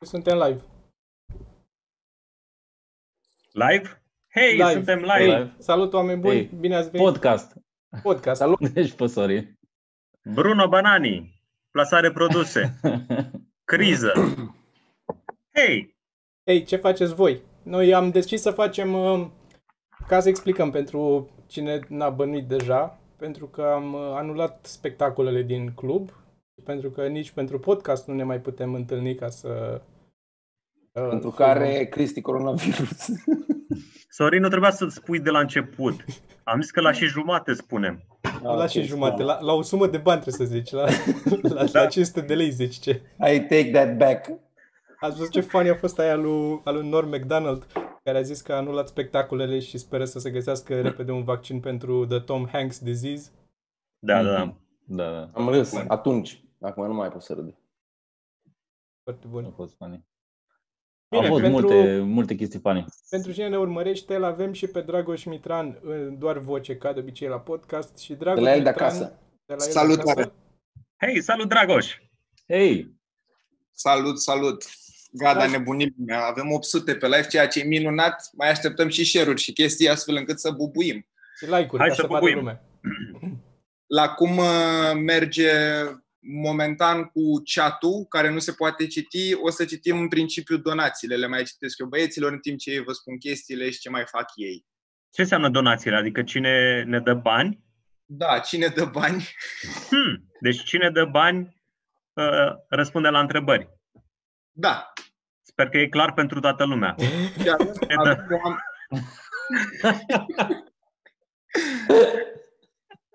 Suntem live. Live? Hei, Live. suntem live! Hey, Live. Salut oameni buni, Hey. bine Păi- ați venit Podcast. la podcast. Salut. Deci, păsării. Bruno Banani, plasare produse, criză. Hei, Ei, ce faceți voi? Noi am decis să facem, uh, ca să explicăm pentru cine n-a bănuit deja, pentru că am uh, anulat spectacolele din club, pentru că nici pentru podcast nu ne mai putem întâlni ca să... uh, Pentru filmăm. care Cristi coronavirus. Sorin, nu trebuia să-ți spui de la început. Am zis că la și jumate spunem. Am luat și Ah, Ok, jumate, scuze. la, la o sumă de bani trebuie să zici, la, la, la Da. 500 de lei zici ce. I take that back. Ați văzut ce funny a fost aia lui, a lui Norm MacDonald, care a zis că a anulat spectacolele și speră să se găsească repede un vaccin pentru The Tom Hanks Disease. Da, da, da. Da, da. Am râs atunci. Acum nu mai pot să râd. Foarte A bun. fost funny. Bine, Au fost pentru, multe, multe chestii funny. pentru cine ne urmărește, îl avem și pe Dragoș Mitran, în doar voce, ca de obicei la podcast. Și De Dragoș la el de Mitran, acasă. De la el Salutare. De acasă. Hei, salut Dragoș! Hei, Salut, salut! Gata, Da. nebunim. Avem 800 pe live, ceea ce e minunat. Mai așteptăm și share-uri și chestii astfel încât să bubuim. Și like-uri, Hai ca să să vadă bubuim. lumea. La cum uh, merge momentan cu chat-ul, care nu se poate citi, o să citim în principiu donațiile. Le mai citesc eu băieților în timp ce ei vă spun chestiile și ce mai fac ei. Ce înseamnă donațiile? Adică cine ne dă bani? Da, cine dă bani? Hmm. Deci cine dă bani uh, răspunde la întrebări. Da. Sper că e clar pentru toată lumea. Și avem- Da. avem,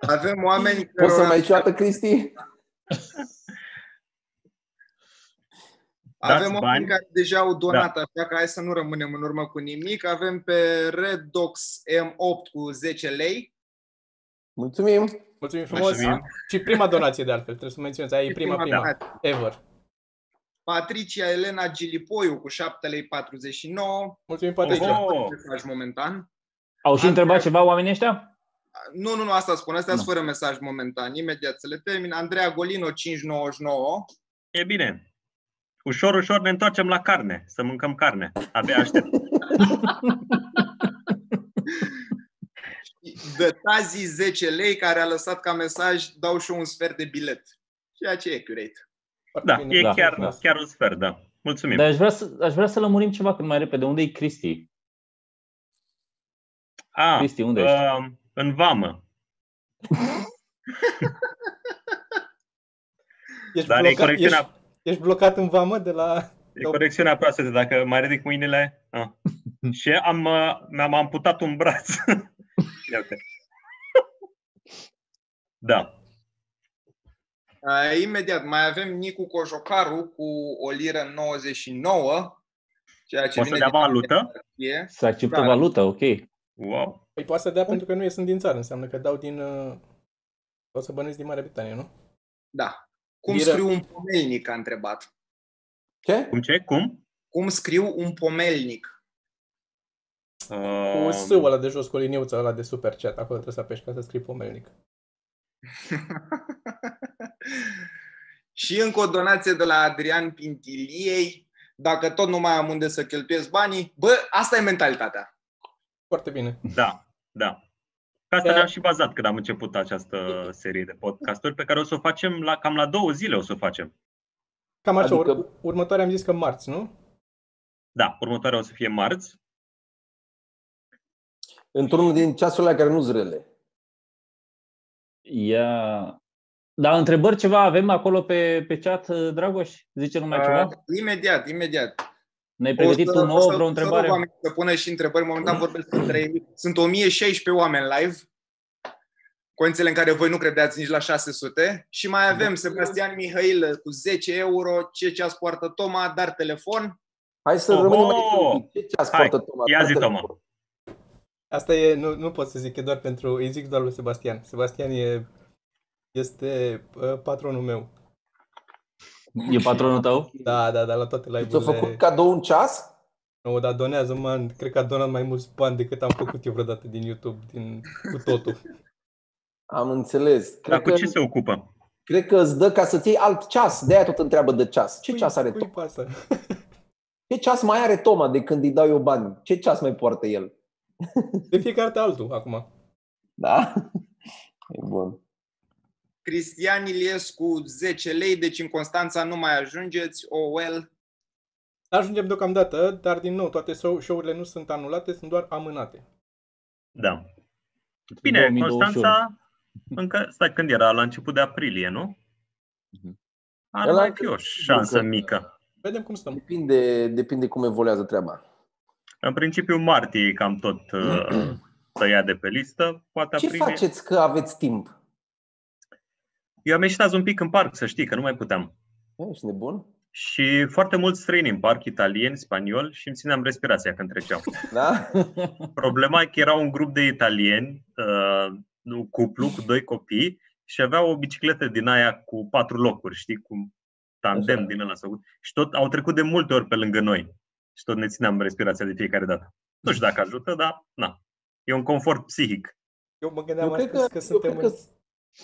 avem oameni Poți să cărora- mai ceată Cristi? Dați Avem bani. oameni care deja au donat, da. așa că hai să nu rămânem în urmă cu nimic. Avem pe Redox M8 cu 10 lei. Mulțumim. Mulțumim frumos. Mulțumim. Și prima donație, de altfel, trebuie să menționez. Aia e Și prima, prima, prima. dată. da. ever. Patricia Elena Gilipoiu cu 7 lei 49. Mulțumim, Patricia. Oho. Oh. Deci, Mesaj momentan. au și Am- întrebat ceva oamenii ăștia? Nu, nu, nu, asta spun. Astea Nu. sunt fără mesaj momentan. Imediat să le termin. Andreea Golino 599. E bine. Ușor, ușor ne întoarcem la carne, să mâncăm carne. Abia aștept. Dătazi 10 lei care a lăsat ca mesaj dau și eu un sfert de bilet. Ceea ce e curate. Foarte Da, bine. e Da, chiar, frumos. chiar un sfert, da. Mulțumim. Dar aș vrea, să, aș vrea să lămurim ceva cât mai repede. Unde e Cristi? A, Cristi, unde ești? uh, în vamă. Ești Dar e blocat, corecțiunea- ești, ești blocat în vamă de la... E corecțiunea proaspătă, dacă mai ridic mâinile. A. Și am, uh, mi-am amputat un braț. Ia uite. Da. Uh, Imediat, mai avem Nicu Cojocaru cu o liră 99, ceea ce O să vine dea din valută? Italia. Să acceptă da. valută, ok. Wow. Păi poate să dea pentru că nu e sunt din țară, înseamnă că dau din... uh, O să bănuiesc din Marea Britanie, nu? Da. Cum Liră. scriu un pomelnic, a întrebat. Ce? Cum ce? Cum? Cum scriu un pomelnic? Cu Uh, S-ul ăla de jos, cu liniuța ăla de super chat, acolo trebuie să apeși ca să scrii pomelnic. Și încă o donație de la Adrian Pintiliei. Dacă tot nu mai am unde să cheltuiesc banii, bă, asta e mentalitatea. Foarte bine. Da, da. Pe asta Da. ne-am și bazat când am început această serie de podcasturi pe care o să o facem la, cam la două zile o să o facem. Cam așa, Adică- adică... următoarea am zis că marți, nu? Da, următoarea o să fie marți. Într-unul din ceasurile care nu zrele. Ia... Dar întrebări ceva avem acolo pe, pe chat, uh, Dragoș? Zice lumea ceva? Imediat, imediat. Ne-ai pregătit Uh, O să- tu o nouă să- vreo o să rog întrebare? Mm. oamenii Să pună și întrebări. Momentan vorbesc între Sunt 1016 oameni live, condițiile în care voi nu credeați nici la 600. Și mai Da. avem Sebastian Mihailă cu 10 euro, ce ceas poartă Toma, dar telefon. Hai să Oho! rămânem aici. Ce ceas Hai, poartă Toma? ia zi, Poartă- Toma. Asta e, nu, nu pot să zic, e doar pentru, îi zic doar lui Sebastian. Sebastian e, este uh, patronul meu. E patronul tău? Da, da, da, la toate Ți-a făcut live-urile. cadou un ceas? Nu, dar donează, man, cred că a donat mai mulți bani decât am făcut eu vreodată din YouTube, din, cu totul. Am înțeles. Dar Cred, cu că, ce se ocupă? Păi, cred că îți dă ca să-ți iei alt ceas. De-aia tot întreabă de ceas. Ce Cui- ceas are Cui Toma? pasă? Ce ceas mai are Toma de când îi dau eu bani? Ce ceas mai poartă el? De fiecare dată altul acum. Da? E bun. Cristian Iliescu, 10 lei, deci în Constanța nu mai ajungeți. Oh, well. Ajungem deocamdată, dar din nou, toate show- show-urile nu sunt anulate, sunt doar amânate. Da. Bine, 2021. Constanța, încă, stai, când era? La început de aprilie, nu? Mhm. Ar Ăla- mai fi o șansă Încă- mică. Vedem cum stăm. Depinde, depinde cum evoluează treaba. În principiu, martie e cam tot uh, tăiat de pe listă. Poate Ce aprilie. faceți că aveți timp? Eu am ieșit azi un pic în parc, să știi, că nu mai puteam. Ești nebun? Și foarte mulți străini în parc, italieni, spanioli, și îmi țineam respirația când treceam. Da? Problema e că era un grup de italieni, uh, un cuplu cu doi copii și aveau o bicicletă din aia cu patru locuri, știi, cu tandem Așa. din ăla. sau cu- Și tot au trecut de multe ori pe lângă noi. Și tot ne țineam respirația de fiecare dată. Nu știu dacă ajută, dar na. E un confort psihic. Eu Da, mă Eu gândeam cred astăzi că, că, că eu suntem cred în... că,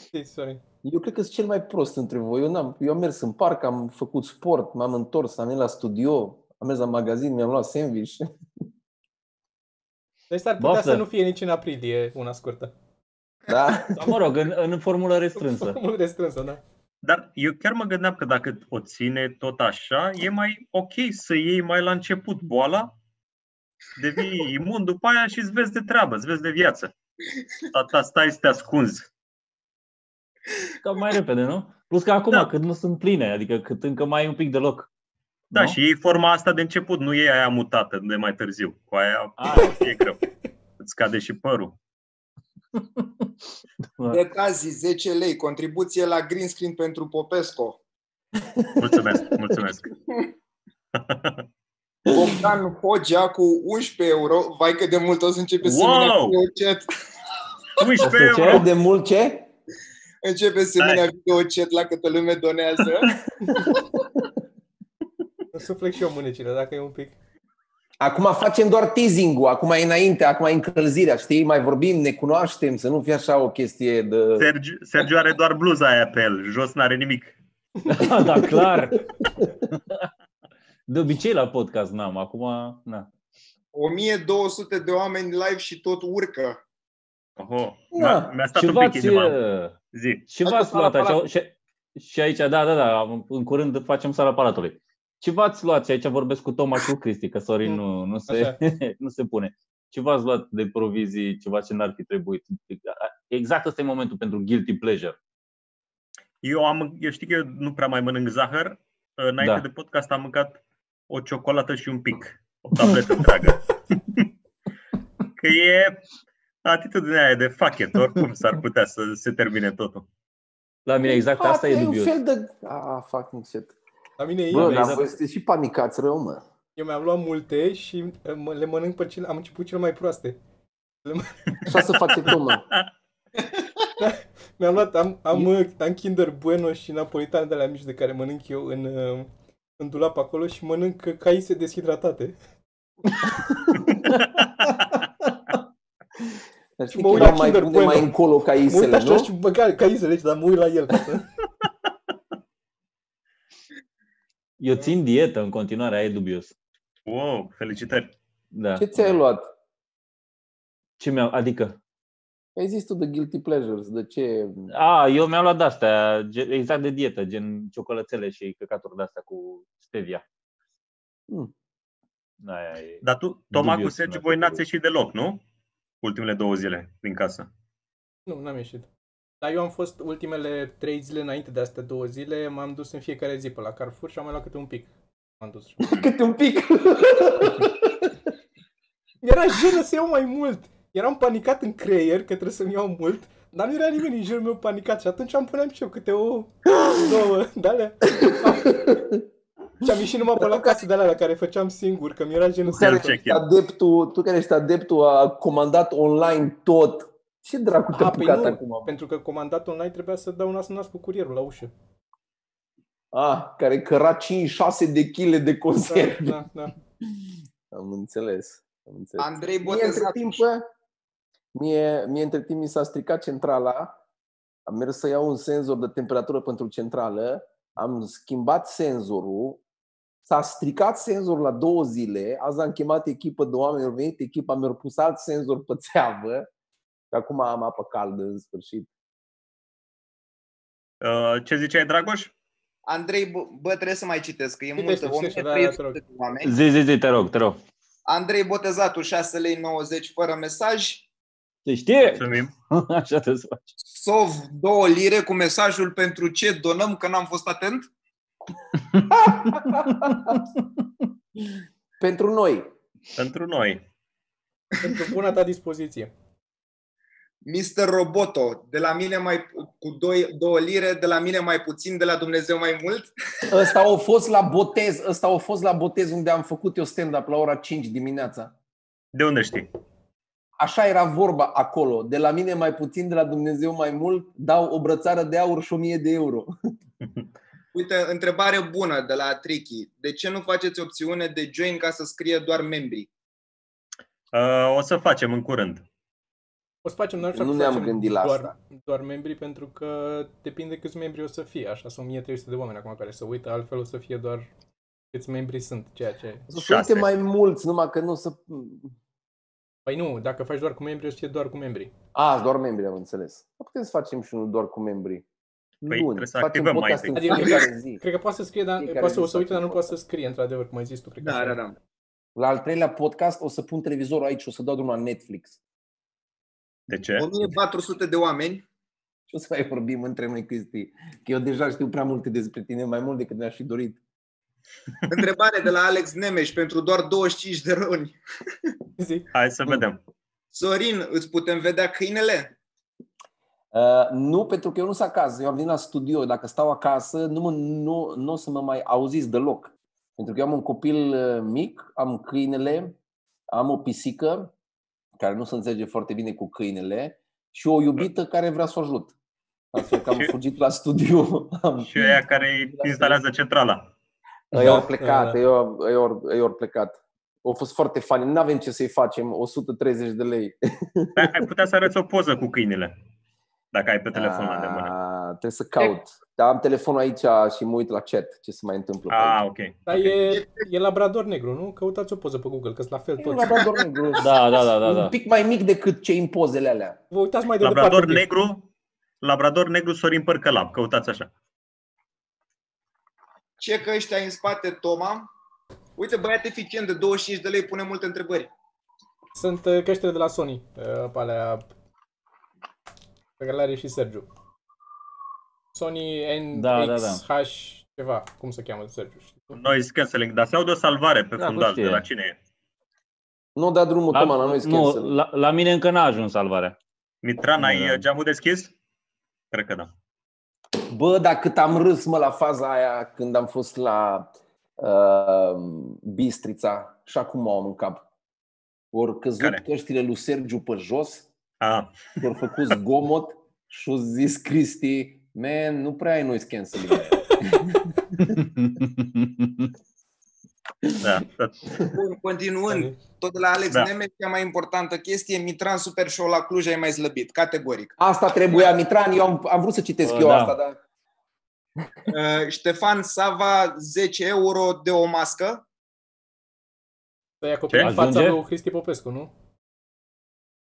Știi, Sorin. eu cred că sunt cel mai prost între voi. Eu, n-am, eu am mers în parc, am făcut sport, m-am întors, am venit la studio, am mers la magazin, mi-am luat sandwich. Deci s-ar putea Baftă. să nu fie nici în aprilie una scurtă. Da? Sau, mă rog, în, în formulă restrânsă. Mult restrânsă, da. Dar eu chiar mă gândeam că dacă o ține tot așa, e mai ok să iei mai la început boala, devii imun după aia și îți vezi de treabă, îți vezi de viață. Tata, stai să te ascunzi. Cam mai repede, nu? Plus că acum, Da. da. cât nu sunt pline, adică cât încă mai e un pic de loc. Da, nu? și ei forma asta de început, nu e aia mutată de mai târziu. Cu aia A, e greu. Îți cade și părul. Decazi, 10 lei, contribuție la green screen pentru Popesco. Mulțumesc, mulțumesc. Bogdan Hogea cu 11 euro. Vai că de mult o să începe să Wow! wow! videochat. 11 Asta ce? euro! Cât de mult ce? Începe să Hai. minea videochat la câtă lume donează. Îmi suflec și eu mânecile, dacă e un pic. Acum facem doar teasing-ul, acum e înainte, acum e încălzirea, știi? Mai vorbim, ne cunoaștem, să nu fie așa o chestie de... Sergiu, Sergiu are doar bluza aia pe el, jos n-are nimic. Da, da, clar. De obicei la podcast n-am, acum, na. 1200 de oameni live și tot urcă. Oho, Da. mi-a, mi-a stat Și un pic v-ați, inima. uh, Zi. și Hai v-ați cu sala luat așa, și, și aici, da, da, da, am- în curând facem sala palatului. Ce v-ați luat? Și aici vorbesc cu Toma și cu Cristi, că Sorin nu, nu, se, nu se pune. Ce v-ați luat de provizii, ceva ce n-ar fi trebuit? Exact ăsta e momentul pentru guilty pleasure. Eu, am, eu știi că eu nu prea mai mănânc zahăr. Înainte Da. de podcast am mâncat o ciocolată și un pic. O tabletă întreagă. că e atitudinea aia de fuck it, oricum s-ar putea să se termine totul. La mine exact asta Ah, e un dubios. fel de... Ah, fucking shit. La mine e Bă, invers. dar voi sunteți și panicați rău, mă. Eu mi-am luat multe și uh, mă- le mănânc pe cele... Am început cele mai proaste. Așa se face Toma. Mi-am luat, am, am, uh, am Kinder Bueno și napolitane de la mici de care mănânc eu în, uh, în dulap acolo și mănânc uh, caise deshidratate. Dar știi mă că uit la erau mai Kinder bune mai Bueno. încolo ca Mă uit isele, așa nu? și băga caisele, deci, dar mă uit la el. Ca să... Eu țin dietă în continuare, aia e dubios. Wow, felicitări! Da. Ce ți-ai luat? Ce mi-am, adică? Ai zis tu de guilty pleasures, de ce... A, eu mi-am luat de-astea, gen- exact de dietă, gen ciocolățele și căcaturi de-astea cu stevia. Mm. Aia e. Dar tu, Toma, cu Dubios Sergiu, mi-a voi părut. n-ați ieșit deloc, nu? Ultimele două zile din casă. Nu, n-am ieșit. Dar eu am fost ultimele trei zile înainte de astea două zile, m-am dus în fiecare zi pe la Carrefour și am mai luat câte un pic. M-am dus. și- Câte un pic! Mi-era jenă să iau mai mult. Eram panicat în creier că trebuie să-mi iau mult, dar nu era nimeni în jurul meu panicat și atunci am puneam și eu câte o două de alea. și am ieșit numai pe la casă de alea la care făceam singur, că mi-era jenă să Care- iau. check-in. adeptul, tu care ești adeptul a comandat online tot. Ce dracu te-a Ah, păi apucat nu. acum? Pentru că comandat online trebuia să dau nas în nas cu curierul la ușă. Ah, care căra 5-6 de kg de Da, conserve. da, da. Am înțeles. Am înțeles. Andrei Mie între Botezat. timp, bă, mie, mie între timp mi s-a stricat centrala, am mers să iau un senzor de temperatură pentru centrală, am schimbat senzorul S-a stricat senzorul la două zile, azi am chemat echipă de oameni, au venit echipa, mi-au pus alt senzor pe țeavă și acum am apă caldă în sfârșit. Uh, ce ziceai, Dragoș? Andrei, bă, bă, trebuie să mai citesc, că e Citește, multă, citește, da, da, te rog. 1300 de oameni. Zi, zi, zi, te rog, te rog. Andrei Botezatu, 6 lei 90 fără mesaj. Se știe! Mulțumim. Așa trebuie să faci. Sov, 2 lire cu mesajul pentru ce donăm, că n-am fost atent. Pentru noi, Pentru noi. Pentru buna ta dispoziție. Mr. Roboto, de la mine mai cu 2, 2 lire, de la mine mai puțin, de la Dumnezeu mai mult. ăsta a fost la botez, ăsta a fost la botez unde am făcut eu stand-up la ora 5 dimineața. De unde știi? Așa era vorba acolo, de la mine mai puțin, de la Dumnezeu mai mult, dau o brățară de aur și 1000 de euro. Uite, întrebare bună de la Tricky. De ce nu faceți opțiune de join ca să scrie doar membrii? Uh, o să facem în curând. O să facem noi așa Nu că să ne-am facem gândit la doar, asta. Doar membrii, pentru că depinde câți membri o să fie. Așa sunt 1300 de oameni acum care se uită, altfel o să fie doar câți membri sunt, ceea ce... O să se Șase. uite mai mulți, numai că nu o să... Păi nu, dacă faci doar cu membri, o să fie doar cu membri. A, doar membrii, am înțeles. Dar Putem să facem și unul doar cu membrii. Păi, trebuie să facem activăm mai podcast întâi. în Adică- fiecare zi. Cred că poate să scrie, dar Fiecare poate să o zi să uite, dar nu facem poate să scrie, într-adevăr, cum ai zis tu. Cred că Da, așa da, e. da. La al treilea podcast o să pun televizorul aici și o să dau drumul la Netflix. De ce? 1400 de oameni. Și o să mai vorbim între noi, Cristi. Că eu deja știu prea multe despre tine, mai mult decât ne-aș fi dorit. Întrebare de la Alex Nemeș pentru doar 25 de roni. Zic. Hai să vedem. Sorin, îți putem vedea câinele? Uh, nu, pentru că eu nu sunt acasă. Eu am venit la studio. Dacă stau acasă, nu, mă, nu, nu o să mă mai auziți deloc. Pentru că eu am un copil uh, mic, am câinele, am o pisică care nu se înțelege foarte bine cu câinele și o iubită care vrea să o ajut. Astfel că am Și- fugit la studio. Am, Și aia care îi instalează centrala. ei au Da, plecat, da. ei au, ei au, ei au plecat. Au fost foarte fani. Nu avem ce să-i facem. 130 de lei. Dar ai putea să arăți o poză cu câinile. Dacă ai pe telefon Ah, la îndemână. A, Trebuie să caut. Dar am telefonul aici și mă uit la chat ce se mai întâmplă. pe aici. Ah, ok. Dar e, e labrador negru, nu? Căutați o poză pe Google, că sunt la fel E un toți. labrador negru. Da, da, da, da. Un da. pic mai mic decât cei în pozele alea. Vă uitați mai de Labrador departe. un pic. negru, Labrador negru Sorin Părcălap. Căutați așa. Ce că ăștia în spate, Toma? Uite, băiat eficient de 25 de lei pune multe întrebări. Sunt uh, căștile de la Sony, uh, pe alea pe care le are și Sergiu. Sony NXH Da, da, ceva, cum se cheamă Sergiu. știi tu? Noise cancelling, dar se aude o salvare pe Da, fundal. cum De știe. la cine e? Nu da drumul, La, Toma, la noi nu, nu, la, la mine încă n-a ajuns salvarea. Mitran, ai Da, da. uh, geamul deschis? Cred că da. Bă, dar cât am râs, mă, la faza aia când am fost la uh, Bistrița și acum o am în cap. Ori căzut Care? căștile lui Sergiu pe jos, Ah, ori făcut zgomot și o zis Cristi, man, nu prea ai noise cancelling aia." da. tot. Bun, continuând, tot de la Alex da. Da. Nemes, cea mai importantă chestie, Mitran Super Show la Cluj ai mai slăbit, categoric. Asta trebuia, Mitran, eu am, am vrut să citesc Bă, eu da. asta, dar Uh, Ștefan Sava, 10 euro de o mască. Să-i acoperim Ce? fața Ajunge? lui Cristi Popescu, nu?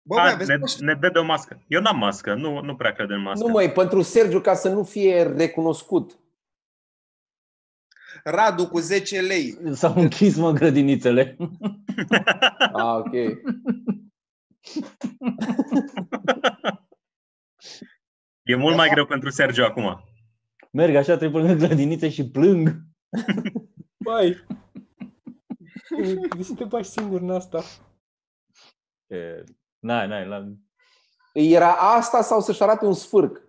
Bă, A, mai ne, aveți ne dă de o mască. Eu n-am mască, nu, nu prea cred în mască. nu măi, pentru Sergiu ca să nu fie recunoscut. Radu cu 10 lei. S-au închis, mă, grădinițele. Ah, ok. E mult mai greu pentru Sergio acum. Merg așa, trec pe lângă grădinițe și plâng. Băi! De ce te bași singur în asta? E, N-ai, n-ai, la... Îi Era asta sau să-și arate un sfârc?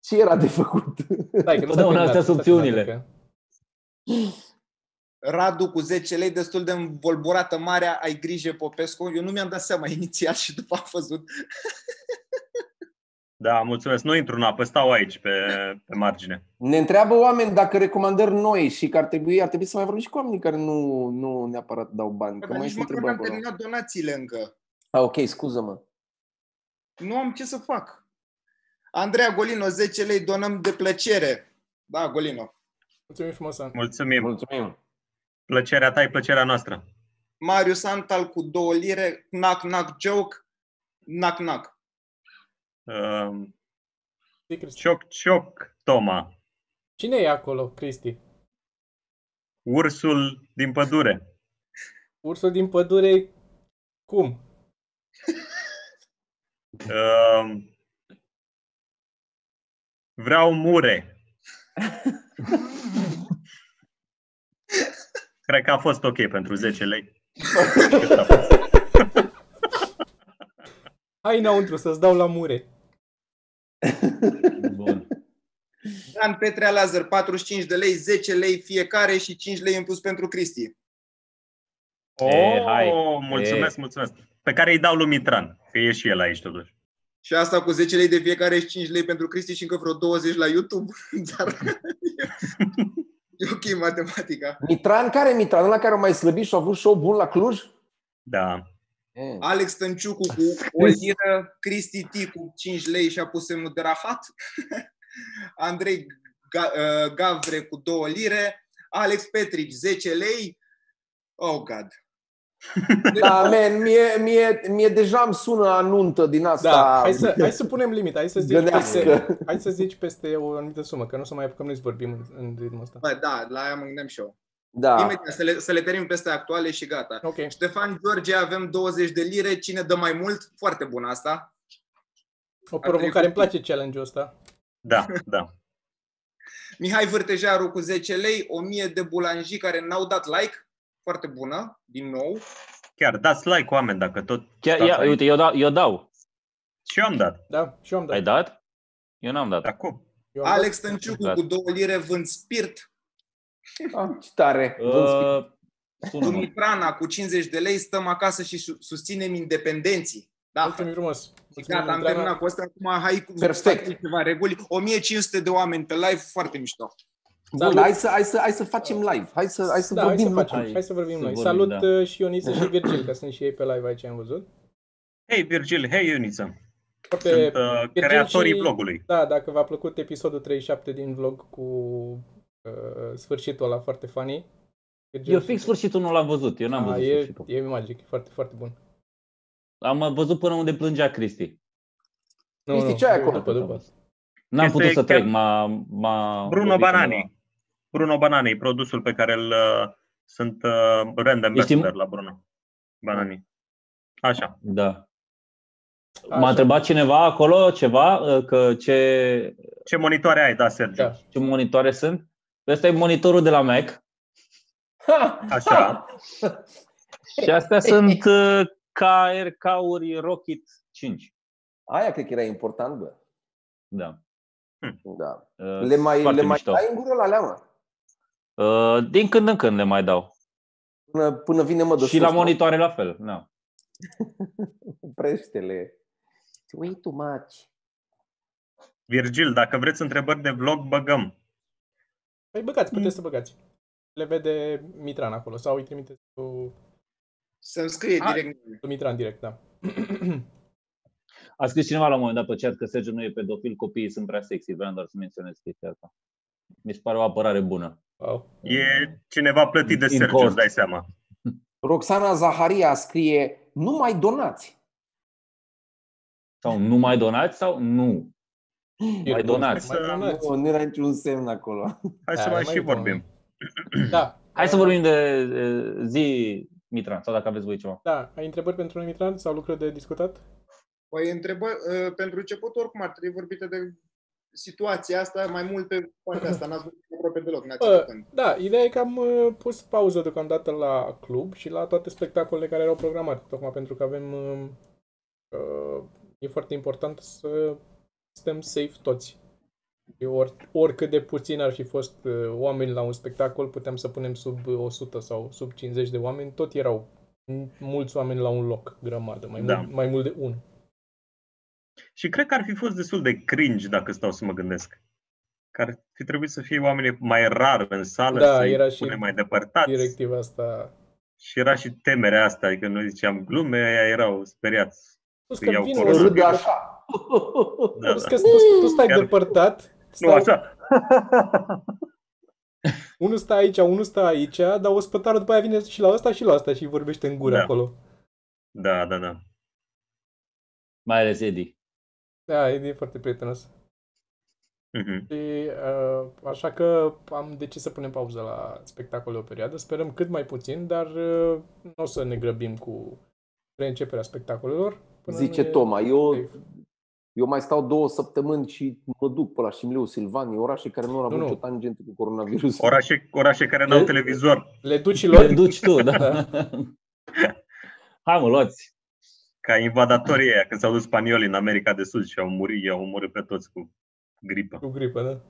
Ce era de făcut? Stai, că nu s-a Totdeauna terminat, nu astea s-a sunt terminat opțiunile. încă. Radu cu 10 lei, destul de învolburată marea, ai grijă Popescu. Eu nu mi-am dat seama inițial și după am văzut. Da, mulțumesc. Nu intru în apă, stau aici, pe, pe margine. Ne întreabă oameni dacă recomandări noi și că ar trebui, ar trebui să mai vorbim și cu oamenii care nu, nu neapărat dau bani. Că Dar mai nici este măcar treaba n-am acolo. terminat donațiile încă. Ah, ok, scuză-mă. Nu am ce să fac. Andreea Golino, 10 lei, donăm de plăcere. Da, Golino. Mulțumim frumos, An. Mulțumim. Mulțumim. Plăcerea ta e plăcerea noastră. Marius Antal cu două lire, knack, knack, joke, knack, knack. Uh, Zi, Cristi. cioc, cioc, Toma. Cine e acolo, Cristi? Ursul din pădure. Ursul din pădure, cum? Uh, vreau mure. Cred că a fost ok pentru 10 lei. Cât a fost? Hai înăuntru să-ți dau la mure. Bun. Dan Petrea Lazar, 45 de lei, 10 lei fiecare și 5 lei în plus pentru Cristi. E, hai. Oh, mulțumesc, mulțumesc. Pe care îi dau lui Mitran, că e și el aici totuși. Și asta cu 10 lei de fiecare și 5 lei pentru Cristi și încă vreo 20 la YouTube. Dar e ok matematica. Mitran, care Mitran? Ăla care a mai slăbit și a avut show bun la Cluj? Da. E. Alex Tănciucu cu o liră, Cristi T cu 5 lei și a pus semnul de rahat. Andrei Ga- uh, Gavre cu 2 lire, Alex Petrici 10 lei. Oh, God. Da, man, mie, mie, mie deja îmi sună anuntă din asta. Da, hai să, hai să punem limita, hai să zici Gândească. peste, hai să zici peste o anumită sumă, că nu o să mai apucăm noi să vorbim în, în ritmul ăsta. Bă, da, la aia mă gândeam și eu. da. Imediat, să le, să le tărim peste actuale și gata. Ok, Ștefan George, avem 20 de lire. Cine dă mai mult? Foarte bun asta. o trebui- provocare, îmi place challenge-ul ăsta. Da, da. Mihai Vârtejaru cu 10 lei, 1000 de bulanjii care n-au dat like. Foarte bună, din nou. Chiar dați like oameni dacă tot. Da, Chiar, Tata ia, e. uite, eu dau, eu dau. Și eu am dat. Da, și eu am dat. Ai dat? Eu n-am dat. Acum. Eu am Alex Tănciucu Da. cu 2 lire, vând spirit. Ah, ce tare. Uh... Uh, sună-mă. Dumitrana cu 50 de lei, stăm acasă și su- susținem independenții. dat. Da, Mulțumim frumos. Mulțumim, gata, am Andrana. terminat cu asta. Acum hai cu Perfect. facem ceva reguli. 1500 de oameni pe live, foarte mișto. Bun, Salut. hai să, hai, să, hai să facem live. Hai să, hai să da, vorbim hai să facem, lucruri. Hai hai să vorbim să noi. vorbim, Salut da. da. și Ioniță și Virgil, că sunt și ei pe live aici, am văzut. Hei Virgil, hei Iuniță. Pe, Sunt uh, Virgil creatorii și- blogului. da, dacă v-a plăcut episodul 37 din vlog cu uh, sfârșitul ăla foarte funny. Virgil Eu și- fix sfârșitul nu l-am văzut. Eu n-am A, văzut e, sfârșitul. e magic, e foarte, foarte bun. Am uh, văzut până unde plângea Cristi. Nu, Cristi, ce ai acolo? După, după. N-am Este putut chiar- să trec, m-a... m-a Bruno lovit Banani. undeva. Bruno Banani, produsul pe care îl uh, sunt uh, brand ambassador la Bruno Banani. Așa. Da. M-a Așa. întrebat cineva acolo ceva, uh, că ce, Ce monitoare ai, da, Sergiu? Da. ce monitoare sunt. Ăsta e monitorul de la Mac Ha! Ah! Așa. și astea sunt uh, KRK-uri Rocket 5. Aia cred că era important, bă. Da. Da. Uh, Le mai, foarte le mai mișto. dai în gură la leamă. Uh, Din când în când le mai dau. Până, până vine mă de Și sus, la mă. monitoare la fel. Da. Oprește-le. Way too much. Virgil, dacă vreți întrebări de vlog, băgăm. Păi băgați, puteți Mm. să băgați. Le vede Mitran acolo sau îi trimiteți cu Să-mi scrie Hai. direct. cu Mitran direct, da. A scris cineva la un moment dat pe chat că Sergiu nu e pedofil, copiii sunt prea sexy. Vreau doar să menționez chestia asta. Mi se pare o apărare bună. Wow. E Mm. cineva plătit de Din Sergiu, cort. îți dai seama. Roxana Zaharia scrie, nu mai donați. Sau nu mai donați sau nu. Mai donați. Mai donați. Nu, nu era niciun semn acolo. Hai să Da, mai și donați. vorbim. Da. Hai să vorbim de uh, zi, Mitran, sau dacă aveți voi ceva. Da, ai întrebări pentru noi, Mitran sau lucruri de discutat? Păi întrebă, uh, pentru început oricum ar trebui vorbite de situația asta mai mult pe partea asta, n-ați vorbit aproape deloc, n-ați Bă. zis când. Da, ideea e că am uh, pus pauză deocamdată la club și la toate spectacolele care erau programate, tocmai pentru că avem... uh, uh, E foarte important să suntem safe toți. E Or, oricât de puțin ar fi fost uh, oameni la un spectacol, puteam să punem sub uh, 100 sau sub 50 de oameni, tot erau m- mulți oameni la un loc, grămadă, mai, Da. mult, mai mult de unul. Și cred că ar fi fost destul de cringe dacă stau să mă gândesc. Că ar fi trebuit să fie oamenii mai rar în sală, Da, să era era și pune mai depărtați. Directiva asta Și era și temerea asta, adică noi ziceam glume, aia erau speriați. Plus Că că iau vin corona. o Râde așa. Da, Plus da. că tu, tu stai Chiar- depărtat, Nu, stau, așa. Unul stă aici, unul stă aici, dar ospătarul după aia vine și la ăsta și la ăsta și îi vorbește în gură Da. acolo. Da, da, da. Mai ales Edi. Da, e, e foarte prietenos. Mhm. Și, uh, așa că am decis să punem pauză la spectacole o perioadă. Sperăm cât mai puțin, dar uh, nu o să ne grăbim cu reînceperea spectacolelor. până Zice nu e Toma, eu, safe. eu mai stau două săptămâni și mă duc pe la Șimleu Silvan, e orașe care nu au avut nu. nicio tangentă cu coronavirus. Orașe, orașe care n-au Eu- televizor, Le duci Le lor? duci tu, da. Hai mă, luați. ca invadatorii aia, când s-au dus spaniolii în America de Sud și au murit, i-au omorât pe toți cu gripă. Cu gripă, da.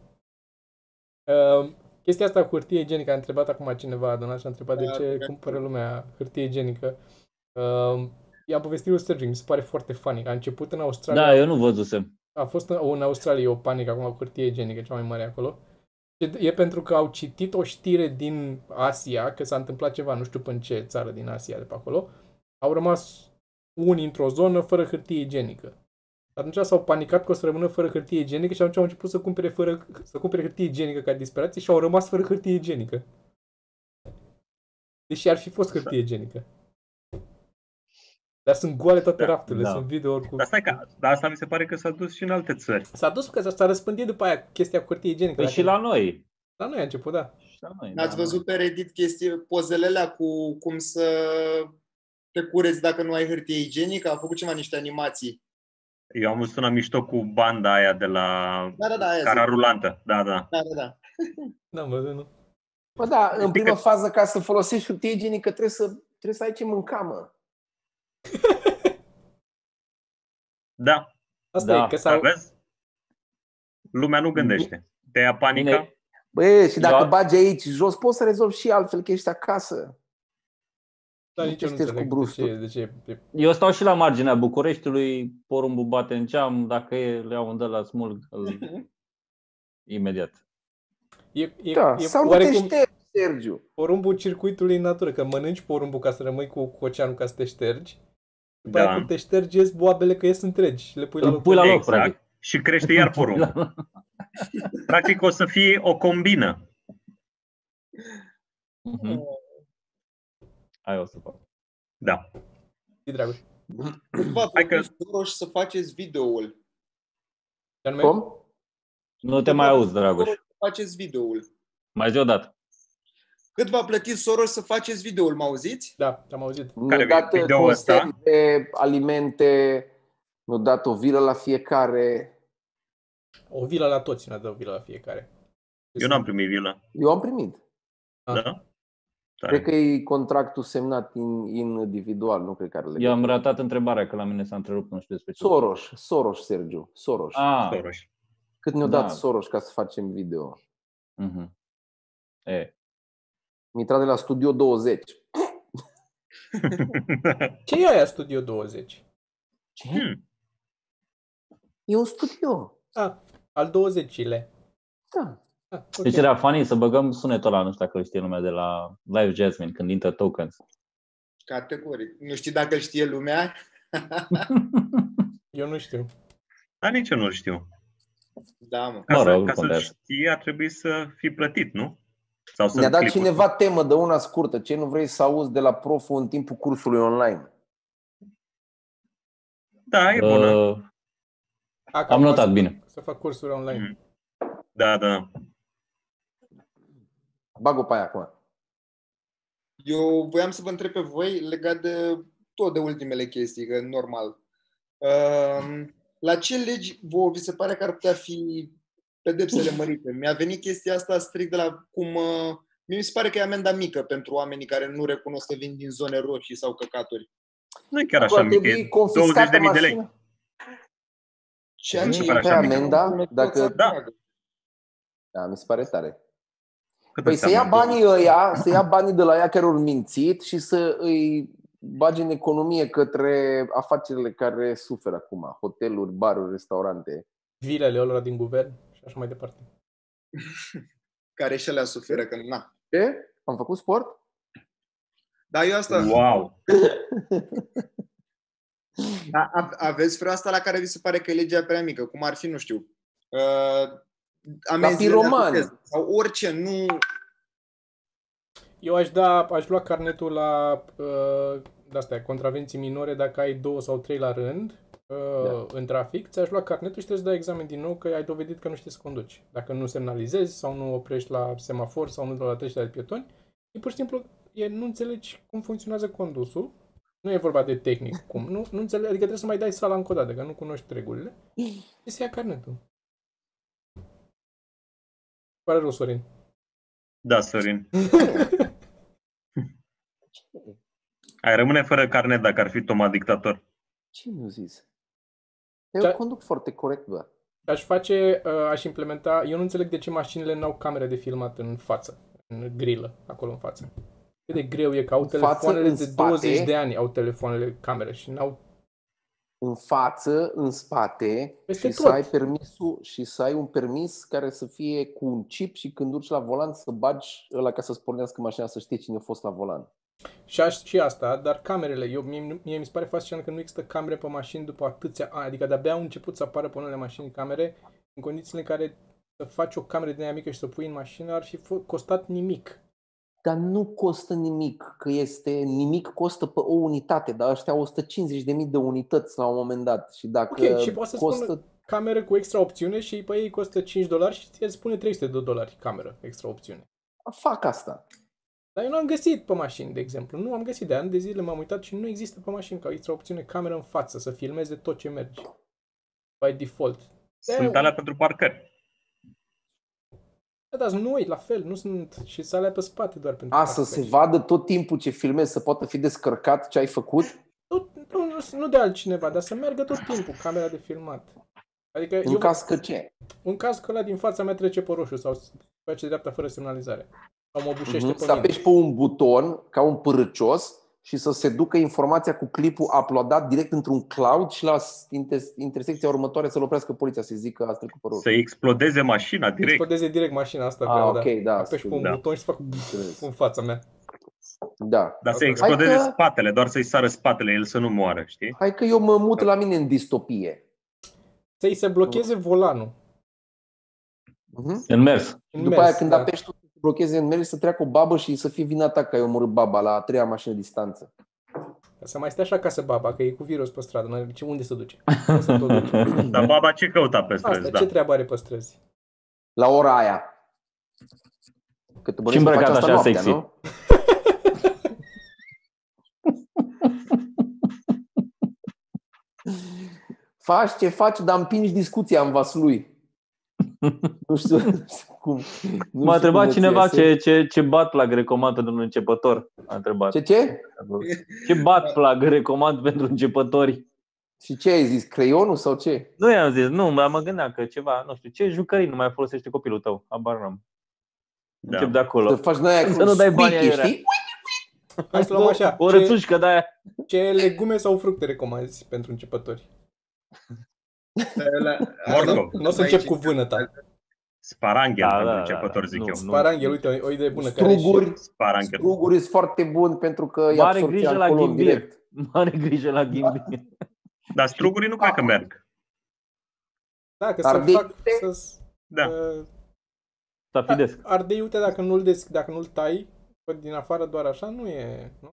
Uh, chestia asta cu hârtie igienică, a întrebat acum cineva, doamna, și a întrebat de Da, ce da. cumpără lumea hârtie igienică. Uh, i-am povestit lui Sergiu, mi se pare foarte funny. A început în Australia, Da, eu nu văzusem. a fost în, în Australia o panică acum cu hârtie igienică, cea mai mare acolo. E- E pentru că au citit o știre din Asia, că s-a întâmplat ceva, nu știu în ce țară din Asia de pe acolo. Au rămas unii într-o zonă fără hârtie igienică. Atunci s-au panicat că o să rămână fără hârtie igienică și atunci au început să cumpere, fără, să cumpere hârtie igienică ca disperație și au rămas fără hârtie igienică. Deși ar fi fost hârtie igienică. Dar sunt goale toate Da, rafturile, da. sunt videouri cu... Dar stai că dar asta mi se pare că s-a dus și în alte țări. S-a dus că s-a- s-a răspândit după aia chestia cu hârtie igienică. Păi dacă- și la noi. la noi a început, da. Și la noi. Ați da, văzut pe Reddit chestii, pozele alea cu cum să te cureți dacă nu ai hârtie igienică? A făcut ceva niște animații. Eu am văzut una mișto cu banda aia de la Da, da, da, aia cara zic. rulantă. Da, da. Da, da, da. N-am văzut, nu. Bă, da, în prima Adică- fază, ca să folosești hârtie igienică, trebuie să, trebuie să ai ce mânca, mă. Da, Asta Da, e, că da s-au... vezi? Lumea nu gândește. Te ia panica. Bine, Bă, și dacă Da. bagi aici jos, poți să rezolvi și altfel, că ești acasă. Da, nici eu nu Ștergi cu înțeleg de brustul. ce, de ce e Eu stau și la marginea Bucureștiului, porumbul bate în geam, dacă e, le iau un de la smulg îl- imediat. E, e, Da, e sau nu te oarecum ștergi, Sergiu. porumbul circuitului în natură, că mănânci porumbul ca să rămâi cu, cu oceanul ca să te ștergi. După Da. aia când te ștergi, ies boabele că ies întregi și le pui la Îl loc. pui la loc, Exact. practic. Și crește iar Da. porumb. Practic o să fie o combină. Mhm. Aia o să fac. Da. Zi, Dragoș. Ce Cumva Hmm. Hai că- vorbiți Soros să faceți videoul. anume? Tom? Nu te mai auzi, Dragoș. Soros Să faceți videoul. Mai zi o dată. Cât v-a plătit Soros să faceți videoul, mă auziți? Da, am auzit. Ne-a Care dat vine? Video-ul ăsta? conserve, alimente, ne-a dat o vilă la fiecare. O vilă la toți, ne-a dat o vilă la fiecare. Eu n-am primit vilă. Eu am primit. Da? Cred Tare. că e contractul semnat in, individual, nu cred că are Eu legătură. am ratat întrebarea, că la mine s-a întrerupt, nu știu despre ce. Soros, Soros, Sergiu, Soros. Ah, Soros. Cât ne-a da. dat Soros ca să facem video? mhm. E, Mi-a intrat de la Studio 20. Ce e aia Studio 20? Ce? Hmm. E un studio. Al 20-ile. Da. Ah, Deci era funny să băgăm sunetul ăla, nu știu dacă îl știe lumea, de la Live Jasmine, când intră tokens. Categoric. Nu știi dacă îl știe lumea. Eu nu știu. Dar nici eu nu știu. Da, mă. Ca, Mă să, rog, nu ca să contează. știi, ar trebui să fi plătit, nu? Sau să Ne-a dat cineva temă de una scurtă. Ce nu vrei să auzi de la proful în timpul cursului online? Da, e bună. Uh, A, că am acum notat să- bine. Să fac cursuri online. Da, da. Bag-o pe aia acum. Eu voiam să vă întreb pe voi legat de tot de ultimele chestii, că normal. Ehm, La ce legi vă vi se pare că ar putea fi pedepsele mărite? Mi-a venit chestia asta strict de la cum... uh, Mie mi se pare că e amenda mică pentru oamenii care nu recunosc că vin din zone roșii sau căcaturi. Nu e chiar Bă, așa ar mic, trebui e 20.000 confiscată de mii de mașina. lei. Ceea Nu ce se e pare pe așa mică. amenda, dacă... Da. Da, mi se pare tare. Cât Păi să înseamnă? ia banii ăia, să ia banii de la ea care au mințit și să îi bagi în economie către afacerile care suferă acum, hoteluri, baruri, restaurante. Vilele lor din guvern și așa mai departe. care și alea suferă, că na. Ce? Am făcut sport? Dar eu asta... Wow! A, a- aveți vreo asta la care vi se pare că e legea prea mică? Cum ar fi, nu știu, uh, amenziile piromani. astea, Sau orice, nu uh, Eu aș, da, aș lua carnetul la uh, astea, contravenții minore dacă ai două sau trei la rând uh, Da. în trafic. Ți-aș lua carnetul și trebuie să dai examen din nou că ai dovedit că nu știi să conduci. Dacă nu semnalizezi sau nu oprești la semafor sau nu la trecerea de pietoni, e pur și simplu e, nu înțelegi cum funcționează condusul. Nu e vorba de tehnic, cum. Nu, nu înțeleg, adică trebuie să mai dai sala încă o dată, că nu cunoști regulile. Și să ia carnetul. Pare rău, Sorin. Da, Sorin. Ai rămâne fără carnet dacă ar fi Toma dictator. Ce mi-a zis? Eu Da. conduc foarte corect, bă. Aș face, uh, aș implementa, eu nu înțeleg de ce mașinile n-au camere de filmat în față, în grilă, acolo în față. Cât de greu e că au În față, telefoanele în de spate. 20 de ani, au telefoanele camere și n-au... în față, în spate Peste și tot. să ai permisul și să ai un permis care să fie cu un chip și când urci la volan să bagi ăla ca să-ți pornească mașina să știi cine a fost la volan. Și, aș, și asta, dar camerele, eu, mie, mie mi se pare fascinant că nu există camere pe mașini după atâția ani, adică de-abia au început să apară pe unele mașini camere, în condițiile în care să faci o cameră din aia mică și să o pui în mașină ar fi fo- costat nimic. Dar nu costă nimic, că este nimic costă pe o unitate, dar ăștia au 150.000 de unități la un moment dat și dacă Ok, și poate să costă spună- Cameră cu extra opțiune și pe ei costă 5 dolari și ți spune 300 de dolari cameră extra opțiune. fac asta. Dar eu nu am găsit pe mașini, de exemplu. Nu am găsit de ani de zile, m-am uitat și nu există pe mașini ca extra opțiune cameră în față, să filmeze tot ce mergi. By default. Sunt alea pentru parcări. Da, dar sunt noi, la fel, nu sunt și sale pe spate doar pentru A, să se parcări. vadă tot timpul ce filmezi, să poată fi descărcat ce ai făcut. Nu, nu, nu, nu de altcineva, dar să meargă tot timpul camera de filmat. Adică În eu, caz că ce? în caz că ăla din fața mea trece pe roșu sau face dreapta fără semnalizare. Sau mă bușește Mhm. pe Să mine. apeși pe un buton ca un pârâcios și să se ducă informația cu clipul uploadat direct într-un cloud și la inter- intersecția următoare să-l oprească poliția, să zică ați trecut pe roșu. Să explodeze mașina direct. Explodeze direct mașina asta. Ah, vreau, ok, da, da. Apeși pe un da. buton și fac Înțeles. în fața mea. Da. Dar să Hai explodeze că- spatele, doar să-i sară spatele, el să nu moară, știi? Hai că eu mă mut la mine în distopie. Să-i se blocheze volanul. Mhm. În mers. da. În După mers, aia când apeși tu să te blocheze în mers, să treacă o babă și să fie vina ta că ai omorât baba la a treia mașină distanță. Ca Să mai stea așa acasă baba, că e cu virus pe stradă, n-are ce unde se duce. Nu se tot duce. Da. Dar baba ce căuta pe străzi, Asta, da? ce treabă are pe străzi? La ora aia. Că te bănuiesc că faci îmbrăcat așa asta noaptea, sexy. nu? faci ce faci, dar împingi discuția în vasul lui. nu știu nu știu cum. nu știu M-a cum întrebat îți cineva iese. ce, ce, ce bat flag recomand pentru un începător. A întrebat. Ce, ce? Ce bat flag recomand pentru începători? Și ce ai zis? Creionul sau ce? Nu i-am zis, nu, dar mă gândeam că ceva, nu știu, ce jucării nu mai folosește copilul tău? Habar n-am. Da. Încep de Să acolo. faci din aia cu Să nu dai bani squeaky, aiurea. știi? Hai Da, să luăm așa. O Ce, rățușcă de aia. ce legume sau fructe recomanzi pentru începători? Morcov, Nu o să încep cu vânăta. sparanghel Da, pentru da, începător, da, zic nu, eu. nu. Sparanghel, uite, o o idee bună. care și- Struguri, Sparanghel. struguri sunt foarte bun pentru că e Mare absorbția grijă la alcoolului ghimbir. direct. Mare grijă la ghimbir. Dar strugurii nu cred că merg. Da, că să Ardei fac... iute. Să, Da. uh, Stafidesc. ardei iute, dacă nu-l, des, dacă nu-l tai, pe din afară doar așa, nu e... Nu?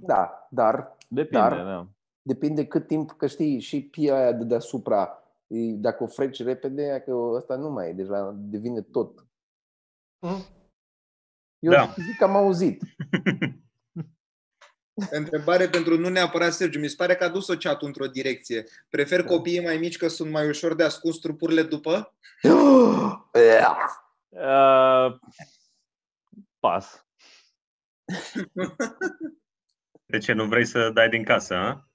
Da, dar Depinde, Dar- da. depinde cât timp, că știi, și pia aia de deasupra, e- dacă o freci repede, aia că ăsta nu mai e, deja devine tot. Mhm. Eu Da. zic că am auzit. Întrebare pentru nu neapărat Sergiu. Mi se pare că a dus-o chat într-o direcție. Prefer copiii mai mici că sunt mai ușor de ascuns trupurile după? Uh, pas. De ce nu vrei să dai din casă, a?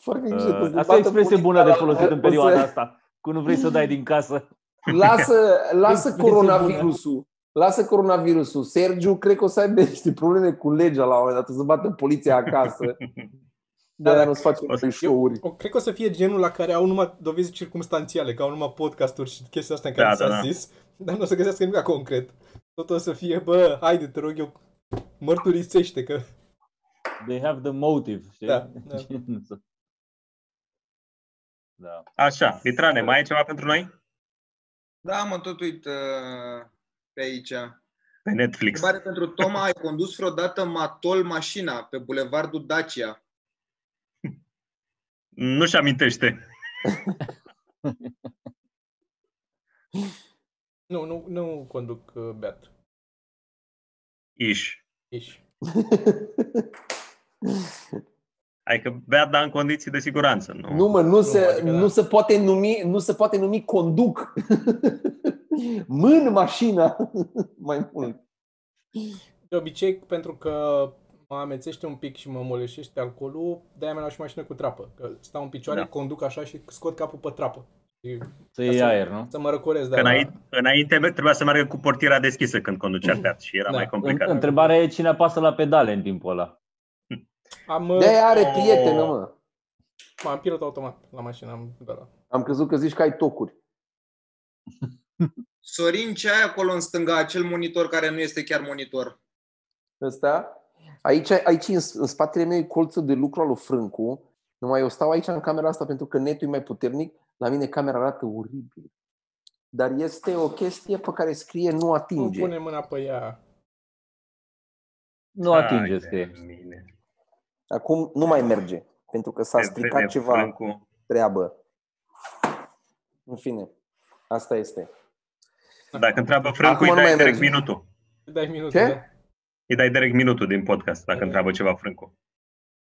Foarte grijă, Uh, asta te e o bată expresie punica bună de la- folosit uh, în o perioada să- asta. Cu nu vrei să dai din casă. Lasă, lasă Expresie coronavirusul. Lasă coronavirusul. Sergiu, cred că o să aibă niște probleme cu legea la un moment dat, o să bată poliția acasă. Da, Da, dar dacă- nu-ți facem o să- noi show-uri. O, cred că o să fie genul la care au numai dovezi circumstanțiale, că au numai podcasturi și chestia asta în care Da, da, s-a da, da. zis, dar nu o să găsească nimic concret. Tot o să fie, bă, haide, te rog eu, mărturisește că... They have the motive. Știi? Da, da. da. Așa, Litrane, mai ai ceva pentru noi? Da, mă tot uit uh, pe aici. Pe pe Netflix. Întrebare pentru Toma, ai condus vreodată matol mașina pe bulevardul Dacia? Nu-și amintește. Nu, nu, nu conduc uh, beat. Iș. Ești. Adică bea, dar în condiții de siguranță. Nu, Nu, mă, nu, se, adică da. nu se poate numi, nu se poate numi conduc. Mân mașina mai mult. De obicei, pentru că mă amețește un pic și mă moleșește alcoolul, de-aia mi-am luat și mașină cu trapă. Că stau în picioare, Da. da. conduc așa și scot capul pe trapă. Și Să iei Asta- aer, nu? să mă răcoresc, Că dar... înainte, înainte trebuia să meargă cu portiera deschisă când conducea beat și era Da. mai complicat. În- în- Întrebarea e cine apasă la pedale în timpul ăla. Am, de uh, are prietenă, mă. am pilot automat la mașină. Am, da, da. Am crezut că zici că ai tocuri. Sorin, ce ai acolo în stânga, acel monitor care nu este chiar monitor? Ăsta? Aici, aici în, în spatele meu e colțul de lucru al lui Frâncu. Numai eu stau aici în camera asta pentru că netul e mai puternic. La mine camera arată oribil. Dar este o chestie pe care scrie nu Nu atinge. pune mâna pe ea. Nu Hai atinge de scrie. mine. Acum nu mai merge, pentru că s-a Te stricat vede ceva Frâncu. treabă. În fine, asta este. Da. Dacă întreabă Frâncu, Acum îi nu dai mai direct merge. minutul. Îi Dai minute, Ce? Da. Îi dai direct minutul din podcast, dacă întreabă ceva Frâncu.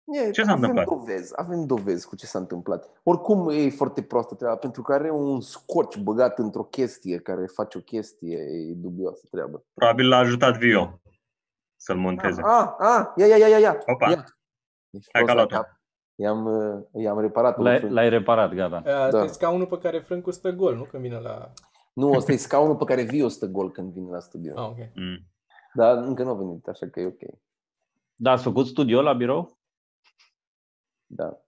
E, Ce s-a avem întâmplat? Dovezi, avem dovezi cu ce s-a întâmplat. Oricum e foarte proastă treaba, pentru că are un scorci băgat într-o chestie care face o chestie, e dubioasă treabă. Probabil l-a ajutat Vio să-l monteze. Ah, ah, ia, ia, ia, ia, ia. Opa. Ia. Deci, Hai că prost a la luat-o. cap. I-am, uh, i-am reparat. L-ai, un fel. l-ai reparat, gata. Uh, Da. da. scaunul pe care Frâncu stă gol, nu? Când vine la... Nu, ăsta e scaunul pe care Vio stă gol când vine la studio. Oh. Ah, ok. Mm. Dar încă nu a venit, așa că e ok. Da, ați făcut studio la birou? Da.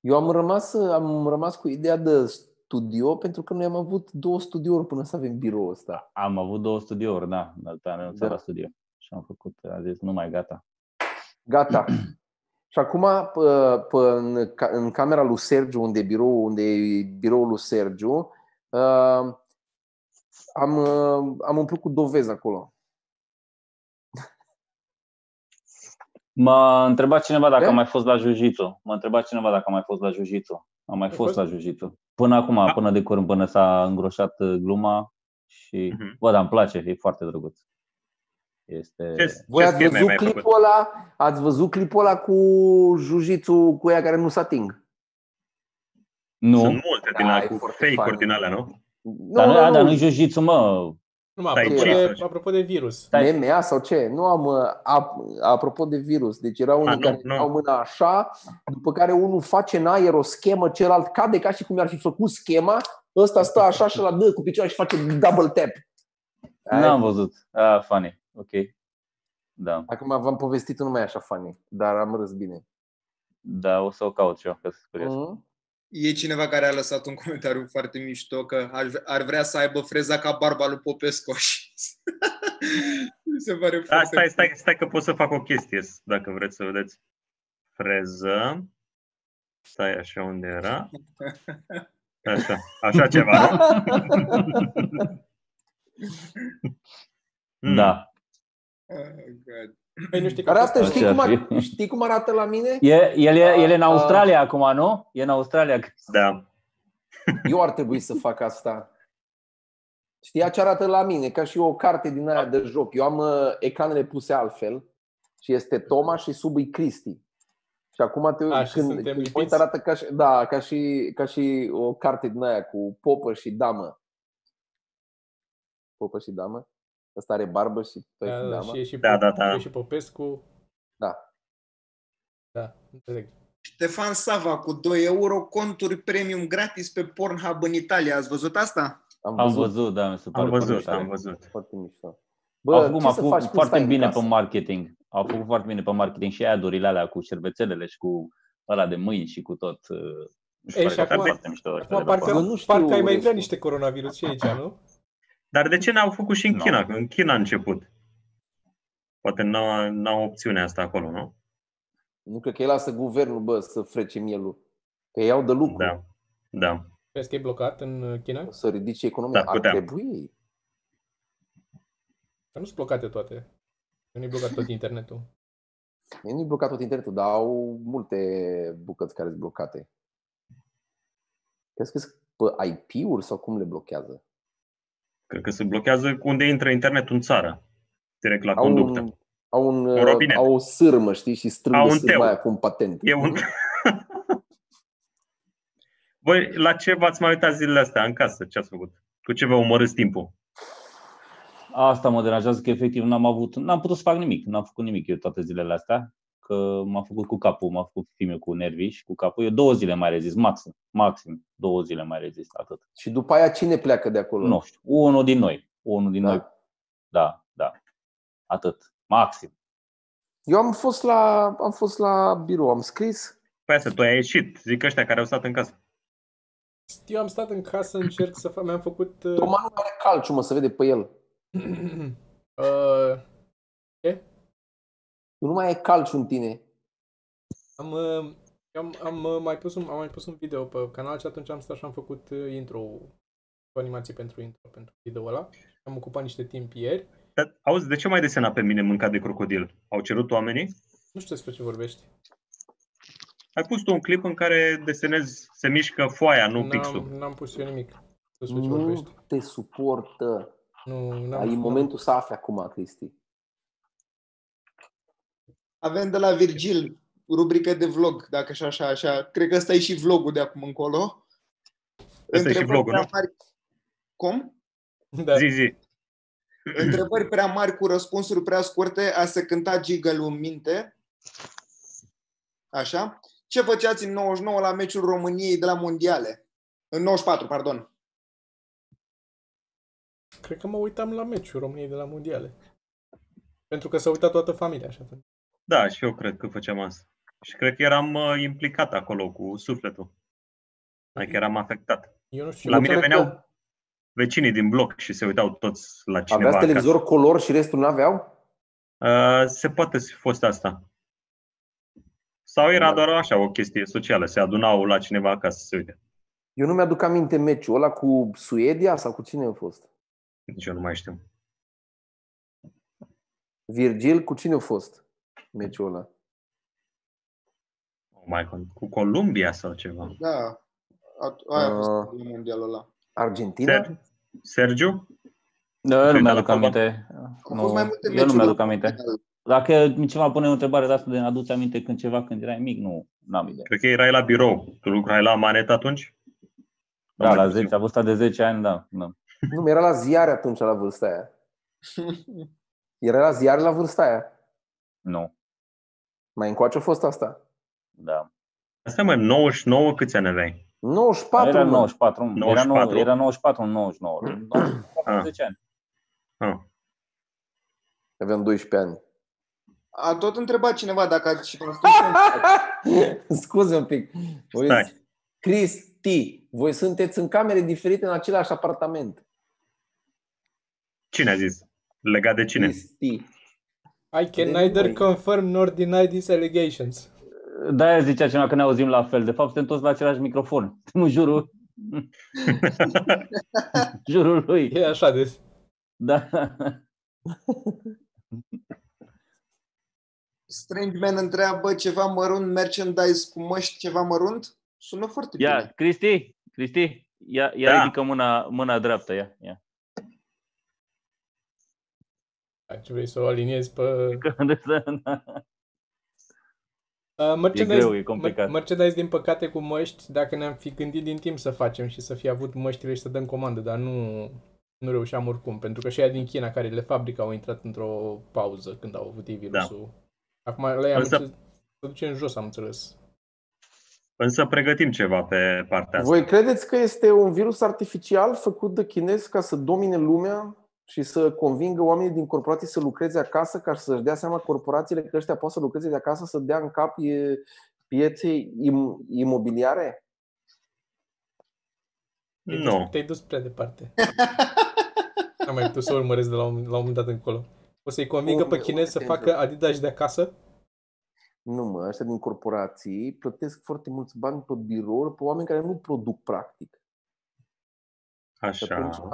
Eu am rămas, am rămas cu ideea de studio pentru că noi am avut două studiouri până să avem biroul ăsta. Am avut două studiouri, da, dar am renunțat Da. la studio. Și am făcut, am zis, nu mai gata. Gata. Și acum, pă, pă, în, ca- în camera lui Sergiu, unde e biroul, unde e biroul lui Sergiu, uh, am, uh, am umplut cu dovezi acolo. M-a întrebat cineva dacă Da? am mai fost la jiu-jitsu. M-a întrebat cineva dacă am mai fost la jiu-jitsu. Am mai Ai fost fost? la jiu-jitsu. Până acum, Da. până de curând, până s-a îngroșat uh, gluma și, Mhm. bă, dar îmi place, e foarte drăguț. Este... Ce, ce Voi Păi ați scheme văzut mi-ai făcut? clipul ăla, ați văzut clipul ăla cu jiu cu ea care nu s ating. Nu, Sunt multe Da, din alea e cu foarte fake-uri fain. din alea, nu? Nu, dar nu, nu, da, dar nu, nu jiu-jitsu, mă. Nu, Stai, apropo, ce de, faci? apropo de virus. Stai. MMA sau ce? Nu am. uh, ap- Apropo de virus, deci erau unii nu, care nu. au mâna așa, după care unul face în aer o schemă, celălalt cade ca și cum ar fi făcut schema, ăsta stă așa și la dă cu picioare și face double tap. Ai- N-am văzut. Ah, funny. Ok. Da. Acum v-am povestit nu mai e așa funny, dar am râs bine. Da, o să o caut și eu, că Păi sunt curios. Mhm. E cineva care a lăsat un comentariu foarte mișto că ar, ar vrea să aibă freza ca barba lui Popescu. așa. Mi se pare Da, foarte... stai, stai, stai că pot să fac o chestie, s- dacă vreți să vedeți. Freză. Stai așa unde era. Așa, așa ceva, nu? Mm. Da. Oh, God. Păi nu știi că a fost Arată, Așa știi ar cum, ar, fi. știi cum arată la mine? E, el, e, el e în Ah, ah. Australia acum, nu? E în Australia. Da. Eu ar trebui să fac asta. Știa ce arată la mine, ca și o carte din aia de joc. Eu am uh, ecranele puse altfel și este Toma și sub e Cristi. Și acum te A, și când, suntem când te lipiți? uiți, arată ca și, da, ca și, ca și o carte din aia cu popă și damă. Popă și damă? Ăsta are barbă și tu ai fi Da, da, damă. și e și, Da, da, da. e și Popescu. Da. Da, înțeleg. Ștefan Sava cu 2 euro conturi premium gratis pe Pornhub în Italia. Ați văzut asta? Am Am văzut, văzut, da, mi se pare Am văzut, foarte am mișto. văzut. foarte mișto. Au Bă, făcut, ce au să făcut faci când foarte stai în bine casă? pe marketing. Au făcut foarte bine pe marketing și adurile alea cu șervețelele și cu ăla de mâini și cu tot. uh, mi se Ei, pare și că a fost acum- foarte mișto și Acum de parcă, raport. Eu nu știu, parcă ai mai restul. vrea niște coronavirus și aici, nu? Dar de ce n-au făcut și în Nu. China? Că în China a început. Poate n-au, n-au opțiunea asta acolo, nu? Nu cred că el lasă guvernul, bă, să frece mielul. Că iau de lucru. Da. Da. Crezi că e blocat în uh, China? O să ridice economia. Da, Ar putea. trebui. Că nu sunt blocate toate. Nu e blocat tot internetul. Nu e blocat tot internetul, dar au multe bucăți care sunt blocate. Crezi că sunt pe IP-uri sau cum le blochează? Cred că se blochează cu unde intră internetul în țară. Direct la conductă. un, au, un, Un robinet. au o sârmă, știi, și Au strâng un teu. sârma aia cu un patent. E un... Voi, la ce v-ați mai uitat zilele astea în casă? Ce ați făcut? Cu ce vă omorâți timpul? Asta mă deranjează că efectiv n-am avut, n-am putut să fac nimic, n-am făcut nimic eu toate zilele astea, că m-a făcut cu capul, m-a făcut filme cu nervii și cu capul. Eu două zile mai rezist, maxim, maxim, două zile mai rezist, atât. Și după aia cine pleacă de acolo? Nu știu, unul din noi, unul din Da. noi, da, da, atât, maxim. Eu am fost, la, am fost la birou, am scris. Păi asta, tu ai ieșit, zic ăștia care au stat în casă. Eu am stat în casă, încerc să fac, mi-am făcut... uh, Toma nu are calciu, mă, să vede pe el. uh, Nu mai ai calciu în tine. am, uh, am, am, uh, mai pus un, am mai pus un video pe canal și atunci am stat și am făcut uh, intro cu animații pentru intro, pentru video ăla. Am ocupat niște timp ieri. Dar, auzi, de ce mai desena pe mine mâncat de crocodil? Au cerut oamenii? Nu știu despre ce vorbești. Ai pus tu un clip în care desenezi, se mișcă foaia, nu N-am, pixul. n-am pus eu nimic despre ce Nu vorbești. Da, te suportă. Nu, n-am, Ai n-am- momentul să afli acum, Cristi. Avem de la Virgil rubrică de vlog, dacă și așa, așa. Cred că ăsta e și vlogul de acum încolo. e și Întrebări vlogul, prea nu? mari- Cum? Da. Zi, zi. Întrebări prea mari cu răspunsuri prea scurte, a se cânta gigălul în minte. Așa. Ce făceați în 99 la meciul României de la Mondiale? În 94, pardon. Cred că mă uitam la meciul României de la Mondiale. Pentru că s-a uitat toată familia și atunci. Da, și eu cred că făceam asta. Și cred că eram uh, implicat acolo cu sufletul. Adică eram afectat. Eu nu știu. La ce- mine cred veneau că- vecinii din bloc și se uitau toți la cineva. Aveați acasă. televizor color și restul nu aveau? Uh, se poate să fi fost asta. Sau era Da. doar așa o chestie socială, se adunau la cineva acasă să se uite. Eu nu mi-aduc aminte meciul ăla cu Suedia sau cu cine a fost? Nici eu nu mai știu. Virgil, cu cine a fost meciul ăla? Nu Mai con- Oh cu Columbia sau ceva. Da. A- Aia a fost Uh, Ah. mondialul ăla. Argentina? Ser- Sergiu? Da, nu Păi, mi-aduc da, la aminte. Au Nu, fost mai multe eu nu meciuri mi-aduc la aminte. Mondial. Dacă cineva pune o întrebare de asta de aduți aminte când ceva, când erai mic, nu, n-am idee. Cred că erai la birou. Tu lucrai la manet atunci? Da, mai la puțin. 10, la vârsta de 10 ani, da. da. Nu, mi era la ziare atunci la vârsta aia. Era la ziare la vârsta aia. Nu, Mai încoace a fost asta. da. Asta mă, 99 câți ani aveai? 94, era mă. 94, 94. 94. Era, 94, nu 99. 94, 10 ani. Ah. Aveam 12 ani. A tot întrebat cineva dacă ați și construit Scuze un pic. Voi... Stai. Cristi, voi sunteți în camere diferite în același apartament. Cine a zis? Legat de cine? Cristi. I can De neither noi. confirm nor deny these allegations. Da, zicea cineva că ne auzim la fel. De fapt, suntem toți la același microfon. Suntem în jurul, în jurul lui. E așa de... Da. Strange Man întreabă ceva mărunt, merchandise cu măști ceva mărunt? Sună foarte bine. Ia, Cristi, Cristi, ia, ia Da. ridică mâna, mâna dreaptă, ia, ia. Hai, Ce vrei să o aliniezi pe... Uh, greu, e complicat. mer- merchandise, din păcate, cu măști, dacă ne-am fi gândit din timp să facem și să fi avut măștile și să dăm comandă, dar nu, nu reușeam oricum, pentru că și aia din China care le fabrică au intrat într-o pauză când au avut ei virusul. Da. Acum le am Însă- înțeles, se duce în jos, am înțeles. Însă pregătim ceva pe partea asta. Voi credeți că este un virus artificial făcut de chinezi ca să domine lumea și să convingă oamenii din corporații să lucreze acasă ca să-și dea seama corporațiile că ăștia pot să lucreze de acasă, să dea în cap e, pieței im- imobiliare? Te-ai Nu. dus- Te-ai dus prea departe. N-am mai putut să o urmăresc de la un, la un moment dat încolo. O să-i convingă Urme- pe chinezi să urmează. facă Adidas de acasă? Nu mă, ăștia din corporații plătesc foarte mulți bani pe birouri, pe oameni care nu produc practic. Și Așa. atunci a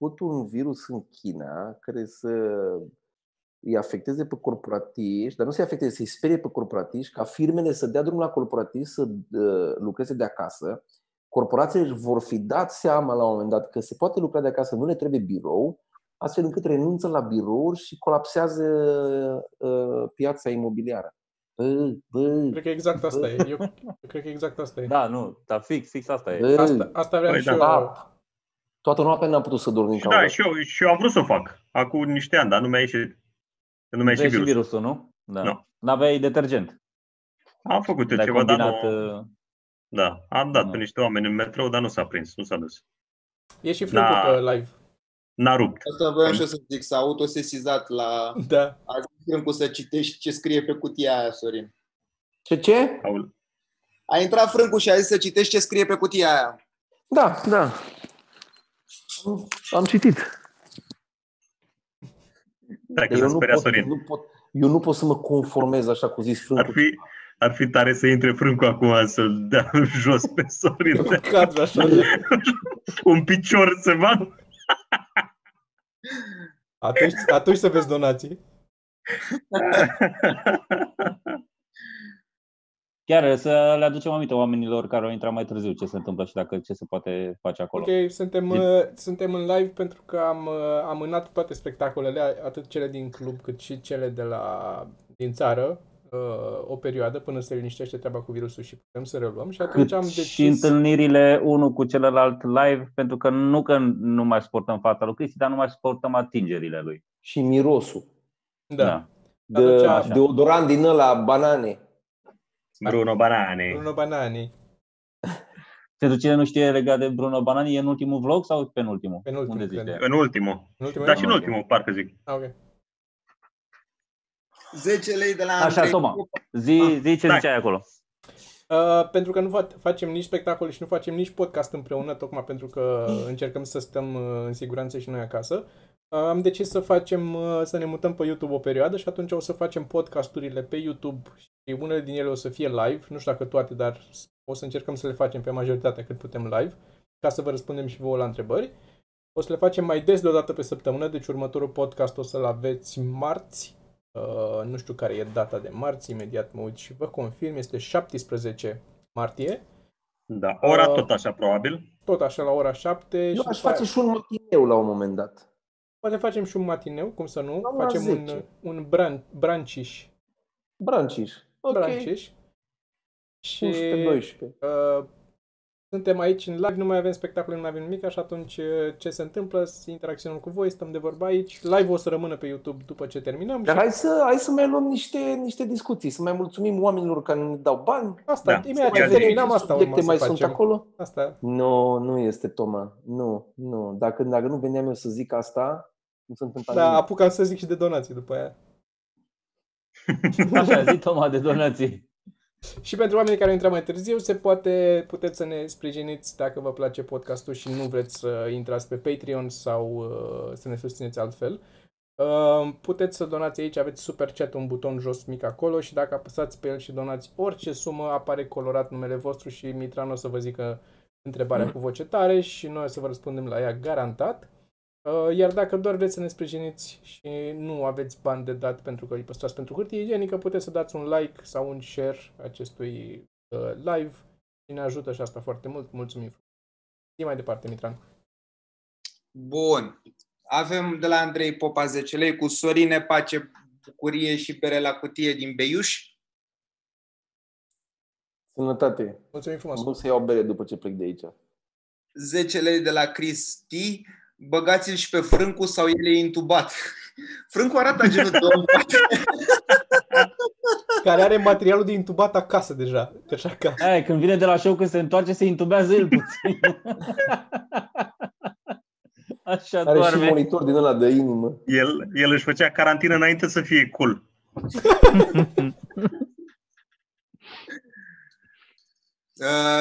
făcut un virus în China care să îi afecteze pe corporatiști, dar nu să-i afecteze, să-i sperie pe corporatiști, ca firmele să dea drumul la corporatiști să uh, lucreze de acasă. Corporațiile își vor fi dat seama la un moment dat că se poate lucra de acasă, nu le trebuie birou, astfel încât renunță la birouri și colapsează uh, piața imobiliară. Bă, bă, Cred că exact asta e. Eu, eu cred că exact asta e. Da, nu, dar fix, fix asta e. bă. Asta, asta vreau Păi și da. eu. Da. Toată noaptea n-am putut să dorm din Și cauza da, asta. și eu, și eu am vrut să o fac. Acum niște ani, dar nu mi-a ieșit. Că Nu mi-a Vezi ieșit și virus. virusul, nu? Da. Nu. N-aveai detergent. Am făcut eu L-ai ceva, dar combinat... nu, uh, da, am dat Nu. pe niște oameni în metrou, dar nu s-a prins, nu s-a dus. E și Frâncu Da. pe live. N-a rupt. Asta voiam și eu să zic, s-a autosesizat la Da. Frâncu să citești ce scrie pe cutia aia, Sorin. Ce, ce? Aul- A intrat Frâncu și a zis să citești ce scrie pe cutia aia. Da, da. Am- Am citit. Stai că eu, s-a nu speriat pot, Sorin. nu pot, eu nu pot să mă conformez așa cu zis Ar Frâncu. fi, ar fi tare să intre Frâncu acum să-l dea jos pe Sorin. În cadru așa. da. Un picior se va. Atunci, atunci să vezi donații. Chiar să le aducem aminte oamenilor care au intrat mai târziu ce se întâmplă și dacă ce se poate face acolo. Ok, suntem, Din- uh, suntem în live pentru că am uh, amânat toate spectacolele, atât cele din club cât și cele de la, din țară, uh, o perioadă până se liniștește treaba cu virusul și putem să reluăm și atunci Cât am și decis... întâlnirile unul cu celălalt live, pentru că nu că nu mai suportăm fața lui Cristi, dar nu mai suportăm atingerile lui. Și mirosul. Da. De, Atunci, Da. așa. deodorant din ăla, banane. Bruno Banane. Bruno Banani, Pentru cine nu știe legat de Bruno Banani, e în ultimul vlog sau penultimul? Penultimul, Unde Da. zici cred. de În ultimul. în ultimul Dar an? și în ultimul, parcă zic. Ah, ok. 10 lei de la Așa, Andrei. Toma. Zi, zi ce stai. ziceai acolo. Uh, pentru că nu fa- facem nici spectacole și nu facem nici podcast împreună, tocmai pentru că încercăm să stăm uh, în siguranță și noi acasă, uh, am decis să facem, uh, să ne mutăm pe YouTube o perioadă și atunci o să facem podcasturile pe YouTube și unele din ele o să fie live, nu știu dacă toate, dar o să încercăm să le facem pe majoritatea cât putem live, ca să vă răspundem și vouă la întrebări. O să le facem mai des de o dată pe săptămână, deci următorul podcast o să-l aveți marți, Uh, nu știu care e data de marți, imediat mă uit și vă confirm, este 17 martie, Da. Ora Uh, tot așa, probabil. tot așa la ora 7 Eu și aș Deci după face și un matineu la un moment dat. poate facem și un matineu, cum să nu, La ora facem un, 10. un bran, branciș, Branciș. Ok. branciș. Și 11-12. uh, suntem aici în live, nu mai avem spectacole, nu mai avem nimic, așa atunci uh, ce se întâmplă, să interacționăm cu voi, stăm de vorba aici, live o să rămână pe YouTube după ce terminăm Dar și Da, hai să, hai să mai luăm niște, niște discuții, să mai mulțumim oamenilor care ne dau bani. asta, Da. imediat Mai ce terminam Ce asta urma subiecte să mai facem. sunt acolo? Asta, Nu, no, nu este, Toma. Nu, nu. Dacă, dacă nu veneam eu să zic asta, nu se întâmpla da, nimic. apucam să zic și de donații după aia. Așa, zi Toma de donații. Și pentru oamenii care au intrat mai târziu, se poate, puteți să ne sprijiniți dacă vă place podcastul și nu vreți să intrați pe Patreon sau uh, să ne susțineți altfel. Uh, puteți să donați aici, aveți super chat, un buton jos mic acolo și dacă apăsați pe el și donați orice sumă, apare colorat numele vostru și Mitran o să vă zică întrebarea cu voce tare și noi o să vă răspundem la ea garantat. Uh, Iar dacă doar vreți să ne sprijiniți și nu aveți bani de dat pentru că îi păstrați pentru hârtie igienică, puteți să dați un like sau un share acestui uh, live și ne ajută și asta foarte mult. Mulțumim frumos. Zi mai departe, Mitran. Bun. Avem de la Andrei Popa 10 lei cu Sorine Pace, bucurie și bere la cutie din Beiuș. Sănătate. Mulțumim frumos. Mă duc să iau bere după ce plec de aici. 10 lei de la Cristi. Băgați-l și pe Frâncu sau el e intubat. Frâncu arată genul de om. Care are materialul de intubat acasă deja. Așa că Aia, când vine de la show, când se întoarce, se intubează el puțin. Așa Are și doarme. monitor din ăla de inimă. El, el își făcea carantină înainte să fie cool.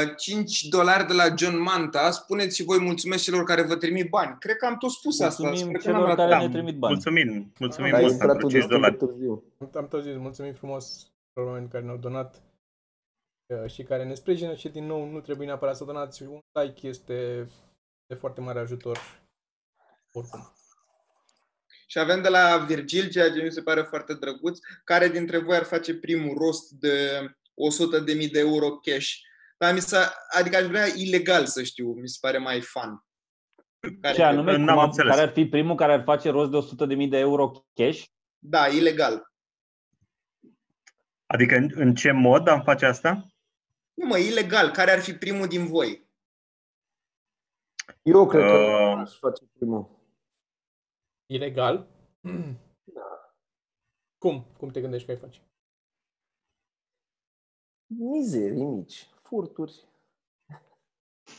Uh, 5 dolari de la John Manta. Spuneți și voi mulțumesc celor care vă trimit bani. Cred că am tot spus asta. Mulțumim Sper că n-am celor ratat. care ne trimit bani. Mulțumim, mulțumim Ai Ai mult intrat pentru tu 5 destul de dolari. târziu. am- am tot zis, mulțumim frumos celor oameni care ne-au donat uh, și care ne sprijină și din nou nu trebuie neapărat să donați. Un like este de foarte mare ajutor oricum. Și avem de la Virgil, ceea ce mi se pare foarte drăguț, care dintre voi ar face primul rost de 100.000 de euro cash. Dar mi s-a, adică aș vrea ilegal să știu, mi se pare mai fan. Ce anume, N-am cum am, înțeles. care ar fi primul care ar face rost de 100.000 de euro cash? Da, ilegal. Adică în, în ce mod am face asta? Nu mă, ilegal. Care ar fi primul din voi? Eu cred că Uh. aș face primul. Ilegal? Da. Cum? Cum te gândești că ai face? Mizerii mici, furturi.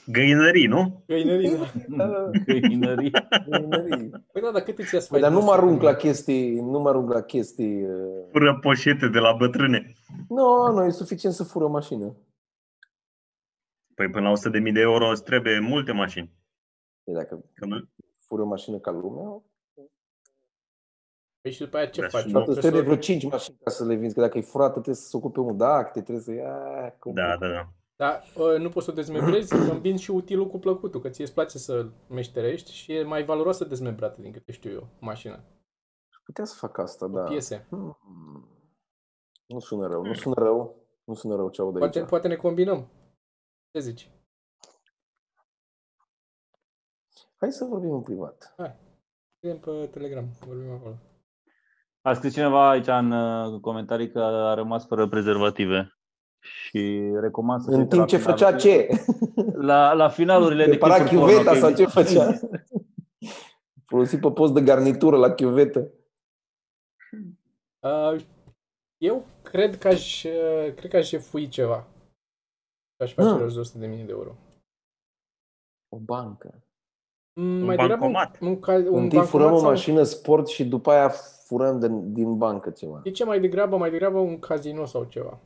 Găinării, nu? Găinării, da. Găinării. Găinării. Păi da, dar cât îți ia să Păi, dar faci nu mă asta? arunc la chestii, nu mă arunc la chestii. uh, Fură poșete de la bătrâne. Nu, nu, e suficient să fură mașină. Păi până la 100.000 de euro îți trebuie multe mașini. E dacă Că nu- fură mașină ca lumea, Păi și după aia ce Da, faci? și Mă, și atunci trebuie trebuie vreo să- 5 mașini ca să le vinzi, că dacă e furată trebuie să se ocupe unul de acte, trebuie să ia... cum- Da, da, da. Da, ă, nu poți să o dezmembrezi, că îmbin și utilul cu plăcutul, că ție îți place să meșterești și e mai valoroasă dezmembrată din câte știu eu, mașina, Putea să fac asta, da. da. piese. Hmm. Nu sună rău, nu sună rău, nu sună rău ce aud aici. Poate, poate ne combinăm. Ce zici? Hai să vorbim în privat. Vedem pe Telegram, vorbim acolo. A scris cineva aici în uh, comentarii că a rămas fără prezervative și recomand să se În uite timp la ce final- făcea ce? La, la finalurile de Prepara clipuri porno, chiuveta că sau ce există- făcea? Folosit pe post de garnitură la chiuvetă. Uh, eu cred că aș, uh, cred că aș șefui ceva. Aș face Ah. rost de 100 de mii de euro. O bancă. Mm, Un mai degrabă bancomat. Un, un, ca- un Întâi furăm bancomat o sau- mașină sport și după aia furăm din, din bancă ceva. De ce mai degrabă? Mai degrabă un casino sau ceva.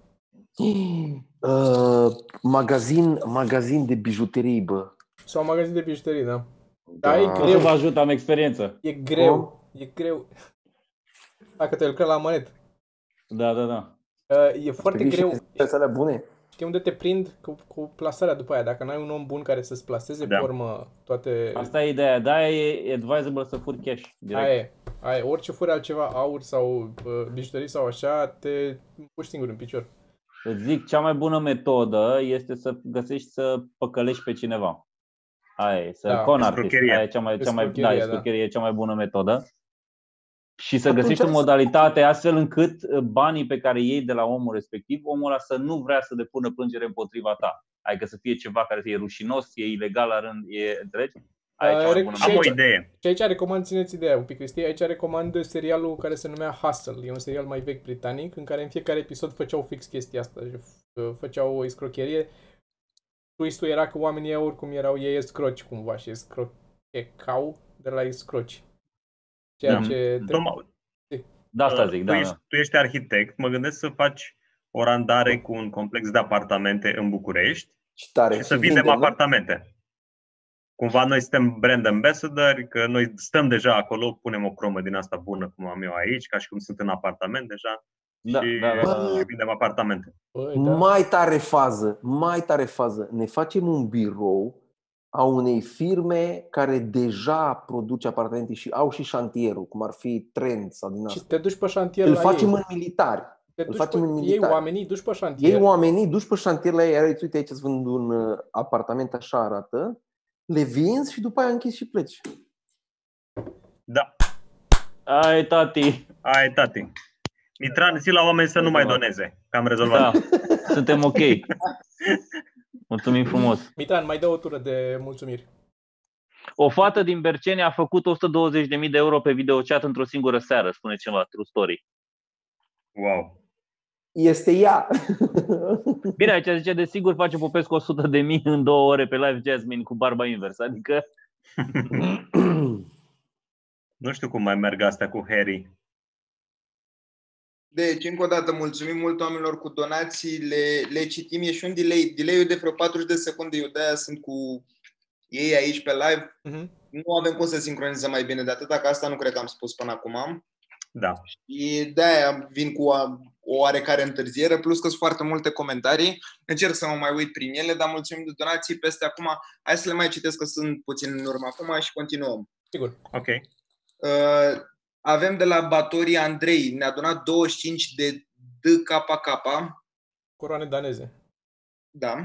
Uh, magazin, magazin de bijuterii, bă. Sau un magazin de bijuterii, da. Da, e Pot să vă ajut, am experiență. E greu. E greu. Dacă te lucrezi la manet. Da, da, da. Uh, e foarte Pe bijuterii greu. sunt Alea bune. Știi unde te prind cu, cu plasarea după aia. Dacă n-ai un om bun care să-ți plaseze Da. pe urmă toate... Asta e ideea. Da, e advisable să furi cash direct. Aia e, aia e. Orice furi altceva, aur sau uh, bijuterii sau așa, te puși singur în picior. Îți zic, cea mai bună metodă este să găsești să păcălești pe cineva. Aia e, să Da, da, con artist. escrocheria. Aia e cea mai, cea mai, da, Escrocheria, da. escrocheria e cea mai bună metodă. Și să Atunci găsești o să- modalitate astfel încât uh, banii pe care îi iei de la omul respectiv, omul ăla să nu vrea să depună plângere împotriva ta. Adică să fie ceva care e rușinos, e ilegal la rând, e, înțelegi? Aia e cea mai Are- bună. și Am o aici- idee. Și aici recomand, țineți ideea un pic, Cristi, aici recomand serialul care se numea Hustle. E un serial mai vechi britanic în care în fiecare episod făceau fix chestia asta. Și, uh, Făceau o escrocherie. Twistul era că oamenii ei oricum erau ei escroci cumva și escrochecau de la escroci. Ceea Da. ce trebuie Toma, Da, asta Uh, zic, tu, da. ești, da. tu ești arhitect, mă gândesc să faci o randare cu un complex de apartamente în București Ce tare. și să Și vindem vindem, nu? apartamente. Cumva noi suntem brand ambassador, că noi stăm deja acolo, punem o cromă din asta bună, cum am eu aici, ca și cum sunt în apartament deja, Da, și, da, da, da. și vindem apartamente. Băi, da. Mai tare fază, mai tare fază. Ne facem un birou a unei firme care deja produce apartamente și au și șantierul, cum ar fi Trend sau din Și asta. te duci pe șantier Îl la facem ei. în militari. te îl duci facem pe, în ei militar. oamenii, duci pe șantier. Ei oamenii duci pe șantier la ei, iar uite aici îți vând un uh, apartament așa arată, le vinzi și după aia închizi și pleci. Da, Ai, tati. ai tati. Mitran, zi la oameni să nu mai doneze, că am rezolvat. Da. Suntem ok. Mulțumim frumos. Mitran, mai dă o tură de mulțumiri. O fată din Berceni a făcut 120.000 de euro pe videochat într-o singură seară, spune ceva, true story. Wow. Este ea. Bine, aici zice, desigur face Popescu 100 de mii în două ore pe live Jasmine cu barba invers, adică Nu știu cum mai merg astea cu Harry. Deci, încă o dată, mulțumim mult oamenilor cu donații, le, le citim, e și un delay, delay de vreo 40 de secunde, eu de-aia sunt cu ei aici pe live. Mhm. Nu avem cum să sincronizăm mai bine de atât, dacă asta nu cred că am spus până acum. Da. Și de-aia vin cu o- o oarecare întârziere, plus că sunt foarte multe comentarii. Încerc să mă mai uit prin ele, dar mulțumim de donații peste acum. Hai să le mai citesc că sunt puțin în urmă acum și continuăm. Sigur. Ok. Uh, avem de la Batorii Andrei, ne-a donat 25 de DKK. Coroane daneze. Da.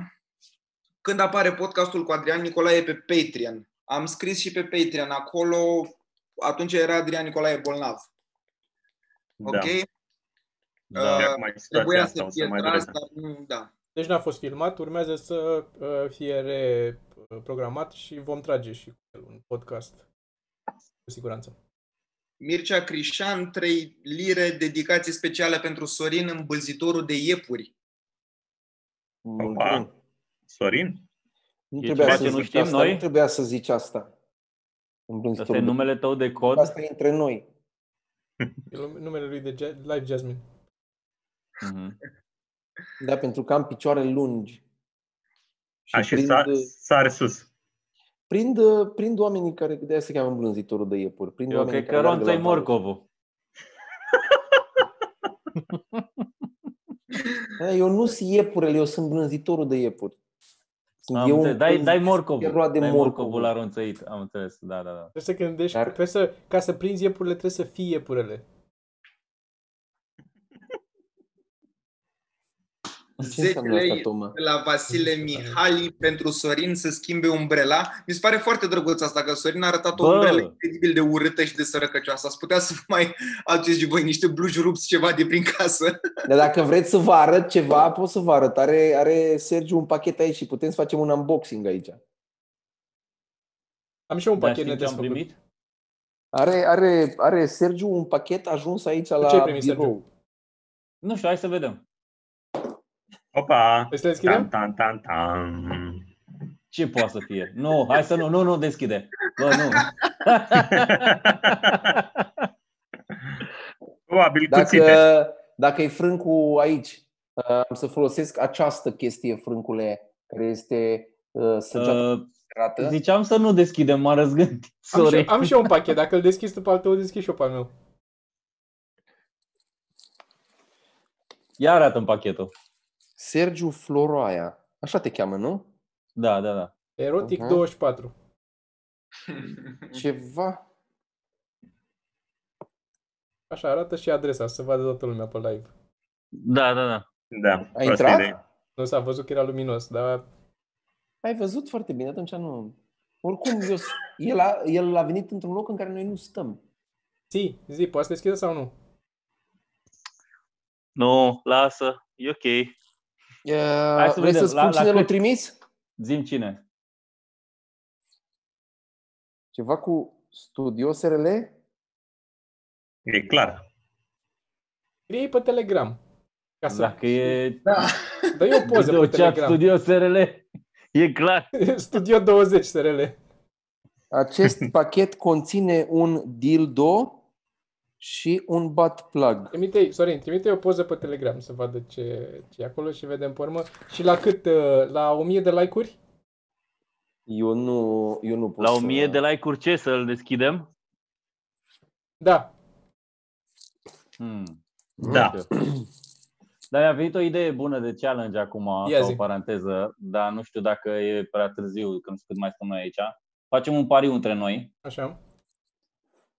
Când apare podcastul cu Adrian Nicolae pe Patreon. Am scris și pe Patreon acolo, atunci era Adrian Nicolae bolnav. Da. Ok? Da. Uh, De acum e situația Trebuia asta, să o să fie mai tras, dureze. dar nu, da. Deci n-a fost filmat, urmează să uh, fie reprogramat și vom trage și cu el un podcast. Cu siguranță. Mircea Crișan, 3 lire, dedicație specială pentru Sorin, îmbâlzitorul de iepuri. Mulțumim. Sorin? Nu E trebuia ceva să ce nu zici știm asta, noi? nu trebuia să zici asta. În plâns Asta e numele tău de cod? Asta e între noi. E lum- numele lui de Ja- Live Jasmine. Mhm. Da, pentru că am picioare lungi. A, și sa- sare sus. prind, uh, prind oamenii care, de aia se cheamă îmblânzitorul de iepuri. Prind Eu oamenii cred că care Ron meargă la ți-ai vale. morcovul. Da, Eu nu sunt iepurele, eu sunt brânzitorul de iepuri. Sunt Am înțeles. Dai, dai E morcovul. roade Dai morcovul morcovul. la ronțăit. Am înțeles, da, da, da. Trebuie să gândești, Dar- Dar... trebuie să, ca să prinzi iepurile, trebuie să fii iepurele. Ce înseamnă asta, 10 lei. Toma? De la Vasile Mihali pentru Sorin să schimbe umbrela. Mi se pare foarte drăguț asta, că Sorin a arătat o Bă! umbrelă incredibil de urâtă și de sărăcăcioasă. Ați putea să vă mai aduceți și voi niște blugi rupți ceva de prin casă. Dar dacă vreți să vă arăt ceva, pot să vă arăt. Are, are Sergiu un pachet aici și putem să facem un unboxing aici. Am și eu un Dar pachet știi ce am nedesfăcut. Da, primit? Are, are, are Sergiu un pachet ajuns aici la ce ai primit, birou. Sergiu? Nu știu, hai să vedem. Opa! Vrei Păi să le deschidem? Tan, tan, tan, tan. Ce poate să fie? Nu, hai să nu, nu, nu deschide. Bă, nu. Probabil cuțite. Dacă, dacă e frâncul aici, uh, am să folosesc această chestie, frâncule, care este uh, săgeată Uh, uh, ziceam să nu deschidem, m-a răzgândit. da? Am și, Sorry. am și eu un pachet, dacă îl deschizi tu pe al tău, deschizi și eu pe al meu. Ia arată-mi pachetul. Sergiu Floroaia. Așa te cheamă, nu? Da, da, da. Erotic Mhm. 24. Mhm. Ceva. Așa arată și adresa, să vadă toată lumea pe live. Da, da, da. Da, Ai proastă intrat? idee. Nu s-a văzut că era luminos, dar Ai văzut foarte bine, atunci nu. Oricum, eu, s- el, a, el a venit într-un loc în care noi nu stăm. zi, zi, poate să deschidă sau nu? Nu, lasă. E ok. Uh, Hai să vrei vedem, să spun la- la cine l-a cât? trimis? Zim cine. Ceva cu Studio SRL? E clar. Scrie pe Telegram. Ca să... Dacă e Da. Dă eu poze video pe chat Telegram. studio SRL, e clar. Studio 20 SRL. Acest pachet conține un dildo și un butt plug. Trimite, Sorin, trimite o poză pe Telegram să vadă ce, ce e acolo și vedem pe urmă. Și la cât? uh, La 1000 de like-uri? Eu nu, eu nu pot La să- 1000 de like-uri ce să-l deschidem? Da. Hmm. Da. Nu știu. Dar mi-a venit o idee bună de challenge acum, Ia ca o zi. paranteză, dar nu știu dacă e prea târziu, când cât mai stăm noi aici. Facem un pariu între noi. Așa.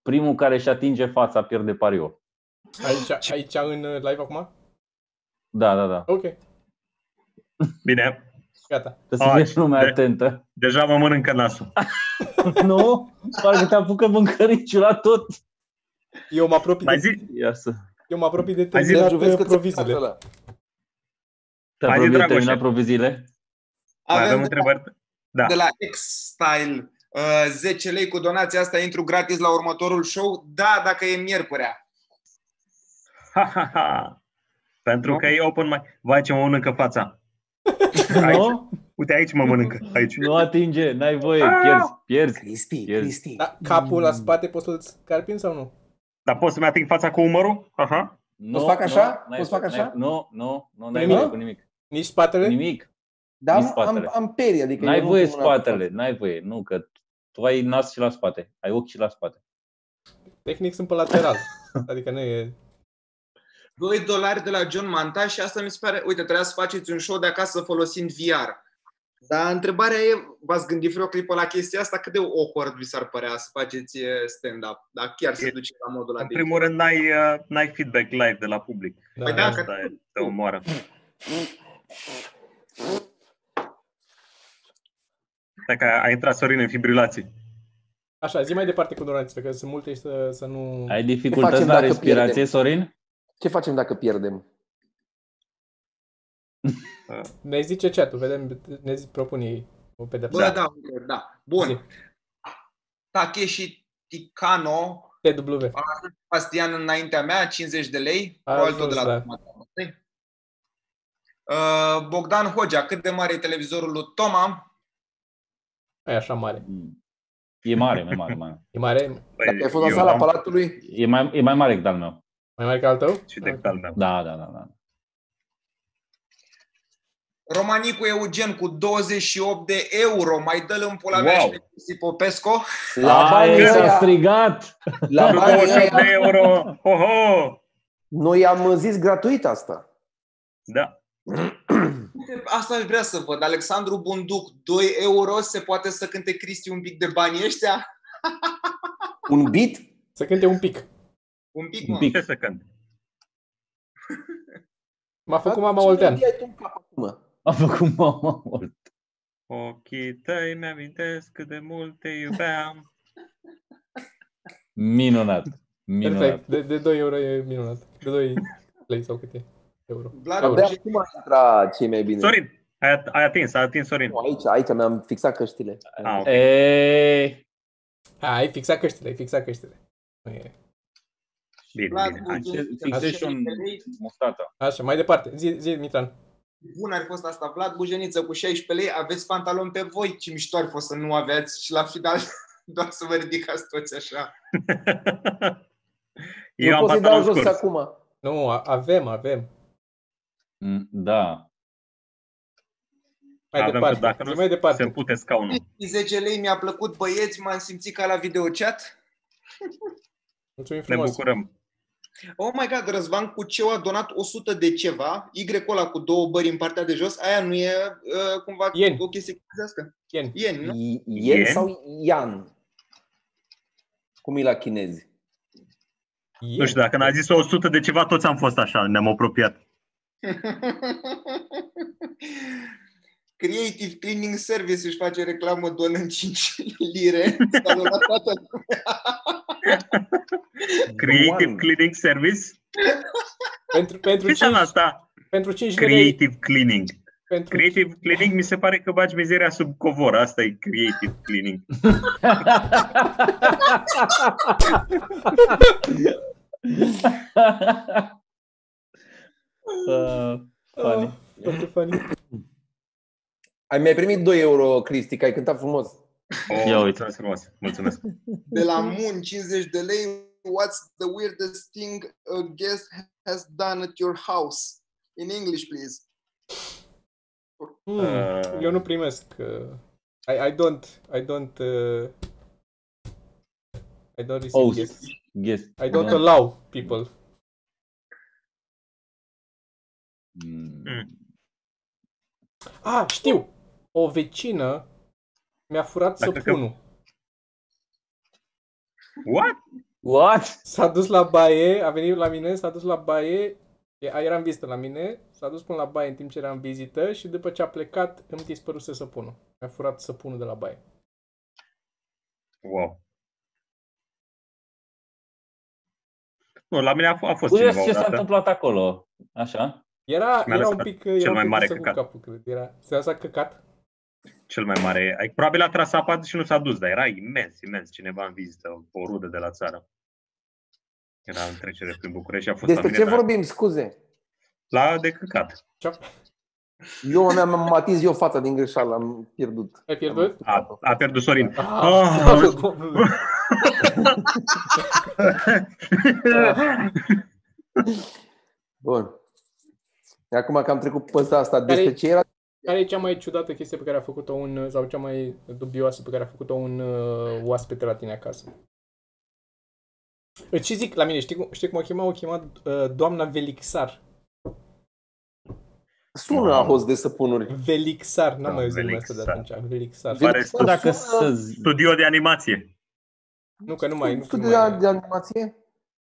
Primul care își atinge fața pierde pariu. Aici, aici în uh, live acum? Da, da, da. Ok, Bine, gata. Trebuie să Ai, fie lumea de- atentă. deja mă mănâncă nasul. nu? Parcă te apucă mâncăriciul la tot. Eu mă apropii Mai de, zi, Ia să... eu mă apropii de Hai zi, terminat Sergiu, vezi că uh, ți-a proviziile. dat ăla. Te Hai zi, apropie, Dragoșe. termina proviziile. mai avem Avem de la, întrebări? Da. de la X-Style uh, 10 lei cu donația asta, intru gratis la următorul show. Da, dacă e miercurea. Ha, ha, ha. Pentru Nu? că e open mic. Vai ce mă mănâncă fața. Aici, Nu? uite aici mă mănâncă. Aici. Nu atinge, n-ai voie, pierzi, pierzi. Cristi, El- Cristi. Da, capul Mm. la spate poți să-l scarpin sau nu? Dar poți să-mi ating fața cu umărul? Aha. Nu, Poți fac așa? n-ai Poți voie, fac n-ai- așa? Nu, nu, nu, n-ai Nimic? voie cu nimic. Nici spatele? Nimic. Da, Nici am, spatele. am, am perie, adică N-ai eu nu voie pun mâna pe spatele, n-ai voie, nu, că tu ai nas și la spate, ai ochi și la spate. Tehnic sunt pe lateral. Adică nu e... 2 dolari de la John Manta și asta mi se pare, uite, trebuia să faceți un show de acasă folosind VR. Dar întrebarea e, v-ați gândit vreo clipă la chestia asta? Cât de awkward vi s-ar părea să faceți eh, stand-up? Dar chiar să E- duceți la modul ăla În de... primul rând, n-ai, uh, n-ai feedback live de la public. Da, Păi da, da. că- Asta e, te omoară. Dacă a a intrat Sorin în fibrilații. Așa, zi mai departe cu donațiile, că sunt multe și să, să nu... Ai dificultăți facem la dacă respirație, pierdem? Sorin? Ce facem dacă pierdem? Ne zice chat vedem, ne zi, propun ei o Bă, pedepsă. da. da, uite, da. Bun. Takeshi Tikano, TW. Bastian înaintea mea, 50 de lei, A probabil tot de ajuns, la exact. da. Toma. Uh, Bogdan Hogea, cât de mare e televizorul lui Toma? E așa mare. Mm. E mare, mai mare, mai mare. E mare? Mai Păi, Dacă ai fost la eu sala am Palatului, E mai, e mai mare decât al meu. mare ca al tău? Și decât al meu. Da, da, da. da. Romanicu Eugen cu 28 de euro, mai dă-l în pula mea Wow. și pe Cristi Popesco. la Aia banii s-a ăia, strigat! la Cu banii 28 ăia, de euro! Ho, ho! noi am zis gratuit asta. Da. Uite, Asta aș vrea să văd. Alexandru Bunduc, 2 euro, se poate să cânte Cristi un pic de bani ăștia? Un bit? Să cânte un pic. Un pic, Un mă. pic. Ce să cânt? M-a făcut mama Ce Oltean. melodie ai Da, tu în cap acum? Am făcut mama mult. Ochii tăi mi-amintesc cât de mult te iubeam. Minunat. Minunat. Perfect. De, de 2 euro e minunat. De 2 lei sau câte euro. Da, Vlad Abia Abia Roge- acum a intrat cei mai bine. Sorin! Ai, at- ai atins, ai atins Sorin. Nu, aici, aici mi-am fixat căștile. Ah, ok. E, A, ai fixat căștile, ai fixat căștile. Nu e. Bine, Vlad bine. Hai. Roge- fixez și un mustata. Așa, mai departe. Zi, zi Mitran. Bun ar fost asta, Vlad Bujeniță, cu 16 lei, aveți pantaloni pe voi, ce mișto ar fost să nu aveți și la final doar să vă ridicați toți așa. Eu am pot să-i dau pantalon jos scurs. acum. Nu, a, avem, avem. Mm, Da. Mai Avem, departe. că dacă zi nu mai departe. Se pute scaunul. 10 lei mi-a plăcut, băieți, m-am simțit ca la videochat. Mulțumim Ne frumos. bucurăm. Oh my god, Răzvan cu ceu a donat 100 de ceva, Y ăla cu două bări în partea de jos, aia nu e uh, cumva Ieni. o chestie chinezească? Ieni. Ieni, nu? I- Ien? Ien sau Ian? Cum e la chinezi? E. Nu știu, dacă n-a zis 100 de ceva, toți am fost așa, ne-am apropiat. Creative Cleaning Service își face reclamă donând 5 lire. S-a luat toată Creative One. Cleaning Service? Pentru, pentru, Ce înseamnă 5, asta? pentru 5 lei. Creative Cleaning. Deci- Pentru Creative Cleaning mi se pare că bagi mizeria sub covor. Asta e Creative Cleaning. Uh, Ah, Foarte funny. Ai mai primit 2 euro, Cristi, că ai cântat frumos. Oh, Ia uite. mulțumesc frumos. Mulțumesc. de la Moon, 50 de lei. What's the weirdest thing a guest has done at your house? In English, please. Mm, Uh. Eu nu primesc. Uh, I, I don't, I don't, uh, I don't receive Oh, gifts. yes. I don't allow people. Mm. Ah, știu! O vecină mi-a furat Dacă că- săpunul. What? What? S-a dus la baie, a venit la mine, s-a dus la baie, e- era în vizită la mine, s-a dus până la baie în timp ce era în vizită și după ce a plecat îmi dispăruse săpunul. Mi-a furat săpunul de la baie. Wow. Nu, la mine a, f- a fost Curios cineva ce s-a odată. întâmplat acolo. Așa? Era, Mi-a era un lăsat pic, era un mai pic mare pusă cu căcat. capul, cred. Era, se lăsa căcat. Cel mai mare. ai- Probabil a tras apa și nu s-a dus, dar era imens, imens. Cineva în vizită, o rudă de la țară. Era în trecere prin București și a fost la Despre mine, da. ce dar- vorbim, scuze? La de căcat. Eu mi-am atins eu fața din greșeală, am pierdut. Ai pierdut? A, a pierdut Sorin. Ah, Ah. slavă Domnului! Bun. Acum că am trecut peste asta, Care-i- despre ce era? Care e cea mai ciudată chestie pe care a făcut-o un, sau cea mai uh, dubioasă pe care a făcut-o un uh, oaspete la tine acasă? Ce zic la mine? Știi cum, știi cum o chema? O chema uh, doamna Velixar. Sună a host de săpunuri. Velixar. N-am Da, mai auzit lumea asta de Velixar. atunci. Velixar. Pare Velixar studiu- da. Dacă sună- să zi- Studio de animație. Nu că nu mai... Nu, că nu Studiu de, mai de animație?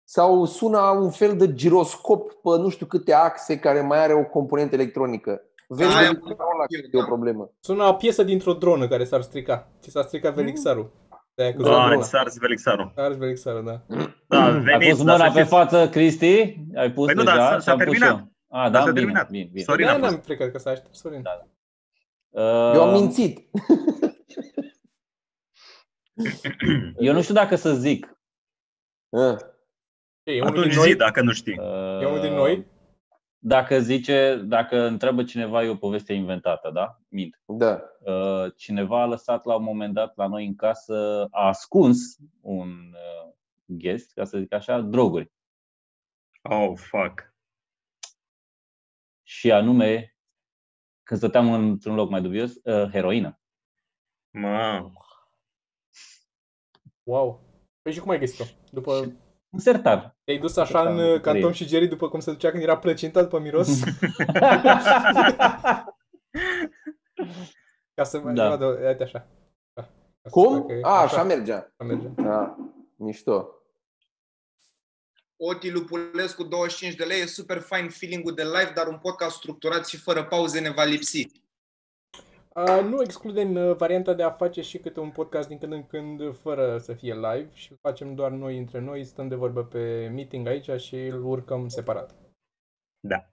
Sau sună un fel de giroscop pe nu știu câte axe care mai are o componentă electronică. Vezi Aia- că e o problemă. sună o piesă dintr-o dronă care s-ar strica. Ți s-a stricat Mm-hmm. Velixarul. De-aia cu Da, da, Da, Zadrona. Sars Velixaru. Ars Velixarul, da. Da, Ai veniți, pus dar mâna să pe știți, față, Cristi? Ai pus Păi nu, deja? dar s-a- s-a și-am pus terminat. eu. A, Dar da, s-a bine, terminat. bine, bine. Sorin Da, a pus. n-am plecat că s-a aștept. Sorin. Da. Eu am Uh, mințit. Eu nu știu dacă să zic. Ah. E unul Atunci din noi. zi da. dacă nu știi. Uh, E unul din noi. Dacă zice, dacă întreabă cineva, e o poveste inventată, da? Mint. Da. Uh, Cineva a lăsat la un moment dat la noi în casă, a ascuns un uh, guest, ca să zic așa, droguri. Oh, fuck. Și anume, când stăteam într-un loc mai dubios, uh, heroină. Mă, Wow. Păi și cum ai găsit-o? După... Un sertar. Te-ai dus așa Asta în am cantom trăit. și Jerry după cum se ducea când era plăcinta după miros? Ca să mai Da. da. vadă, uite așa. Ca să Cum? facă- A, așa mergea. așa merge. Da. Mișto. Oti Lupulescu, 25 de lei, e super fine feeling-ul de live, dar un podcast structurat și fără pauze ne va lipsi. A, nu excludem uh, varianta de a face și câte un podcast din când în când fără să fie live și îl facem doar noi între noi, stăm de vorbă pe meeting aici și îl urcăm separat. Da.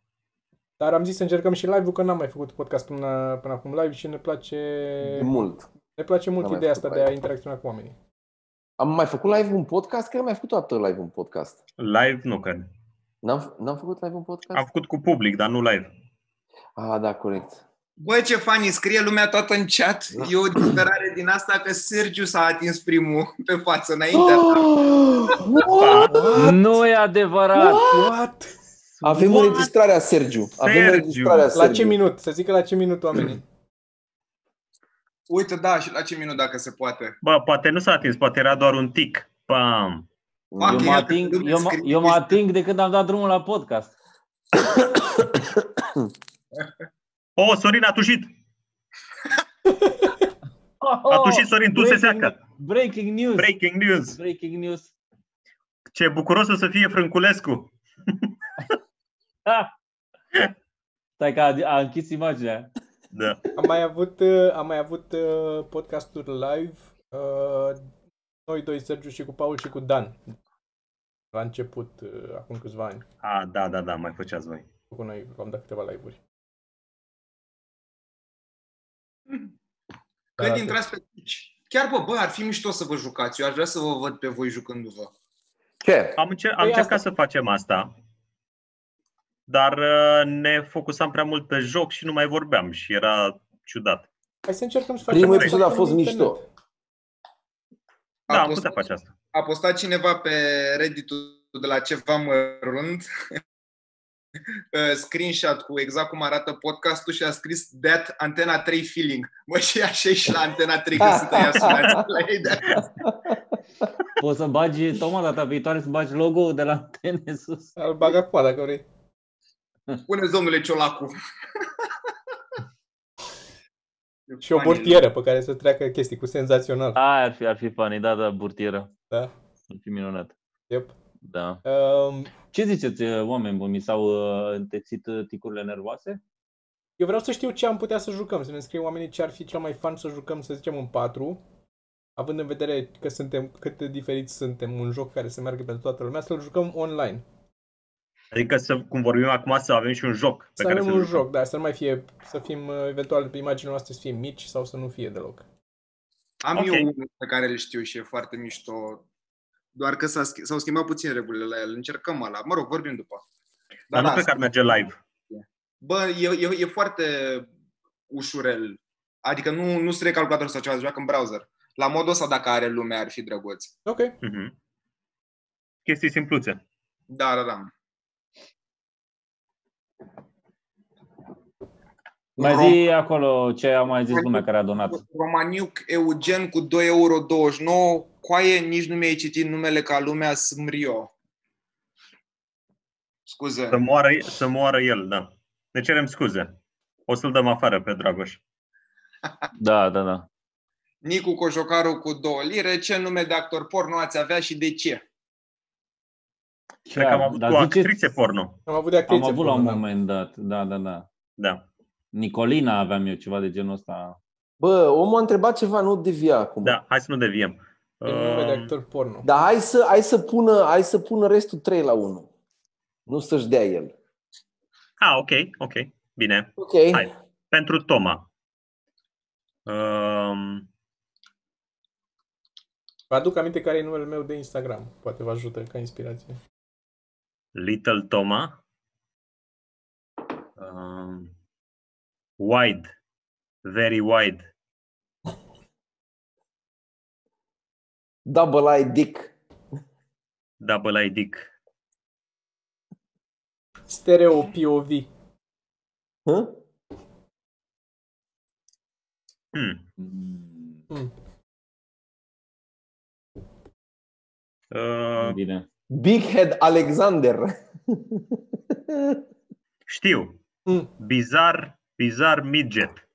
Dar am zis să încercăm și live-ul, că n-am mai făcut podcast până, până acum live și ne place, De mult. ne place mult N-am mai ideea făcut asta de a live. interacționa cu oamenii. Am mai făcut live un podcast? Cred că am mai făcut o dată live un podcast. live nu cred. N-am, n-am făcut live un Am podcast? făcut cu public, dar nu live. Ah, da, corect. Bă, ce fani, scrie lumea toată în chat. E o disperare din asta că Sergiu s-a atins primul pe față înainte. Oh! Nu e adevărat! What? Avem What? înregistrarea Sergiu. Avem Sergiu. înregistrarea Sergiu. La ce minut? Să zică la ce minut oamenii. Uite, da, și la ce minut dacă se poate. Bă, poate nu s-a atins, poate era doar un tic. Pam. Eu Eu Ok, mă iată, ating, lumea eu mă, scrie eu mă chestii. ating de când am dat drumul la podcast. Oh, Sorin a tușit. A tușit Sorin, tu se Oh, Breaking- seacă. Breaking news. Breaking news. Breaking news. Ce bucuros o să fie Frânculescu. Stai că a, a închis imaginea. Da. Am mai avut, uh, am mai avut uh, podcasturi live, uh, noi doi, Sergiu și cu Paul și cu Dan. La început, uh, acum câțiva ani, A, da, da, da, mai făceați voi. cu noi am dat câteva live-uri. Când Da, Arată. intrați pe Twitch. Chiar, bă, bă, ar fi mișto să vă jucați. Eu aș vrea să vă văd pe voi jucându-vă. Ce? Am, încer- am Păi încercat asta- să facem asta, dar uh, ne focusam prea mult pe joc și nu mai vorbeam și era ciudat. Hai să încercăm să facem... Primul un episod a podcast fost în internet. mișto. A Da, am postat- putea face asta. A postat cineva pe reddit de la ceva mărunt uh, screenshot cu exact cum arată podcastul și a scris That Antena 3 Feeling. Mă, și așa e și la Antena 3 că sunt aia sunați la ei. de- Poți să bagi, Toma, data viitoare să bagi logo de la antene sus. Îl bag acum, dacă vrei. Puneți, domnule Ciolacu. Și o bortieră pe care să treacă chestii cu senzațional. A, ar fi, ar fi funny, da, da, burtieră. Da. Ar fi minunat. Yep. Da. Um, Ce ziceți, oameni buni? Mi s-au uh, întețit uh, ticurile nervoase? Eu vreau să știu ce am putea să jucăm, să ne scriu oamenii ce ar fi cel mai fan să jucăm, să zicem în 4, având în vedere că suntem, cât de diferiți suntem, un joc care să meargă pentru toată lumea, să-l jucăm online. Adică să, cum vorbim acum, să avem și un joc. Pe să care avem să-l un jucăm. joc, dar să nu mai fie, să fim uh, eventual pe imaginile noastre să fie mici sau să nu fie deloc. Am Ok. okay. eu unul pe care îl știu și e foarte mișto. Doar că s-a sch- s-au schimbat puțin regulile la el. Încercăm ăla. Mă rog, vorbim după. Dar nu da, cred că ar merge live. Bă, e, e, e foarte ușurel. Adică nu, nu se recalculator sau ceva, se joacă în browser. La modul ăsta, dacă are lumea, ar fi drăguț. Ok, Mhm. Chestii simpluțe. Da, da, da. Mai zi acolo ce a mai zis lumea care a donat. Romaniuc Eugen cu 2,29 euro. Coaie, nici nu mi-ai citit numele ca lumea Smrio. Scuze. Să moară, să moară el, da. Ne cerem scuze. O să-l dăm afară pe Dragoș. Da, da, da. Nicu Cojocaru cu 2 lire. Ce nume de actor porno ați avea și de ce? Cred că am avut dar o ziceți- actriță porno. Am avut de Am actrițe. avut la un până, da. moment dat, da, da, da. Da. Nicolina aveam eu ceva de genul ăsta. Bă, omul a întrebat ceva, nu devia acum. Da, hai să nu deviem. Din nume Uh, de Um, actor porno. Dar hai să, hai să, pună, hai să pună restul 3 la 1. Nu să-și dea el. Ah, ok, ok. Bine. Ok. Hai. Pentru Toma. Um, Vă aduc aminte care e numele meu de Instagram. Poate vă ajută ca inspirație. Little Toma. Um, wide. Very wide. Double I dick. Double I dick. Stereo POV. Hă? Hmm. Mm, Uh, Bine. Big Head Alexander. știu. Mm. Bizar, bizar midget.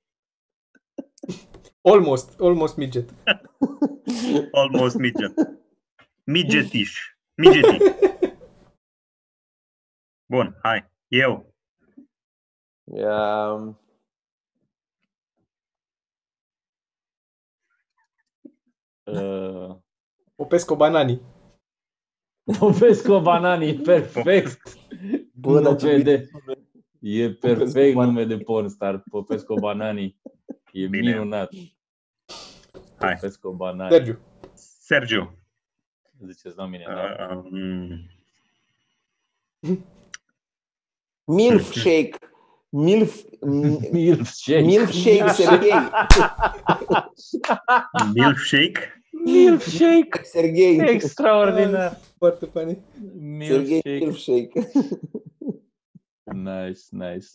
Almost, almost midget. Almost midget. Midgetish. Midgetish. Bun, hai. Eu. Ia, Uh, Popesco Banani. Popescu Banani, e perfect. Bă, Nu dar ce vede. bine sună. E perfect Popescu nume de pornstar, Popescu Banani. E Bine. minunat. Hai. Popescu Banani. Sergiu. Sergiu. Ziceți la mine, Uh, da? Um, Milf shake. Milf, m- Milkshake. milf shake Sergei. milkshake. Milkshake. Sergei. Extraordinar. Foarte funny. Sergei Milkshake. milf shake. Nice, nice.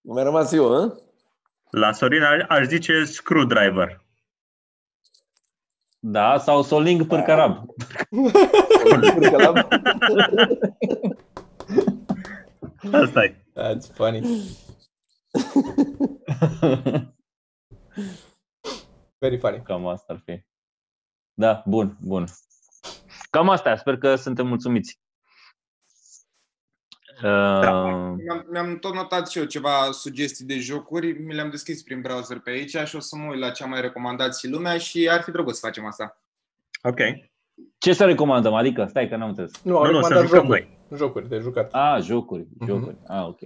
Mi-a rămas eu, hă? La Sorin a- aș zice screwdriver. Da, sau Soling Pârcarab. Pârcălab. Asta e. That's funny. Very funny. Cam asta ar fi. Da, bun, bun. Cam asta, sper că suntem mulțumiți. Da. Uh, Mi-am, mi-am tot notat și eu ceva sugestii de jocuri, mi le-am deschis prin browser pe aici și o să mă uit la ce a mai recomandat și lumea și ar fi drăguț să facem asta. Ok. ce să recomandăm? Adică, stai că n-am înțeles. Nu, au Nu, nu, să recomandat jucăm jocuri. noi. Jocuri de jucat. A, jocuri, Mhm. jocuri. A, ok.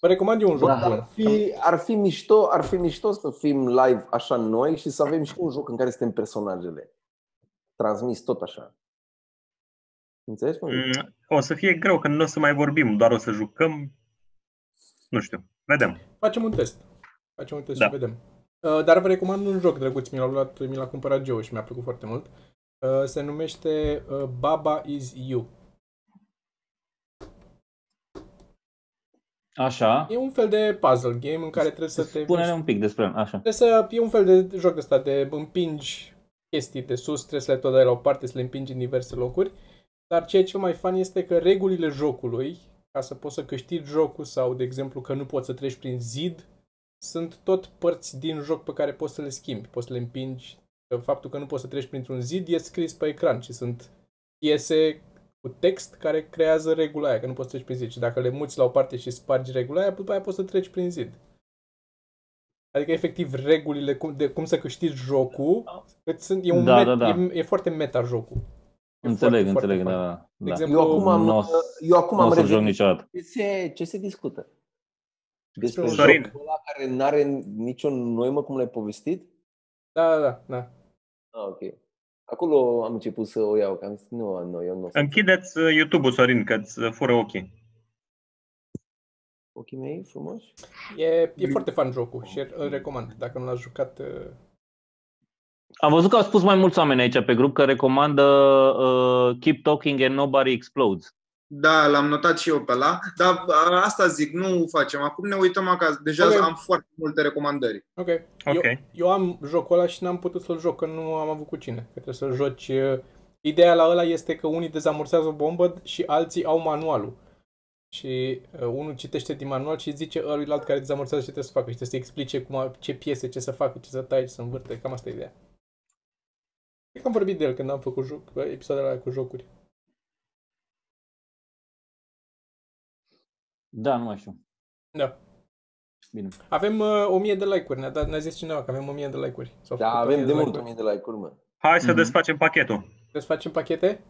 Vă recomand eu un joc Da, ar, bun. fi, ar, fi mișto, ar fi mișto să fim live așa noi și să avem și un joc în care suntem personajele. Transmis tot așa. Înțelegi? mă? Mm, O să fie greu că nu o să mai vorbim, doar o să jucăm. Nu știu. Vedem. Facem un test. Facem un test Da. și vedem. Uh, Dar vă recomand un joc drăguț. Mi l-a, luat, mi l-a cumpărat Geo și mi-a plăcut foarte mult. Uh, Se numește uh, Baba is You. Așa. E un fel de puzzle game în care trebuie să te... Spune-ne un pic despre el. Așa. Trebuie să... E un fel de joc ăsta de împingi chestii de sus, trebuie să le tot dai la o parte, să le împingi în diverse locuri. Dar ceea ce e mai fan este că regulile jocului, ca să poți să câștigi jocul sau, de exemplu, că nu poți să treci prin zid, sunt tot părți din joc pe care poți să le schimbi, poți să le împingi. Că Faptul că nu poți să treci printr-un zid e scris pe ecran și sunt piese cu text care creează regula aia, că nu poți să treci prin zid. Și dacă le muți la o parte și spargi regula aia, după aia poți să treci prin zid. Adică, efectiv, regulile cum, de cum să câștigi jocul, îți sunt, e, un Da, met, da, da. E, e foarte meta jocul. E Înțeleg, foarte, înțeleg, foarte da, fain. da. De da. exemplu, Eu acum am, N-o să- eu acum Nu o am să joc revenit. niciodată. Ce se, ce se discută? Despre un Sorin. jocul ăla care nu are nicio noimă, cum l-ai povestit? Da, da, da. da. Ah, ok. Acolo am început să o iau, că am zis, nu, nu, eu nu o să Închideți uh, YouTube-ul, Sorin, că îți uh, fură ochii. ochii mei frumoși. E, e foarte fan jocul și îl recomand. Dacă nu l-ați jucat, uh, Am văzut că au spus mai mulți oameni aici pe grup că recomandă uh, Keep Talking and Nobody Explodes. Da, l-am notat și eu pe la, dar a, asta zic, nu facem. Acum ne uităm acasă. Deja Ok. okay. am foarte multe recomandări. Ok. Ok. Eu, eu am jocul ăla și n-am putut să-l joc, că nu am avut cu cine. Că trebuie să-l joci. uh, Ideea la ăla este că unii dezamorsează o bombă și alții au manualul. Și uh, unul citește din manual și zice ăluilalt care dezamorsează ce trebuie să facă. Și trebuie să explice cum, a- ce piese, ce să facă, ce să tai, ce să învârte. Cam asta e ideea. Cred că am vorbit de el când am făcut joc, episoadele alea cu jocuri. Da, nu mai știu. Da. Bine. Avem uh, 1000 de like-uri, ne-a, dat, ne-a zis cineva că avem 1000 de like-uri. S-au Da, făcut avem 1000 de mult like-uri. 1000 de like-uri, mă. Hai să Mhm. desfacem pachetul. Trebuie să facem pachete?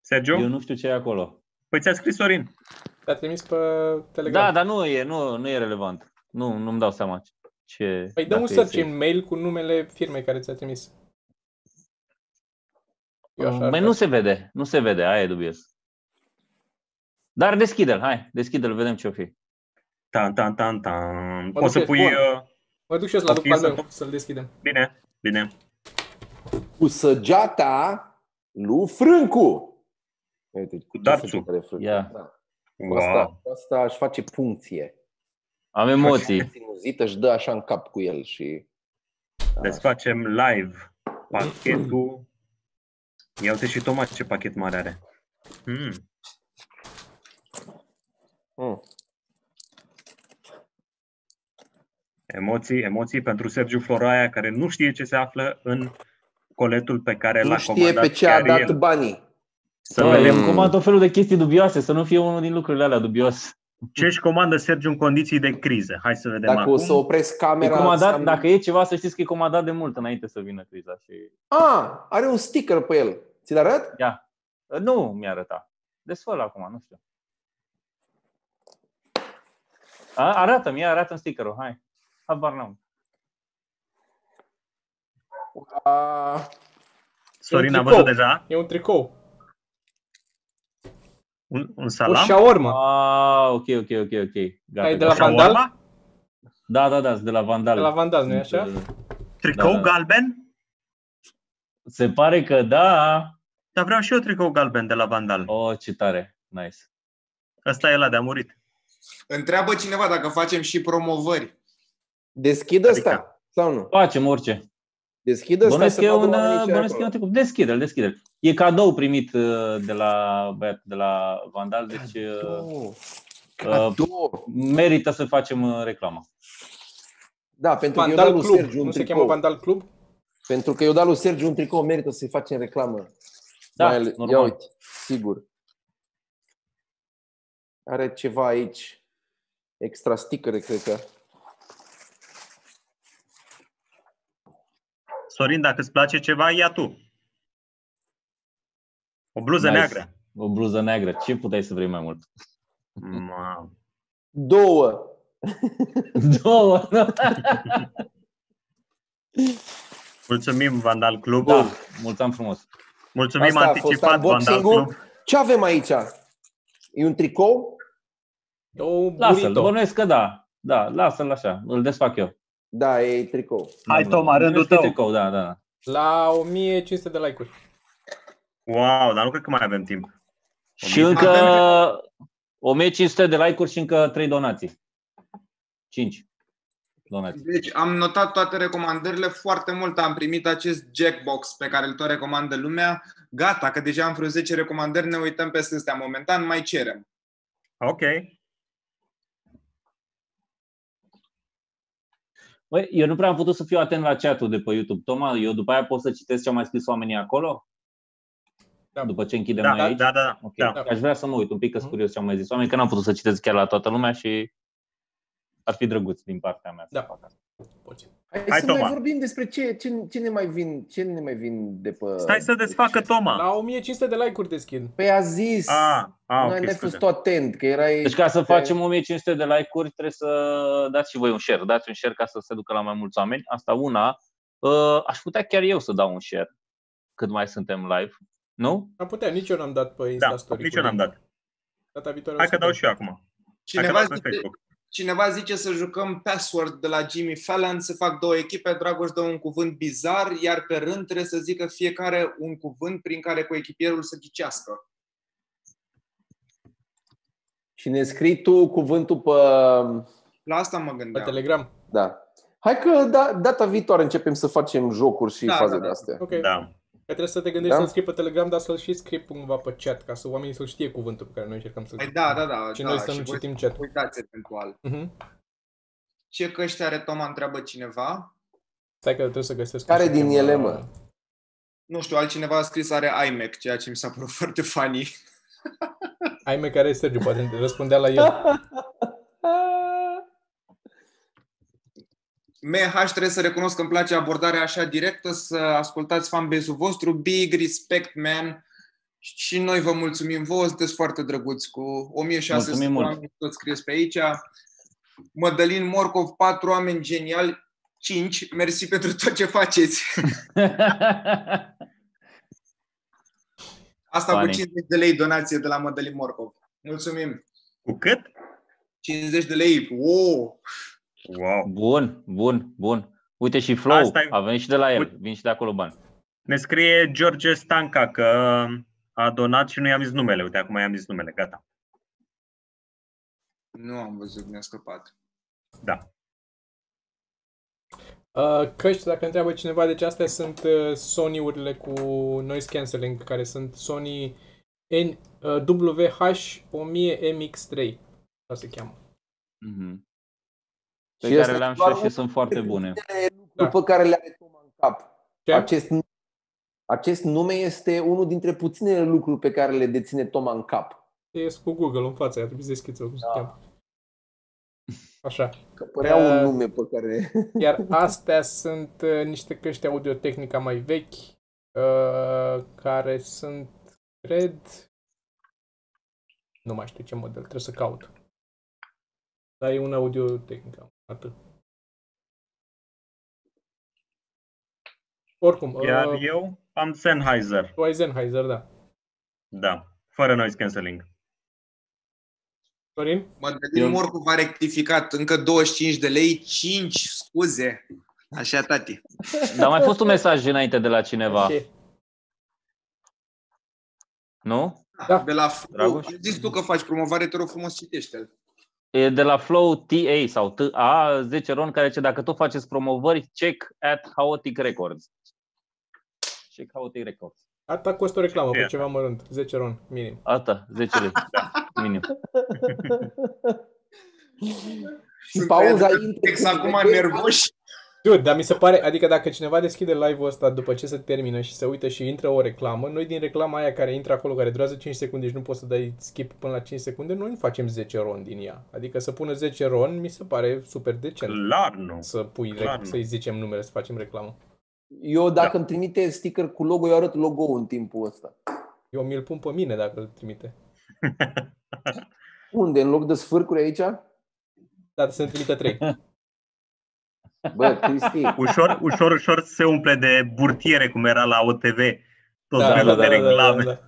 Sergio? Eu nu știu ce e acolo. Păi ți-a scris Sorin. Te-a trimis pe Telegram. Da, dar nu e, nu, nu e relevant. Nu, nu-mi dau seama ce- ce... Păi dă dacă un e search safe. în mail cu numele firmei care ți-a trimis. Eu așa Băi, ar nu face. se vede, nu se vede, aia e dubios. Dar deschide-l, hai, deschide-l, vedem ce o fi. Tan, tan, tan, tan. Poți să duc, pui... bun. uh, Mă duc și eu să-l aduc Copii pe al să meu, fac- să-l deschidem. Bine, bine. Cu săgeata lui Frâncu. Uite, cu ce darțul. săgeată are Frâncu. Ia. Da. Cu Wow. Asta, cu asta își face puncție. Am Când emoții. sinuzită își dă așa în cap cu el și... Desfacem live pachetul. Ia uite și Toma ce pachet mare are. Mm. Mm. Emoții, emoții pentru Sergiu Floraia, care nu știe ce se află în coletul pe care Nu l-a știe comandat pe ce a chiar dat el. banii. Să Bă, vedem eu comand tot felul de chestii dubioase, să nu fie unul din lucrurile alea dubios. ce își comandă Sergiu în condiții de criză. Hai să vedem Dacă acum. o să opresc E camera... comandat, înseamnă- dacă e ceva, să știți că e comandat de mult înainte să vină criza. Și... A, are un sticker pe el. Ți-l arăt? Ia. Nu mi-a arătat. Desfăl acum, nu știu. A, arată-mi, ia, arată-mi stickerul, hai. Habar n-am. A, Sorin a Tricou. văzut deja E un tricou. un, un O salam. shawarma. Ah, ok, ok, ok, ok. Ai Gata, de la gata. Vandal? Shawarma? Da, da, da, sunt de la Vandal. De la Vandal, nu-i așa? Tricou Da, da. galben? Se pare că da. Dar vreau și eu tricou galben de la Vandal. O, ce tare. Nice. Ăsta e la de-a murit. Întreabă cineva dacă facem și promovări. deschid Adică- ăsta sau nu? Facem orice. Deschid ăsta Bănuiesc să că e vadă un, uh, oamenii ce bănuiesc că e acolo. un tricou. Deschide-l, deschide-l. E cadou primit uh, de la băiat, de la Vandal, deci uh, Oh, uh, cadou. merită să facem uh, reclamă. Da, pentru că eu dat Vandal lui Club. Sergiu un Nu se cheamă tricou. Vandal Club? Pentru că eu dat lui Sergiu un tricou, merită să-i facem reclamă. Da, Mai ale- Ia normal. uite, sigur. Are ceva aici. Extra stickere, cred că. Sorin, dacă îți place ceva, ia tu. O bluză Nice. neagră. O bluză neagră. Ce puteai să vrei mai mult? Ma, Două. Două. Da, nu? Mulțumim, Vandal Club. Da, mulțumim frumos. Mulțumim Asta a fost anticipat, Vandal unboxing-ul. Club. Ce avem aici? E un tricou? E o Lasă-l, burrito. bănuiesc că da. Da, lasă-l așa, îl desfac eu. Da, e tricou. Hai, Toma, rândul Bănuiesc că e tău. Tricou, da, da, da. La 1500 de like-uri. Wow, dar nu cred că mai avem timp. Și Avem- încă 1500 de like-uri și încă 3 donații. 5 donații. Deci am notat toate recomandările, foarte mult am primit acest jackbox pe care îl tot recomandă lumea. Gata, că deja am vreo 10 recomandări, ne uităm peste astea momentan, mai cerem. Ok. Băi, eu nu prea am putut să fiu atent la chat-ul de pe YouTube. Toma, eu după aia pot să citesc ce au mai scris oamenii acolo? Da. După ce închidem Da, da, aici? da, da. Ok, Deci da. Mhm. Aș vrea să mă uit un pic, că sunt curios ce au mai zis oamenii, că n-am putut să citesc chiar la toată lumea și ar fi drăguț din partea mea. să Da. fac asta. Poți. Hai, Hai, să Toma. mai vorbim despre ce, ce, ce, ne mai vin, ce ne mai vin de pe... Stai să desfacă Toma. La 1500 de like-uri deschid. Păi a zis. Ah, ah, Noi ok, ne-ai fost scuze. tu atent, că erai... Deci ca să facem 1500 de like-uri trebuie să dați și voi un share. Dați un share ca să se ducă la mai mulți oameni. Asta una. Uh, Aș putea chiar eu să dau un share cât mai suntem live. Nu? Am putea, nici eu n-am dat pe Insta Da, Story. nici eu n-am dat. Data viitoare o Hai să că dau dau. și eu acum. Hai că Cineva dau pe zice, Facebook. cineva zice să jucăm password de la Jimmy Fallon, să fac două echipe, Dragoș dă un cuvânt bizar, iar pe rând trebuie să zică fiecare un cuvânt prin care coechipierul să ghicească. Și ne scrii tu cuvântul pe... La asta mă Pe gândeam. Telegram. Da. Hai că da, data viitoare începem să facem jocuri și da, Da, faze da, de da. astea. Ok. Da. Că trebuie să te gândești Da? să-l scrii pe Telegram, dar să-l și scrii cumva pe chat, ca să oamenii să-l știe cuvântul pe care noi încercăm să-l Păi Da, da, da. Și da, noi să nu voi citim chat. Uitați eventual. Mhm. Ce căști are Toma, întreabă cineva. Stai că trebuie să găsesc. Care cum se din cheamă- ele, mă? Nu știu, altcineva a scris are iMac, ceea ce mi s-a părut foarte funny. Ai mei care e Sergiu, poate te răspundea la el. MH trebuie să recunosc că îmi place abordarea așa directă, să ascultați fanbase-ul vostru. Big respect, man! Și noi vă mulțumim vouă, sunteți foarte drăguți cu 1600 Mulțumim mult. oameni toți scrieți pe aici. Mădălin Morcov, patru oameni geniali, cinci, mersi pentru tot ce faceți. Asta Funny. cu 50 de lei donație de la Mădălin Morcov. Mulțumim! Cu cât? 50 de lei, wow! Wow! bun, bun, bun. Uite și Flow, Asta e- a venit și de la el, Uite. vin și de acolo bani. Ne scrie George Stanca că a donat și nu i-am zis numele. Uite, acum i-am zis numele, gata. Nu am văzut, mi-a scăpat. Da. Uh, Căști, dacă întreabă cineva, deci astea sunt uh, Sony-urile cu noise cancelling, care sunt Sony N, uh, WH1000MX3. Așa se cheamă. Mhm. Pe Și care ăsta le-am e și doar eu și unul sunt foarte bune. Da. După care le are Toma în cap. Ce? Acest, nu- acest nume este unul dintre puținele lucruri pe care le deține Toma în cap. E cu Google în față, ar trebui să deschiți cum se Da. cheamă. Așa. Că părea un Eh. nume pe care... Iar astea sunt uh, niște căști audio-tehnica mai vechi, uh, care sunt, cred, nu mai știu ce model, trebuie să caut. Dar e un audio-tehnica, atât. Oricum, Iar uh, eu am Sennheiser. tu ai Sennheiser, da. Da. Fără noise cancelling. Sorin? Mădălin Eu- Morcov a rectificat încă 25 de lei, 5 scuze. Așa, tati. Dar mai fost un mesaj înainte de la cineva, Ok. nu? Da. De la Flow. Dragoș? Am zis tu că faci promovare, te rog frumos, citește-l. E de la Flow TA sau TA 10 ron care zice dacă tot faceți promovări, check at Chaotic Records. Check Chaotic Records. Asta costă o reclamă, pe Ia. ceva mărunt, 10 ron, minim. Asta, 10 lei. Minim. Și Sunt pauza aia de intră. Tex exact acum nervoși. Dude, dar mi se pare, adică dacă cineva deschide live-ul ăsta după ce se termină și se uită și intră o reclamă, noi din reclama aia care intră acolo, care durează 5 secunde și nu poți să dai skip până la 5 secunde, noi nu facem 10 ron din ea. Adică să pună 10 ron mi se pare super decent Clar nu. să pui, clar rec- nu. să-i zicem numele, să facem reclamă. Eu dacă Da. îmi trimite sticker cu logo, eu arăt logo-ul în timpul ăsta. Eu mi-l pun pe mine dacă îl trimite. Unde? În loc de sfârcuri aici? Dar să ne Da, trimite 3. Bă, Cristi, Ușor, ușor, ușor se umple de burtiere, cum era la OTV. Tot Da, felul da, de reclame.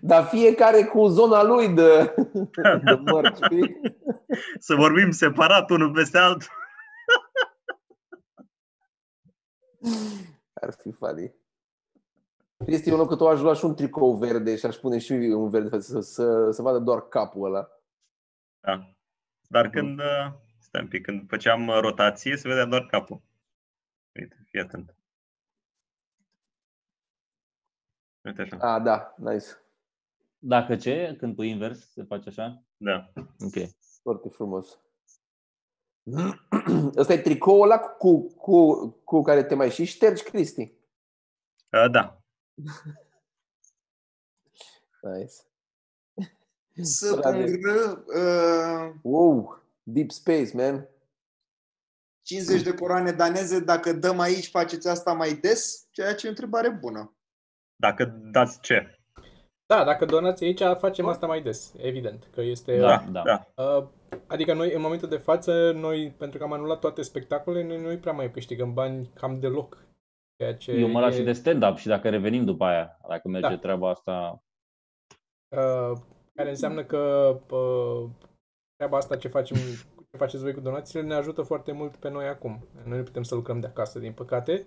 dar fiecare cu zona lui de, de mărci. știi? Să vorbim separat unul peste altul. Ar fi funny. Cristi, eu în locul tău aș lua și un tricou verde și aș pune și un verde să, să, să vadă doar capul ăla. Da. Dar Mhm. când, uh, stai un pic, când făceam uh, rotație, se vedea doar capul. Uite, fii atent. Uite așa. A, da, nice. Dacă ce, când pui invers, se face așa? Da. Ok. Foarte frumos. Ăsta e tricoul ăla cu, cu, cu care te mai și ștergi, Cristi. Uh, da. Nice. Să Bravo. congră uh, Wow, deep space, man. 50 de coroane daneze, dacă dăm aici, faceți asta mai des? Ceea ce e o întrebare bună. Dacă dați ce? Da, dacă donați aici, facem asta mai des, evident, că este Da, da. da. da. Uh, Adică noi, în momentul de față, noi, pentru că am anulat toate spectacolele, noi nu prea mai câștigăm bani cam deloc. Ceea ce Eu mă las e, și de stand-up și dacă revenim după aia, dacă merge Da. treaba asta, uh, care înseamnă că uh, treaba asta ce facem ce faceți voi cu donațiile ne ajută foarte mult pe noi acum. Noi nu putem să lucrăm de acasă, din păcate,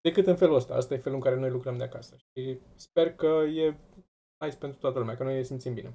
decât în felul ăsta. Asta e felul în care noi lucrăm de acasă. Și sper că e nice pentru toată lumea, că noi ne simțim bine.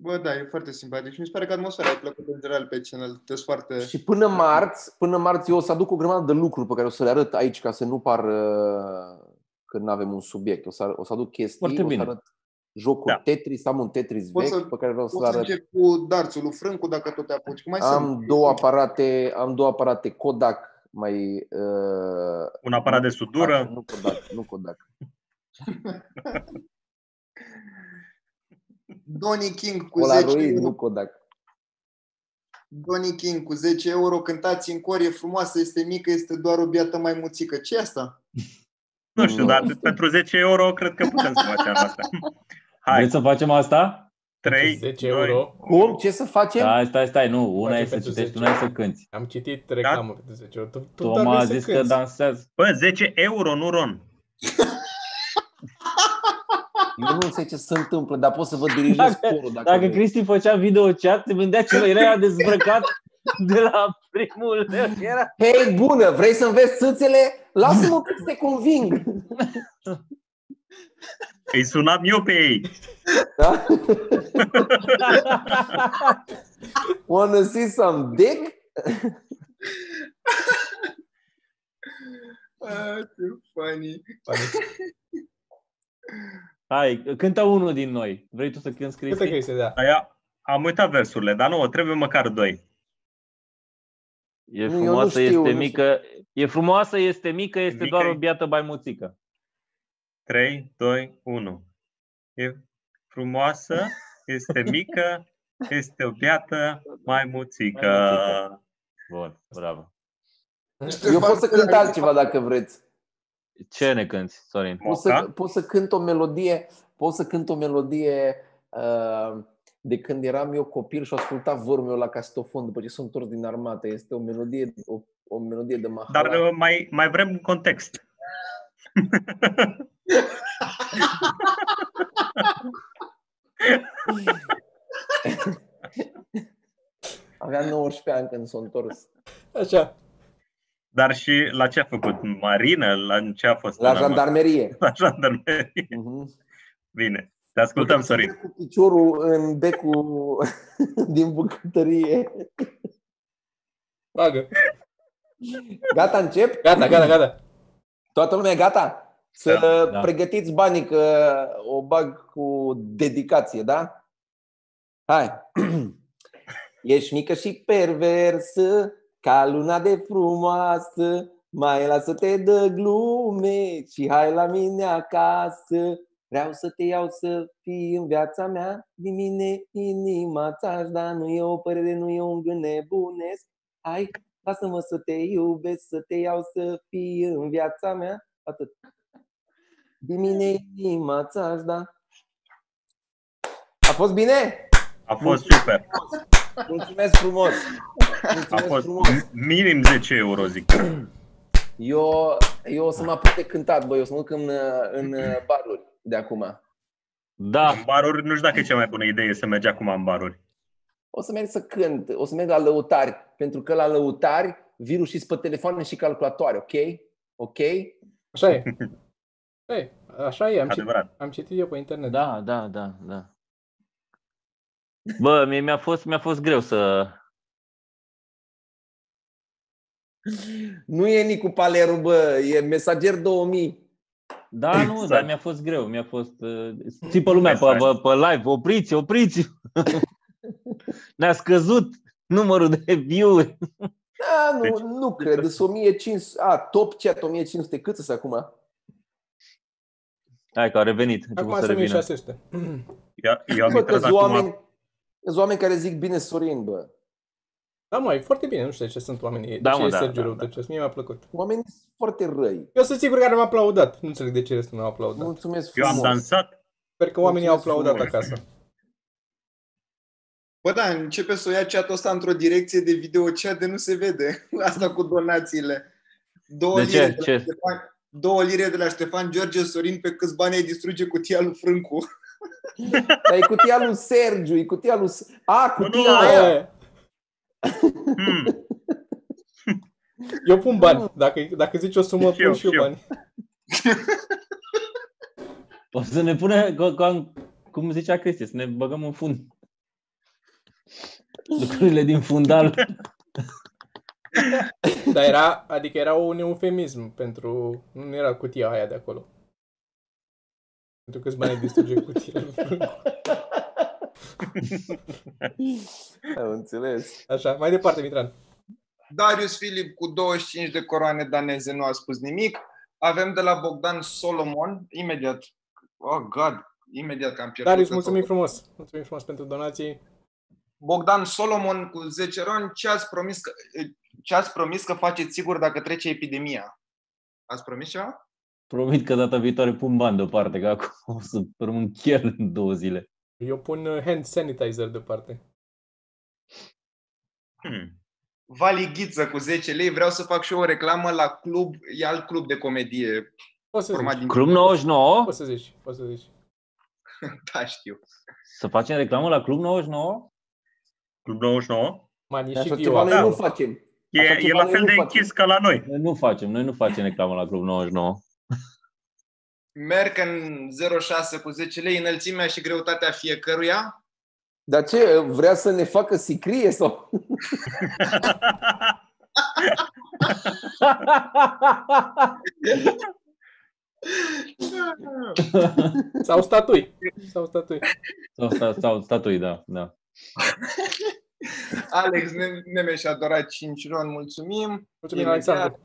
Bă, da, e foarte simpatic și mi se pare că atmosfera e plăcută în general pe channel. Sunteți foarte... Și până marți, până marți eu o să aduc o grămadă de lucruri pe care o să le arăt aici ca să nu par uh, că nu avem un subiect. O să, ar- o să aduc chestii, Foarte bine. o să arăt jocuri Da. da. Tetris, am un Tetris O vechi să- pe care vreau să-l Poți să arăt. încep cu darțul lui Frâncu, dacă tot te apuci. Mai Am sunt. două aparate, am două aparate Kodak mai uh, Un aparat de Ah, sudură. Nu Kodak, nu Kodak. Donny King cu 10 Polaroid, euro. nu Kodak. Donny King cu 10 euro. Cântați în cor, e frumoasă, este mică, este doar o biată mai muțică. ce e asta? Nu știu, Nu. dar pentru 10 euro cred că putem să facem asta. Hai, Vreți să facem asta? 3, 10 doi, euro. Cum? Ce să facem? Stai, stai, stai, nu. Una Facem e să pentru citești, 10. una e să cânti. Am citit reclamă pentru 10 euro. Tu, tu doar Toma a vrei să zis că da. cânti. dansează. Bă, 10 euro, nu Ron. Eu nu înțeleg ce se întâmplă, dar pot să vă dirijez Dacă- corul dacă, Dacă vrei. Cristi făcea video chat, se vândea ceva, era ea dezbrăcat de la primul leu. Era... Hei, bună, vrei să înveți țâțele? Lasă-mă că te conving. Îi sunam eu pe ei. Da? Wanna see some dick? Ah, ce funny. Hai, cântă unul din noi. Vrei tu să cânti, Câte că Cristi? este, da. Aia, am uitat versurile, dar nu, trebuie măcar doi. E Nu, eu nu frumoasă, știu, este nu mică. E frumoasă, este mică, este Mică doar e. o biată baimuțică. 3, 2, 1. E frumoasă, este mică, este o biată mai muțică. Maimuțică. Bun, bravo. Eu pot să cânt altceva dacă vreți. Ce ne cânti, Sorin? Pot Da? să, pot să cânt o melodie, pot să cânt o melodie uh, de când eram eu copil și asculta vorul meu la castofon după ce sunt întors din armată. Este o melodie, o, o melodie de Dar mahala. uh, mai, mai vrem un context. Aveam 19 ani când s-a întors. Așa. Dar și la ce a făcut? Marină? La ce a fost? La În armată? jandarmerie. La jandarmerie. Mhm. Bine. Te ascultăm, Sorin. Cu piciorul în becul din bucătărie. Bagă. Gata, încep? Gata, gata, gata. Toată lumea e gata? Să Da. pregătiți banii că o bag cu dedicație, da? Hai! Ești mică și perversă, ca luna de frumoasă, mai lasă-te de glume și hai la mine acasă. Vreau să te iau să fii în viața mea, din mine inima ți-aș da, nu e o părere, nu e un gând nebunesc. Hai, lasă-mă să te iubesc, să te iau să fii în viața mea. Atât. Din mine inima ți-aș da. A fost bine? A fost super. Mulțumesc frumos! Mulțumesc A fost frumos! minim 10 euro, zic. Eu, eu o să mă apuc de cântat, băi, o să mă duc în, uh, în uh, baruri de acum. Da, În baruri, nu știu dacă e cea mai bună idee să mergi acum în baruri. O să merg să cânt, o să merg la lăutari, pentru că la lăutari vii și pe telefoane și calculatoare, ok? Ok? Așa e. Așa e. Așa e. Am, citit, Adevărat. am citit eu pe internet. da, da, da, da. Bă, mie mi-a fost, mi-a fost greu să... Nu e Nicu Paleru, bă, e Mesager 2000. Da, nu, Exact. dar mi-a fost greu, mi-a fost... uh, Țipă lumea pe, Mesaj. pe, pe live, opriți, opriți! Ne-a scăzut numărul de view-uri. Da, nu, Deci- nu cred, sunt 1500, a, top chat 1500, cât sunt acum? Hai că au revenit, a început Acum să sunt revină. 1600. Eu, eu am Bă, că intrat sunt acum... oameni, că oameni care zic bine Sorin, bă. Da, mă, e foarte bine. Nu știu de ce sunt oamenii. Da, de ce mă, e da, Sergiu da, rău, da. de ce? Mie mi-a plăcut. Oamenii sunt foarte răi. Eu sunt sigur că am aplaudat. Nu înțeleg de ce restul nu au aplaudat. Mulțumesc Eu frumos. am dansat. Sper că oamenii au Mulțumesc aplaudat frumos. acasă. Bă, da, începe să o ia chat ăsta într-o direcție de video chat de nu se vede. Asta cu donațiile. Două, De ce? lire, de la Ce? Ștefan, două lire de la Ștefan George Sorin pe câți bani ai distruge cutia lui Frâncu. Dar e cutia lui Sergiu, e cutia lui... S- A, Nu, cutia nu, aia. Aia e. Hmm. Eu pun bani. Dacă, dacă zici o sumă, Și eu, pun și eu și eu. bani. O să ne pune, co- co- cum zicea Cristi, să ne băgăm în fund. lucrurile din fundal. Dar era, adică era un eufemism pentru... Nu era cutia aia de acolo. Pentru că îți mai distruge cutia. Am înțeles. Așa, mai departe, Mitran. Darius Filip cu 25 de coroane daneze nu a spus nimic. Avem de la Bogdan Solomon, imediat. Oh, God, imediat că am pierdut. Darius, de mulțumim tot. frumos. Mulțumim frumos pentru donații. Bogdan Solomon cu 10 roni, ce ați promis că, ce ați promis că faceți sigur dacă trece epidemia? Ați promis ceva? Promit că data viitoare pun bani deoparte, că acum o să rămân chiar în două zile. Eu pun uh, hand sanitizer deoparte. Hmm. Vali Ghiță cu 10 lei, vreau să fac și eu o reclamă la club, e alt club de comedie Poți să format zici. din... Club 99? Poți să zici, poți să zici. Da, știu. Să facem reclamă la Club 99? Club 99? Man, e și Așa viu ceva Da. noi acolo. nu facem. E, Așa e ceva la noi fel nu de facem. închis ca la noi. Noi nu facem, noi nu facem reclamă la Club 99. Merc în 06 cu 10 lei, înălțimea și greutatea fiecăruia. Dar ce, vrea să ne facă sicrie sau? Sau statui. Sau statui. sau, sta, sau statui, da, da. Alex Ne- Nemeș a dorat 5 ron, mulțumim. Mulțumim, Imediat. Alexandru.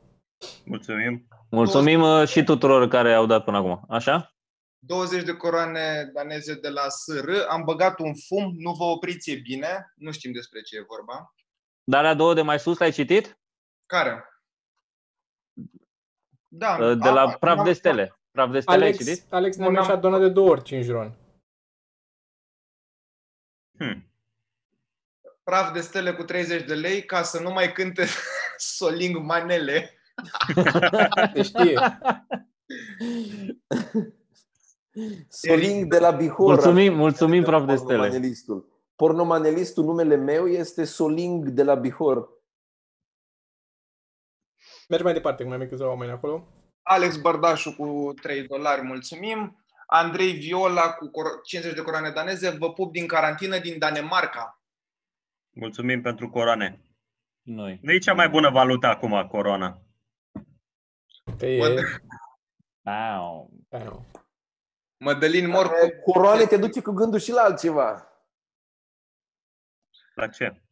Mulțumim. Mulțumim uh, și tuturor care au dat până acum. Așa? 20 de coroane daneze de la SR. Am băgat un fum, nu vă opriți, e bine. Nu știm despre ce e vorba. Dar la două de mai sus l-ai citit? Care? Da, Uh, De la a, Praf am- de Stele. Praf de Stele ai citit? Alex, Alex ne-a Bună. și-a donat de două ori 5 ron. Hmm. Praf de stele cu 30 de lei ca să nu mai cânte Soling Manele. Se Deci știe. Soling de la Bihor. Mulțumim, mulțum, praf de stele. Pornomanelistul. Pornomanelistul, numele meu este Soling de la Bihor. Mergi mai departe, că mai avem câțiva oameni acolo. Alex Bărdașu cu 3 dolari, mulțumim. Andrei Viola cu cor- 50 de coroane daneze, vă pup din carantină din Danemarca. Mulțumim pentru coroane. Noi. Nu e cea mai bună valută acum, corona. Că e... Bă, Au. Da, nu. Mădălin Da. Morcu Coroane te duce cu gândul și la altceva. La ce?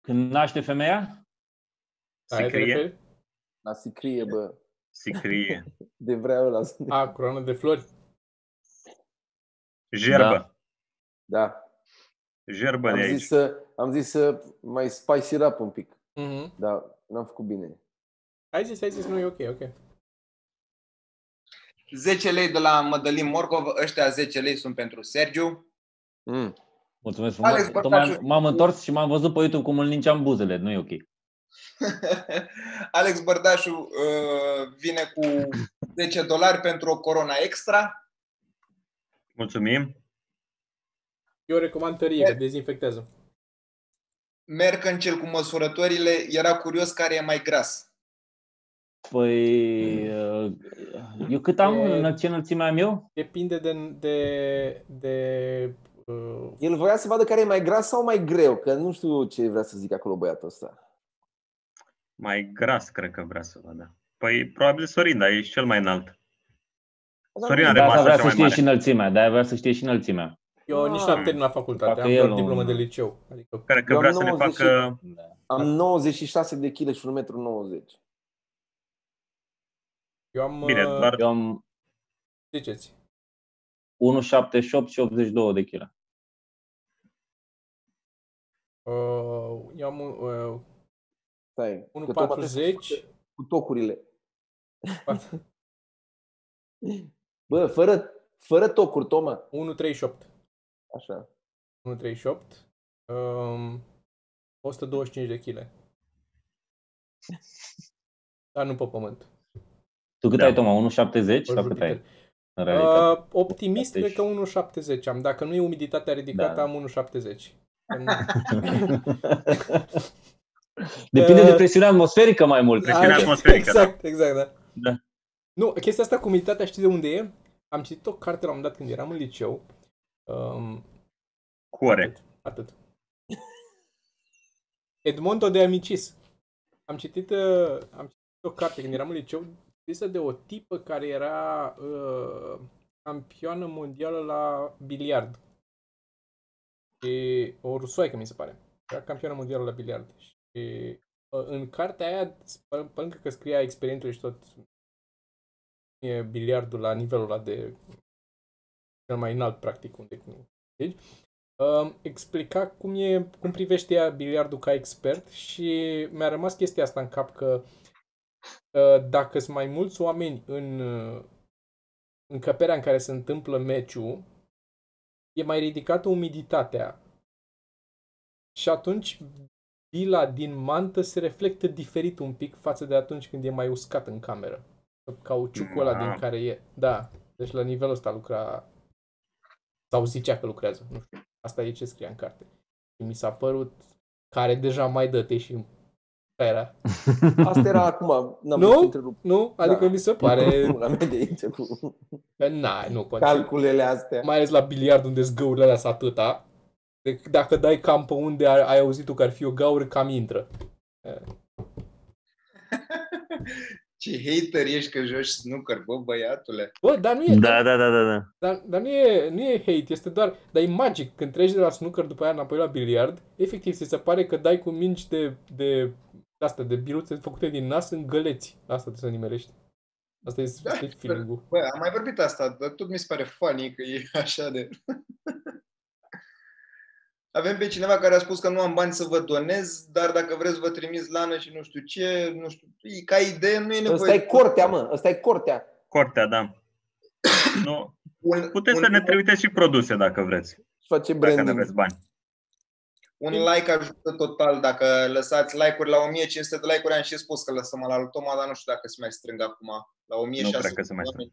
Când naște femeia? La aia te Sicrie? referi? La sicrie, bă. Sicrie. De vrea ăla. să ne- A, coroană de flori. Da. Jerbă. Da. Jerbă de Am aici. zis, să, am zis să mai spice it up un pic, Mhm. dar n-am făcut bine. Ai zis, ai zis, nu e ok, ok. 10 lei de la Mădălin Morcov, ăștia 10 lei sunt pentru Sergiu. Mm. Mulțumesc Alex frumos. Tocmai Bărdașu. m-am întors și m-am văzut pe YouTube cum îl linceam buzele. Nu e ok. Alex Bărdașu uh, vine cu 10 dolari pentru o corona extra. Mulțumim. Eu recomand tărie, că dezinfectează. Merg în cel cu măsurătorile, era curios care e mai gras. Păi, uh, eu cât am? E- În ce înălțime am eu? Depinde de... de, de uh, El voia să vadă care e mai gras sau mai greu, că nu știu ce vrea să zic acolo băiatul ăsta. Mai gras, cred că vrea să vadă. Păi, probabil Sorin, dar ești cel mai înalt. Sorin De are da, masa asta Da, vrea cea să mai știe mare. și înălțimea. De-aia vrea să știe și înălțimea. eu nici n-am terminat facultatea, Dacă am el doar nu- diplomă de liceu. Adică, Cred că Eu vrea am să ne 90. facă... Da. Am 96 de kg și 1,90 m. eu am... Bine, uh, doar Eu am Ziceți. 1,78 și 82 de kg. Uh, eu am uh, Stai, că tot poate să 1,40. cu tocurile. Bă, fără, fără tocuri, Toma. 1,38. Așa. 1,38. Um, 125 de kg. Dar nu pe pământ. Tu cât Da. ai, Toma? 1,70 pe sau cât ai? Jupiter. În realitate. Uh, optimist, Deci- cred că 1,70 am. Dacă nu e umiditatea ridicată, Da. am 1,70. În- Depinde uh, de presiunea atmosferică mai mult. Presiunea Ah, ok. atmosferică, da. Exact, exact, da. Da. Nu, chestia asta cu umiditatea știi de unde e? Am citit o carte la un moment dat când eram în liceu. Um, cuore. Atât. Edmondo de Amicis. Am citit, uh, am citit o carte când eram în liceu, scrisă de o tipă care era uh, campioană mondială la biliard. Și o rusoaică, mi se pare. Era campioană mondială la biliard. Și uh, în cartea aia, pe pe lângă că scria experiențele și tot, e biliardul la nivelul ăla de cel mai înalt, practic, unde deci, um, explica cum, e, cum privește ea biliardul ca expert și mi-a rămas chestia asta în cap că uh, dacă sunt mai mulți oameni în uh, încăperea în care se întâmplă meciul, e mai ridicată umiditatea. Și atunci bila din mantă se reflectă diferit un pic față de atunci când e mai uscat în cameră. Cauciucul ăla din Ah. care e. Da, deci la nivelul ăsta lucra sau zicea că lucrează. Nu știu. Asta e ce scria în carte. Și mi s-a părut care deja mai dă-te și care era. Asta era acum, n-am Nu? vrut să întrerup Nu? Adică Da. mi se pare la mea de aici cu că na, nu poate. calculele astea. Mai ales la biliard unde zgăurile alea sunt atâta. Deci dacă dai cam pe unde ai ai auzit tu că ar fi o gaură, cam intră. Ce hater ești că joci snooker, bă, băiatule. Bă, dar nu e, Da, da, da, da, da. dar, dar nu, e, nu e hate, este doar, dar e magic. Când treci de la snooker după aia înapoi la biliard, efectiv, ți se pare că dai cu mingi de, de asta, de biruțe făcute din nas în găleți. Asta trebuie să nimerești. Asta e, Da, asta e feeling-ul. Bă, am mai vorbit asta, dar tot mi se pare funny că e așa de... Avem pe cineva care a spus că nu am bani să vă donez, dar dacă vreți vă trimis lană și nu știu ce, nu știu, E ca idee nu e nevoie. Ăsta e cortea, mă, ăsta e cortea. Cortea, da. Nu, un, puteți un, să ne trimiteți și produse dacă vreți, Și face dacă nu branding. aveți bani. un like ajută total dacă lăsați like-uri la 1500 de like-uri, am și spus că lăsăm la lui Toma, dar nu știu dacă se mai strâng acum la 1600. cred că se mai strâng.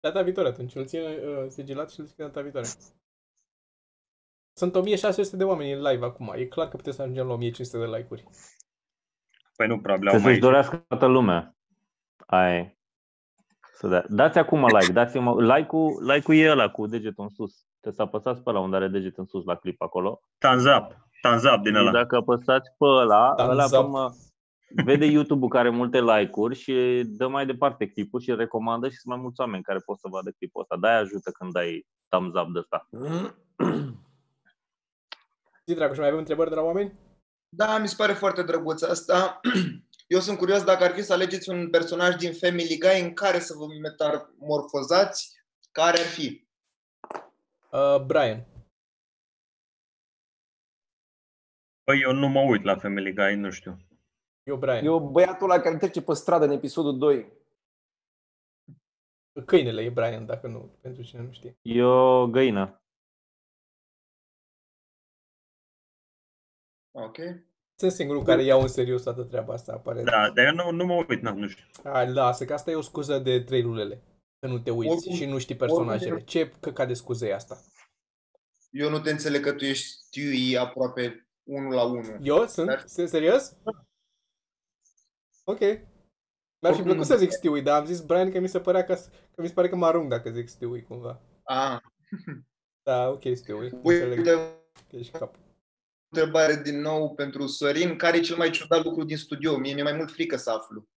Data viitoare atunci, îl țin uh, sigilat și îl țin data viitoare. Sunt 1600 de oameni în live acum, e clar că puteți să ajungem la 1500 de like-uri. Păi nu, probabil Să au să-și mai... dorească toată lumea. Ai. Să da. Dați acum like. Dați like-ul, like-ul e ăla cu degetul în sus. Trebuie să apăsați pe ăla unde are deget în sus la clip acolo. Thumbs up, thumbs up din Și ăla. dacă apăsați pe ăla, Thumbs ăla up. până vede YouTube-ul care are multe like-uri și dă mai departe clipul și îl recomandă și sunt mai mulți oameni care pot să vadă clipul ăsta. De-aia ajută când dai thumbs up de ăsta. Mm-hmm. Zi, Dragoș, mai avem întrebări de la oameni? Da, mi se pare foarte drăguț asta. Eu sunt curios dacă ar fi să alegeți un personaj din Family Guy în care să vă metamorfozați, care ar fi? Uh, Brian. Păi eu nu mă uit la Family Guy, nu știu. Eu Brian. Eu... Eu băiatul ăla care trece pe stradă în episodul 2. Câinele e Brian, dacă nu, pentru cine nu știe. E o găină. Ok. Sunt singurul care iau în serios toată treaba asta, apare. Da, dar eu nu, nu mă uit, na, nu știu. Hai, lasă, că asta e o scuză de trei lulele. Că nu te uiți Oricum- și nu știi personajele. oricum- Ce căcat de scuză e asta? Eu nu te înțeleg că tu ești Stewie aproape unul la unul. Eu sunt? Dar- Sunt serios? Ok. Mi-ar fi Oricum- plăcut să zic Stewie, dar am zis Brian că mi se părea că, că mi se pare că mă arunc dacă zic Stewie cumva. Ah, Da, ok, Stewie. Înțeleg uite, că ești cap. întrebare din nou pentru Sorin. Care e cel mai ciudat lucru din studio? Mie mi-e mai mult frică să aflu.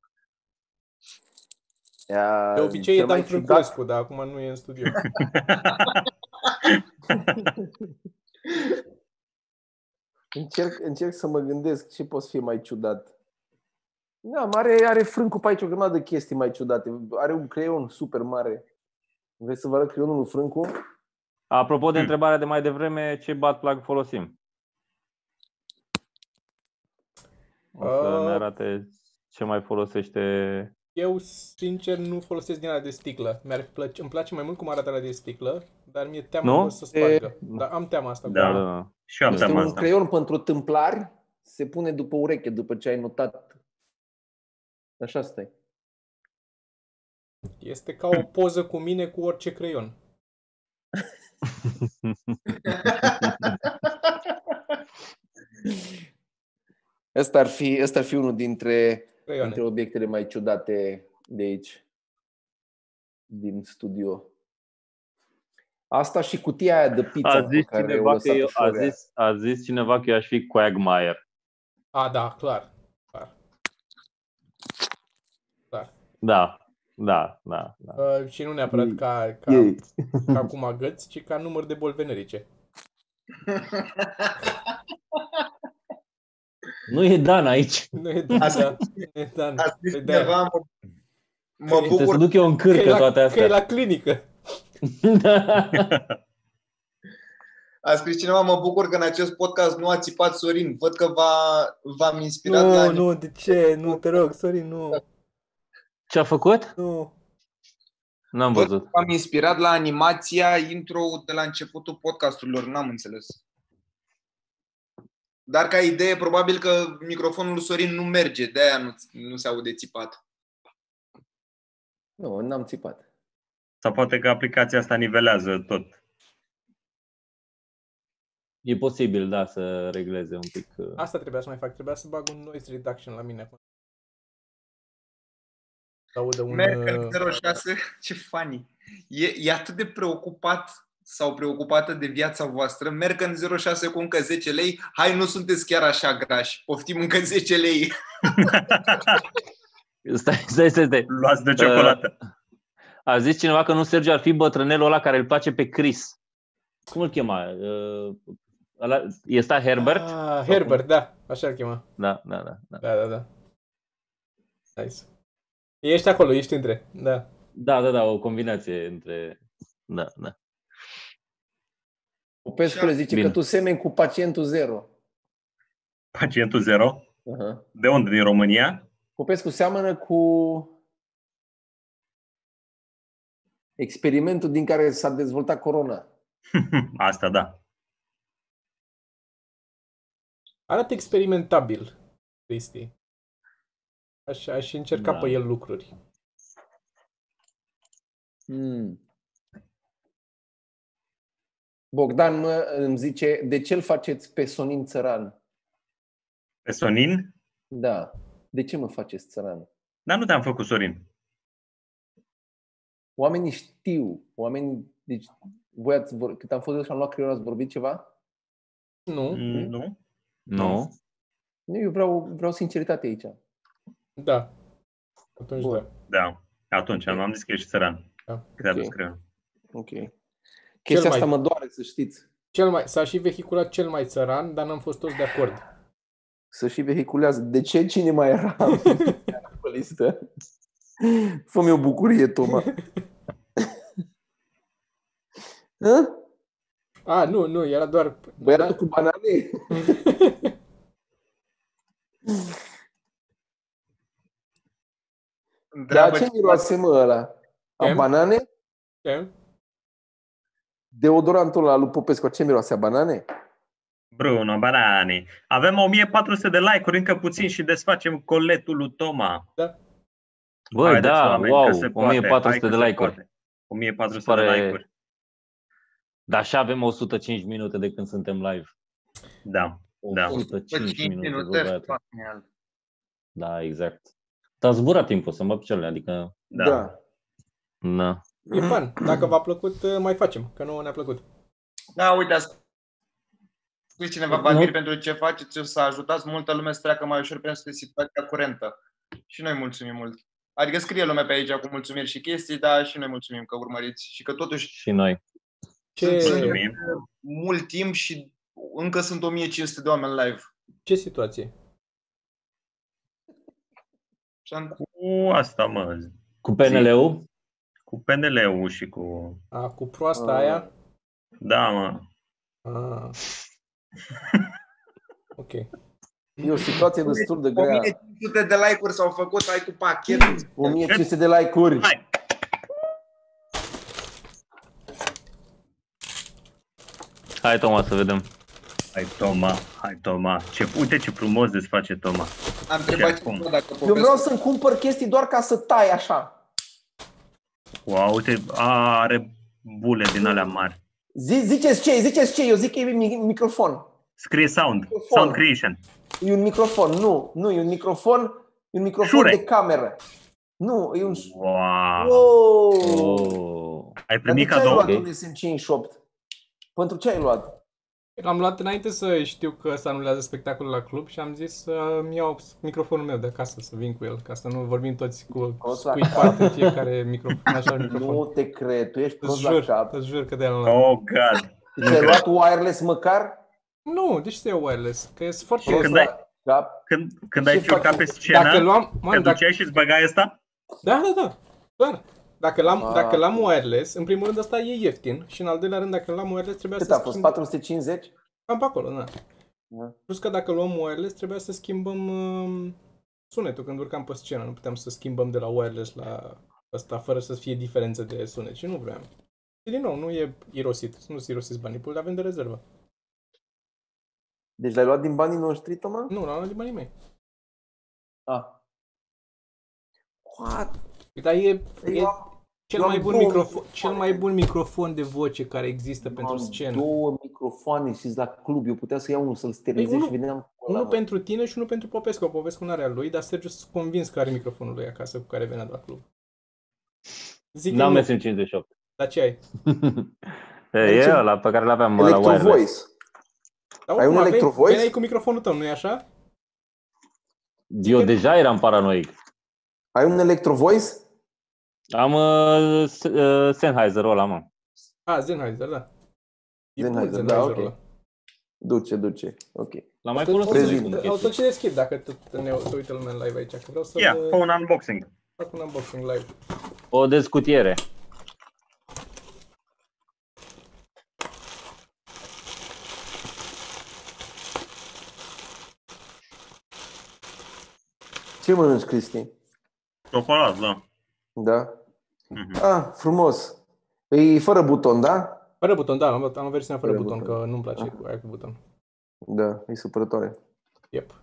De obicei e Dan Frânculescu, dar acum nu e în studio. Încerc, încerc să mă gândesc ce poți fi mai ciudat. Da, are, are frâncul pe aici o grămadă de chestii mai ciudate. Are un creion super mare. Vreți să vă arăt creionul lui Frâncu? Apropo de Hmm. întrebarea de mai devreme, ce butt plug folosim? O să Ah. ne arate ce mai folosește Eu, sincer, nu folosesc din ala de sticlă. Mi-ar plăce, îmi place mai mult cum arată ala de sticlă, dar mi-e teamă Nu? că o să spargă. Dar am teama asta. Da. Cu... Da. Și eu am Este teama un asta. creion pentru tâmplari. Se pune după ureche, după ce ai notat. Așa stai. Este ca o poză cu mine cu orice creion. Ăsta ar fi, ăsta ar fi unul dintre, Creioane. dintre obiectele mai ciudate de aici, din studio. Asta și cutia aia de pizza A pe zis care o cineva că lăsat eu, a ușoarea. zis, a zis cineva că eu aș fi Quagmire. A, da, clar. Da, da, da. da. Uh, și nu neapărat Ei. ca, ca, Ei. ca cum agăți, ci ca număr de boli venerice. Nu e Dan aici. Nu e da, Asta- da, nu e da, A zis Păi cineva, de-aia. mă, Păi, mă Trebuie să bucur, duc eu în că e cârcă la, toate că e astea. la clinică. Da. a scris cineva, mă bucur că în acest podcast nu a țipat Sorin. Văd că v-a, v-am inspirat Nu, la... nu, de ce? Nu, te rog, Sorin, nu, Ce-a făcut? nu. N-am Văd văzut. că v-am inspirat la animația intro de la începutul podcasturilor, n-am înțeles. Dar ca idee, probabil că microfonul lui Sorin nu merge, de-aia nu, nu se aude țipat. Nu, n-am țipat. Sau poate că aplicația asta nivelează tot. E posibil, da, să regleze un pic. uh, Asta trebuia să mai fac, trebuia să bag un noise reduction la mine. Să audă un... Merkel uh, 06, ce funny. E, e atât de preocupat sau preocupată de viața voastră, merg în 06 cu încă 10 lei, hai nu sunteți chiar așa grași, poftim încă 10 lei. uh. Stai, stai, stai, stai. Luați de Da. ciocolată. A zis cineva că nu Sergiu ar fi bătrânelul ăla care îl place pe Chris. Cum îl chema? Uh, ăla, e ăsta Herbert? Ah, Herbert, da, așa îl chema. Da, da, da. da. Da, da, da. Nice. Ești acolo, ești între. Da. Da, da, da, o combinație între... da, da. Popescule zice Bine. că tu semeni cu pacientul zero. Pacientul zero. Uh-huh. De unde? Din România? Popescu seamănă cu experimentul din care s-a dezvoltat corona. Asta da. Arată experimentabil, Cristi. Aș, aș încerca Da. pe el lucruri. Mm. Bogdan mă, îmi zice, de ce îl faceți pe Sonin țăran? Pe Sonin? Da. De ce mă faceți țăran? Dar nu te-am făcut, Sorin. Oamenii știu. Oamenii, deci, voi ați vor... cât am fost eu și am luat creierul, ați vorbit ceva? Nu? Mm, Nu? Nu? Nu, eu vreau, vreau sinceritate aici. Da. Atunci Bun. da. Da. Atunci am am zis că ești țăran. Da. Că te-a dus Ok. creierul. Ok. Chestia mai- asta mă doare, să știți. Cel mai, s-a și vehiculat cel mai țăran, dar n-am fost toți de acord. Să și vehiculează. De ce cine mai era pe listă? Fă-mi o bucurie, Toma. Hă? A, nu, nu, era doar... Băiatul cu banane? Dar Întreabă Da, ce cineva- miroase mă ăla? A Chem? banane? Ce? Deodorantul ăla lui Popescu, a ce miroase? A banane? Bruno, Barani. Avem 1400 de like-uri, încă puțin și desfacem coletul lui Toma. Bă, Haideți, da, oameni, că wow, se poate. Hai 1400 că de se like-uri. poate. 1400 Pare- de like-uri. Dar așa avem 105 minute de când suntem live. Da. Da. 105 Cinci minute. minute, bă, băiatul. fucking hell. Da, exact. Dar zburat timpul să mă picele, adică... Da. Na. E Mm-hmm. fan. Dacă v-a plăcut, uh, mai facem, că nouă ne-a plăcut. Da, uite, a spus cineva, Vladimir, Nu. pentru ce faceți, o să ajutați multă lume să treacă mai ușor prin situația curentă. Și noi mulțumim mult. Adică scrie lumea pe aici cu mulțumiri și chestii, dar și noi mulțumim că urmăriți și că totuși Și noi. Ce, Mulțumim. Mulțumim. mult timp și încă sunt 1500 de oameni live. ce situație? Și am- Cu asta, mă, Cu PNL-ul? cu PNL-ul și cu... A, cu proasta Ah. aia? Da, mă. A. Ok. E o situație destul de grea. 1500 de like-uri s-au făcut, ai cu pachetul. 1500 de like-uri. Hai. Hai, Toma, să vedem. Hai, Toma, hai, Toma. Ce, uite ce frumos desface Toma. Am Și întrebat acum. cineva dacă Eu vreau Popescu să-mi cumpăr chestii doar ca să tai așa. Wow, uite, a, are bule din alea mari. Zi, ziceți ce, e, ziceți ce, e. eu zic că e mi- microfon. Scrie sound, Microfon. sound creation. E un microfon, nu, nu, e un microfon, e un microfon Shure. de cameră. Nu, e un... Wow. Oh! Oh. Ai Dar de primit ce ai cadou? luat un SM58? Pentru ce ai luat? L-am luat înainte să știu că se anulează spectacolul la club și am zis să-mi iau microfonul meu de acasă să vin cu el, ca să nu vorbim toți cu Prost la scuipat în fiecare microfon, așa microfon. Nu te cred, tu ești Îți prost la jur, cap. îți jur că de-aia l-am luat. Oh, God. Ți-ai luat wireless măcar? Nu, de ce să iau wireless? Că e foarte... Prost când la ai- cap. Când, când Ce ai faci? ciurcat pe scenă, Dacă luam... Man, te dacă... duceai și îți băgai ăsta? Da, da, da. Clar. Dacă l-am, Ah. dacă l-am wireless, în primul rând asta e ieftin și în al doilea rând dacă l-am wireless trebuia Cât să a fost? schimb... 450? Cam pe acolo, da. Da. Plus că dacă luăm wireless trebuia să schimbăm um, sunetul când urcam pe scenă. Nu puteam să schimbăm de la wireless la asta fără să fie diferență de sunet și nu vreau. Și din nou, nu e irosit, nu sunt irosiți banii, pur, avem de rezervă. Deci l-ai luat din banii noștri, Toma? Nu, la de banii mei. Ah. What? Dar e, e Eu am, cel, eu am mai bun două microfon, cel microfoane. mai bun microfon de voce care există pentru am scenă. două microfoane și la club. Eu puteam să iau unul, să-l sterilizez unul- și veneam cu ăla, Unul mă. pentru tine și unul pentru Popescu. Popescu nu are al lui, dar Sergiu sunt convins că are microfonul lui acasă cu care venea de la club. Zic că N-am nu, mers Da, în 58. dar ce ai? E, Deci- e ăla pe care l-aveam la Electro wireless. Voice. Dar Ai oricum un aveai- electrovoice? Veneai cu microfonul tău, nu-i așa? Eu deja eram paranoic. Ai un Electro Voice? Am uh, S- uh, Sennheiser-ul ăla, mă. A, Sennheiser, da. E bun Sennheiser, da, Sennheiserul ok. ăla. Duce, duce. Ok. L-am mai O să- folosit. în Prezint. O să chestii. și deschid dacă tot ne se uită lumea în live aici, că vreau să Ia, fă vă un unboxing. fac un unboxing live. O descutiere. Ce mănânci, Cristi? Ciocolat, da. Da? Mhm. Ah, frumos. Păi, E fără buton, da? Fără buton, da, am luat- am o versiune fără, Fără buton, buton. că nu-mi place Ah. cu aia cu buton. Da, e supărătoare. Yep.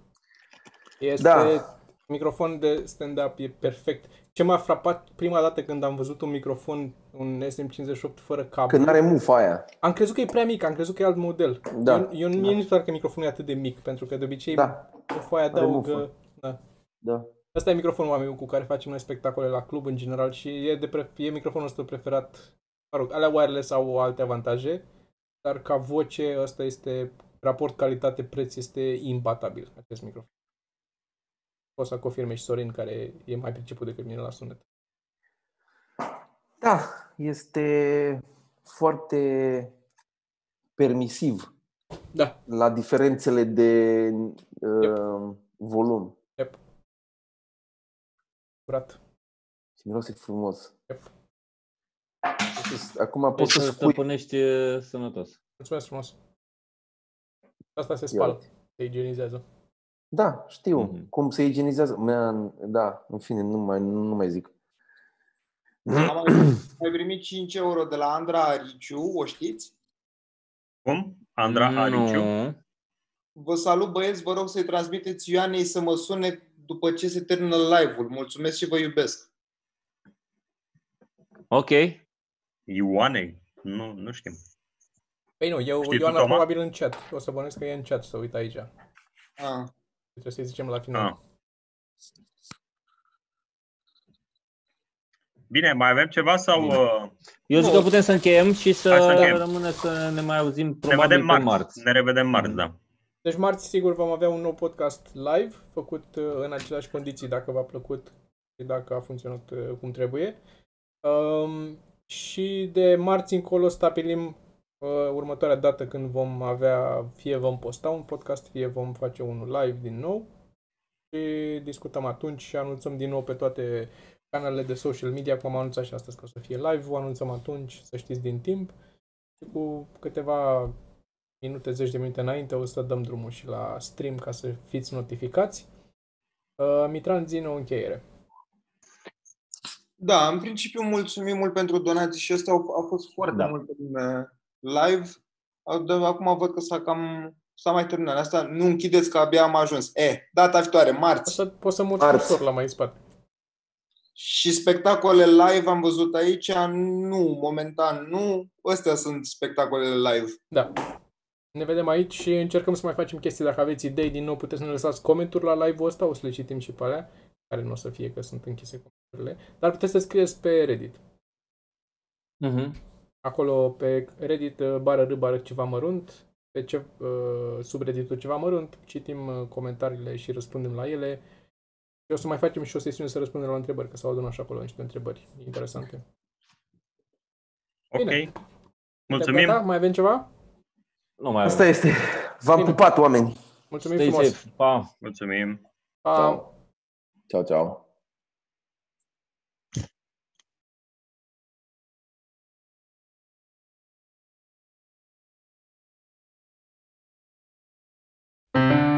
Este Da. microfon de stand-up, e perfect. Ce m-a frapat prima dată când am văzut un microfon, un SM58 fără cablu, Când are mufa aia. am crezut că e prea mic, am crezut că e alt model. Da. Eu, eu mie nu știu dacă microfonul e atât de mic, pentru că de obicei Da, mufa aia mufă. adaugă... Da. da. Asta e microfonul oamenilor cu care facem noi spectacole la club în general și e, de pre- e microfonul nostru preferat. Mă rog, alea wireless au alte avantaje, dar ca voce ăsta este raport calitate-preț este imbatabil acest microfon. O să confirme și Sorin care e mai priceput decât mine la sunet. Da, este foarte permisiv Da, la diferențele de uh, volum. curat. Și miroase frumos. Yep. Acum Deci poți să să scui. stăpânești uh, sănătos. Mulțumesc frumos. Asta se spală, se igienizează. Da, știu. Mhm. Cum se igienizează. Man, da, în fine, nu mai, nu mai zic. Am mai- mai primit 5 euro de la Andra Ariciu, o știți? Cum? Andra Ariciu. Nu. Vă salut băieți, vă rog să-i transmiteți Ioanei să mă sune după ce se termină live-ul. Mulțumesc și vă iubesc. Ok. Ioane? Nu, nu știm. Păi nu, eu, Știi tu, Ioana, Toma? probabil în chat. O să bănesc că e în chat să uit aici. Ah. Trebuie să-i zicem la final. Ah. Bine, mai avem ceva sau... Bine. Uh, Eu zic Nu. că putem să încheiem și să, Hai să încheiem. rămâne să ne mai auzim ne probabil vedem pe marți. marți. Ne revedem marți, da. Deci marți sigur vom avea un nou podcast live, făcut uh, în aceleași condiții, dacă v-a plăcut și dacă a funcționat uh, cum trebuie. Um, și de marți încolo stabilim uh, următoarea dată când vom avea, fie vom posta un podcast, fie vom face unul live din nou. Și discutăm atunci și anunțăm din nou pe toate canalele de social media, cum am anunțat și astăzi că o să fie live, o anunțăm atunci, să știți din timp. Și cu câteva minute, zeci de minute înainte o să dăm drumul și la stream ca să fiți notificați. Uh, Mitran, zi o încheiere. Da, în principiu mulțumim mult pentru donații și ăsta au- a fost foarte Da. da. mult în uh, live. Au- dar Acum văd că s-a cam s-a mai terminat asta. Nu închideți că abia am ajuns. E, data viitoare, marți. Asta poți să muți Marți. ușor la mai spate. Și spectacole live am văzut aici, nu, momentan nu. Astea sunt spectacolele live. Da. Ne vedem aici și încercăm să mai facem chestii. Dacă aveți idei, din nou puteți să ne lăsați comenturi la live-ul ăsta, o să le citim și pe alea, care nu o să fie că sunt închise comenturile, dar puteți să scrieți pe Reddit. Mhm. Acolo pe Reddit, uh, bară r, bară ceva mărunt, pe ce, uh, subredditul ceva mărunt, citim uh, comentariile și răspundem la ele. Și o să mai facem și o sesiune să răspundem la întrebări, că s-au adunat și acolo niște întrebări interesante. Ok. Bine. Mulțumim. Gata? Mai avem ceva? Nu Da. mai Asta este. V-am Bine. pupat, oameni. Mulțumim Stay frumos! safe. Pa. Mulțumim. Pa! Ciao, ciao. Thank you.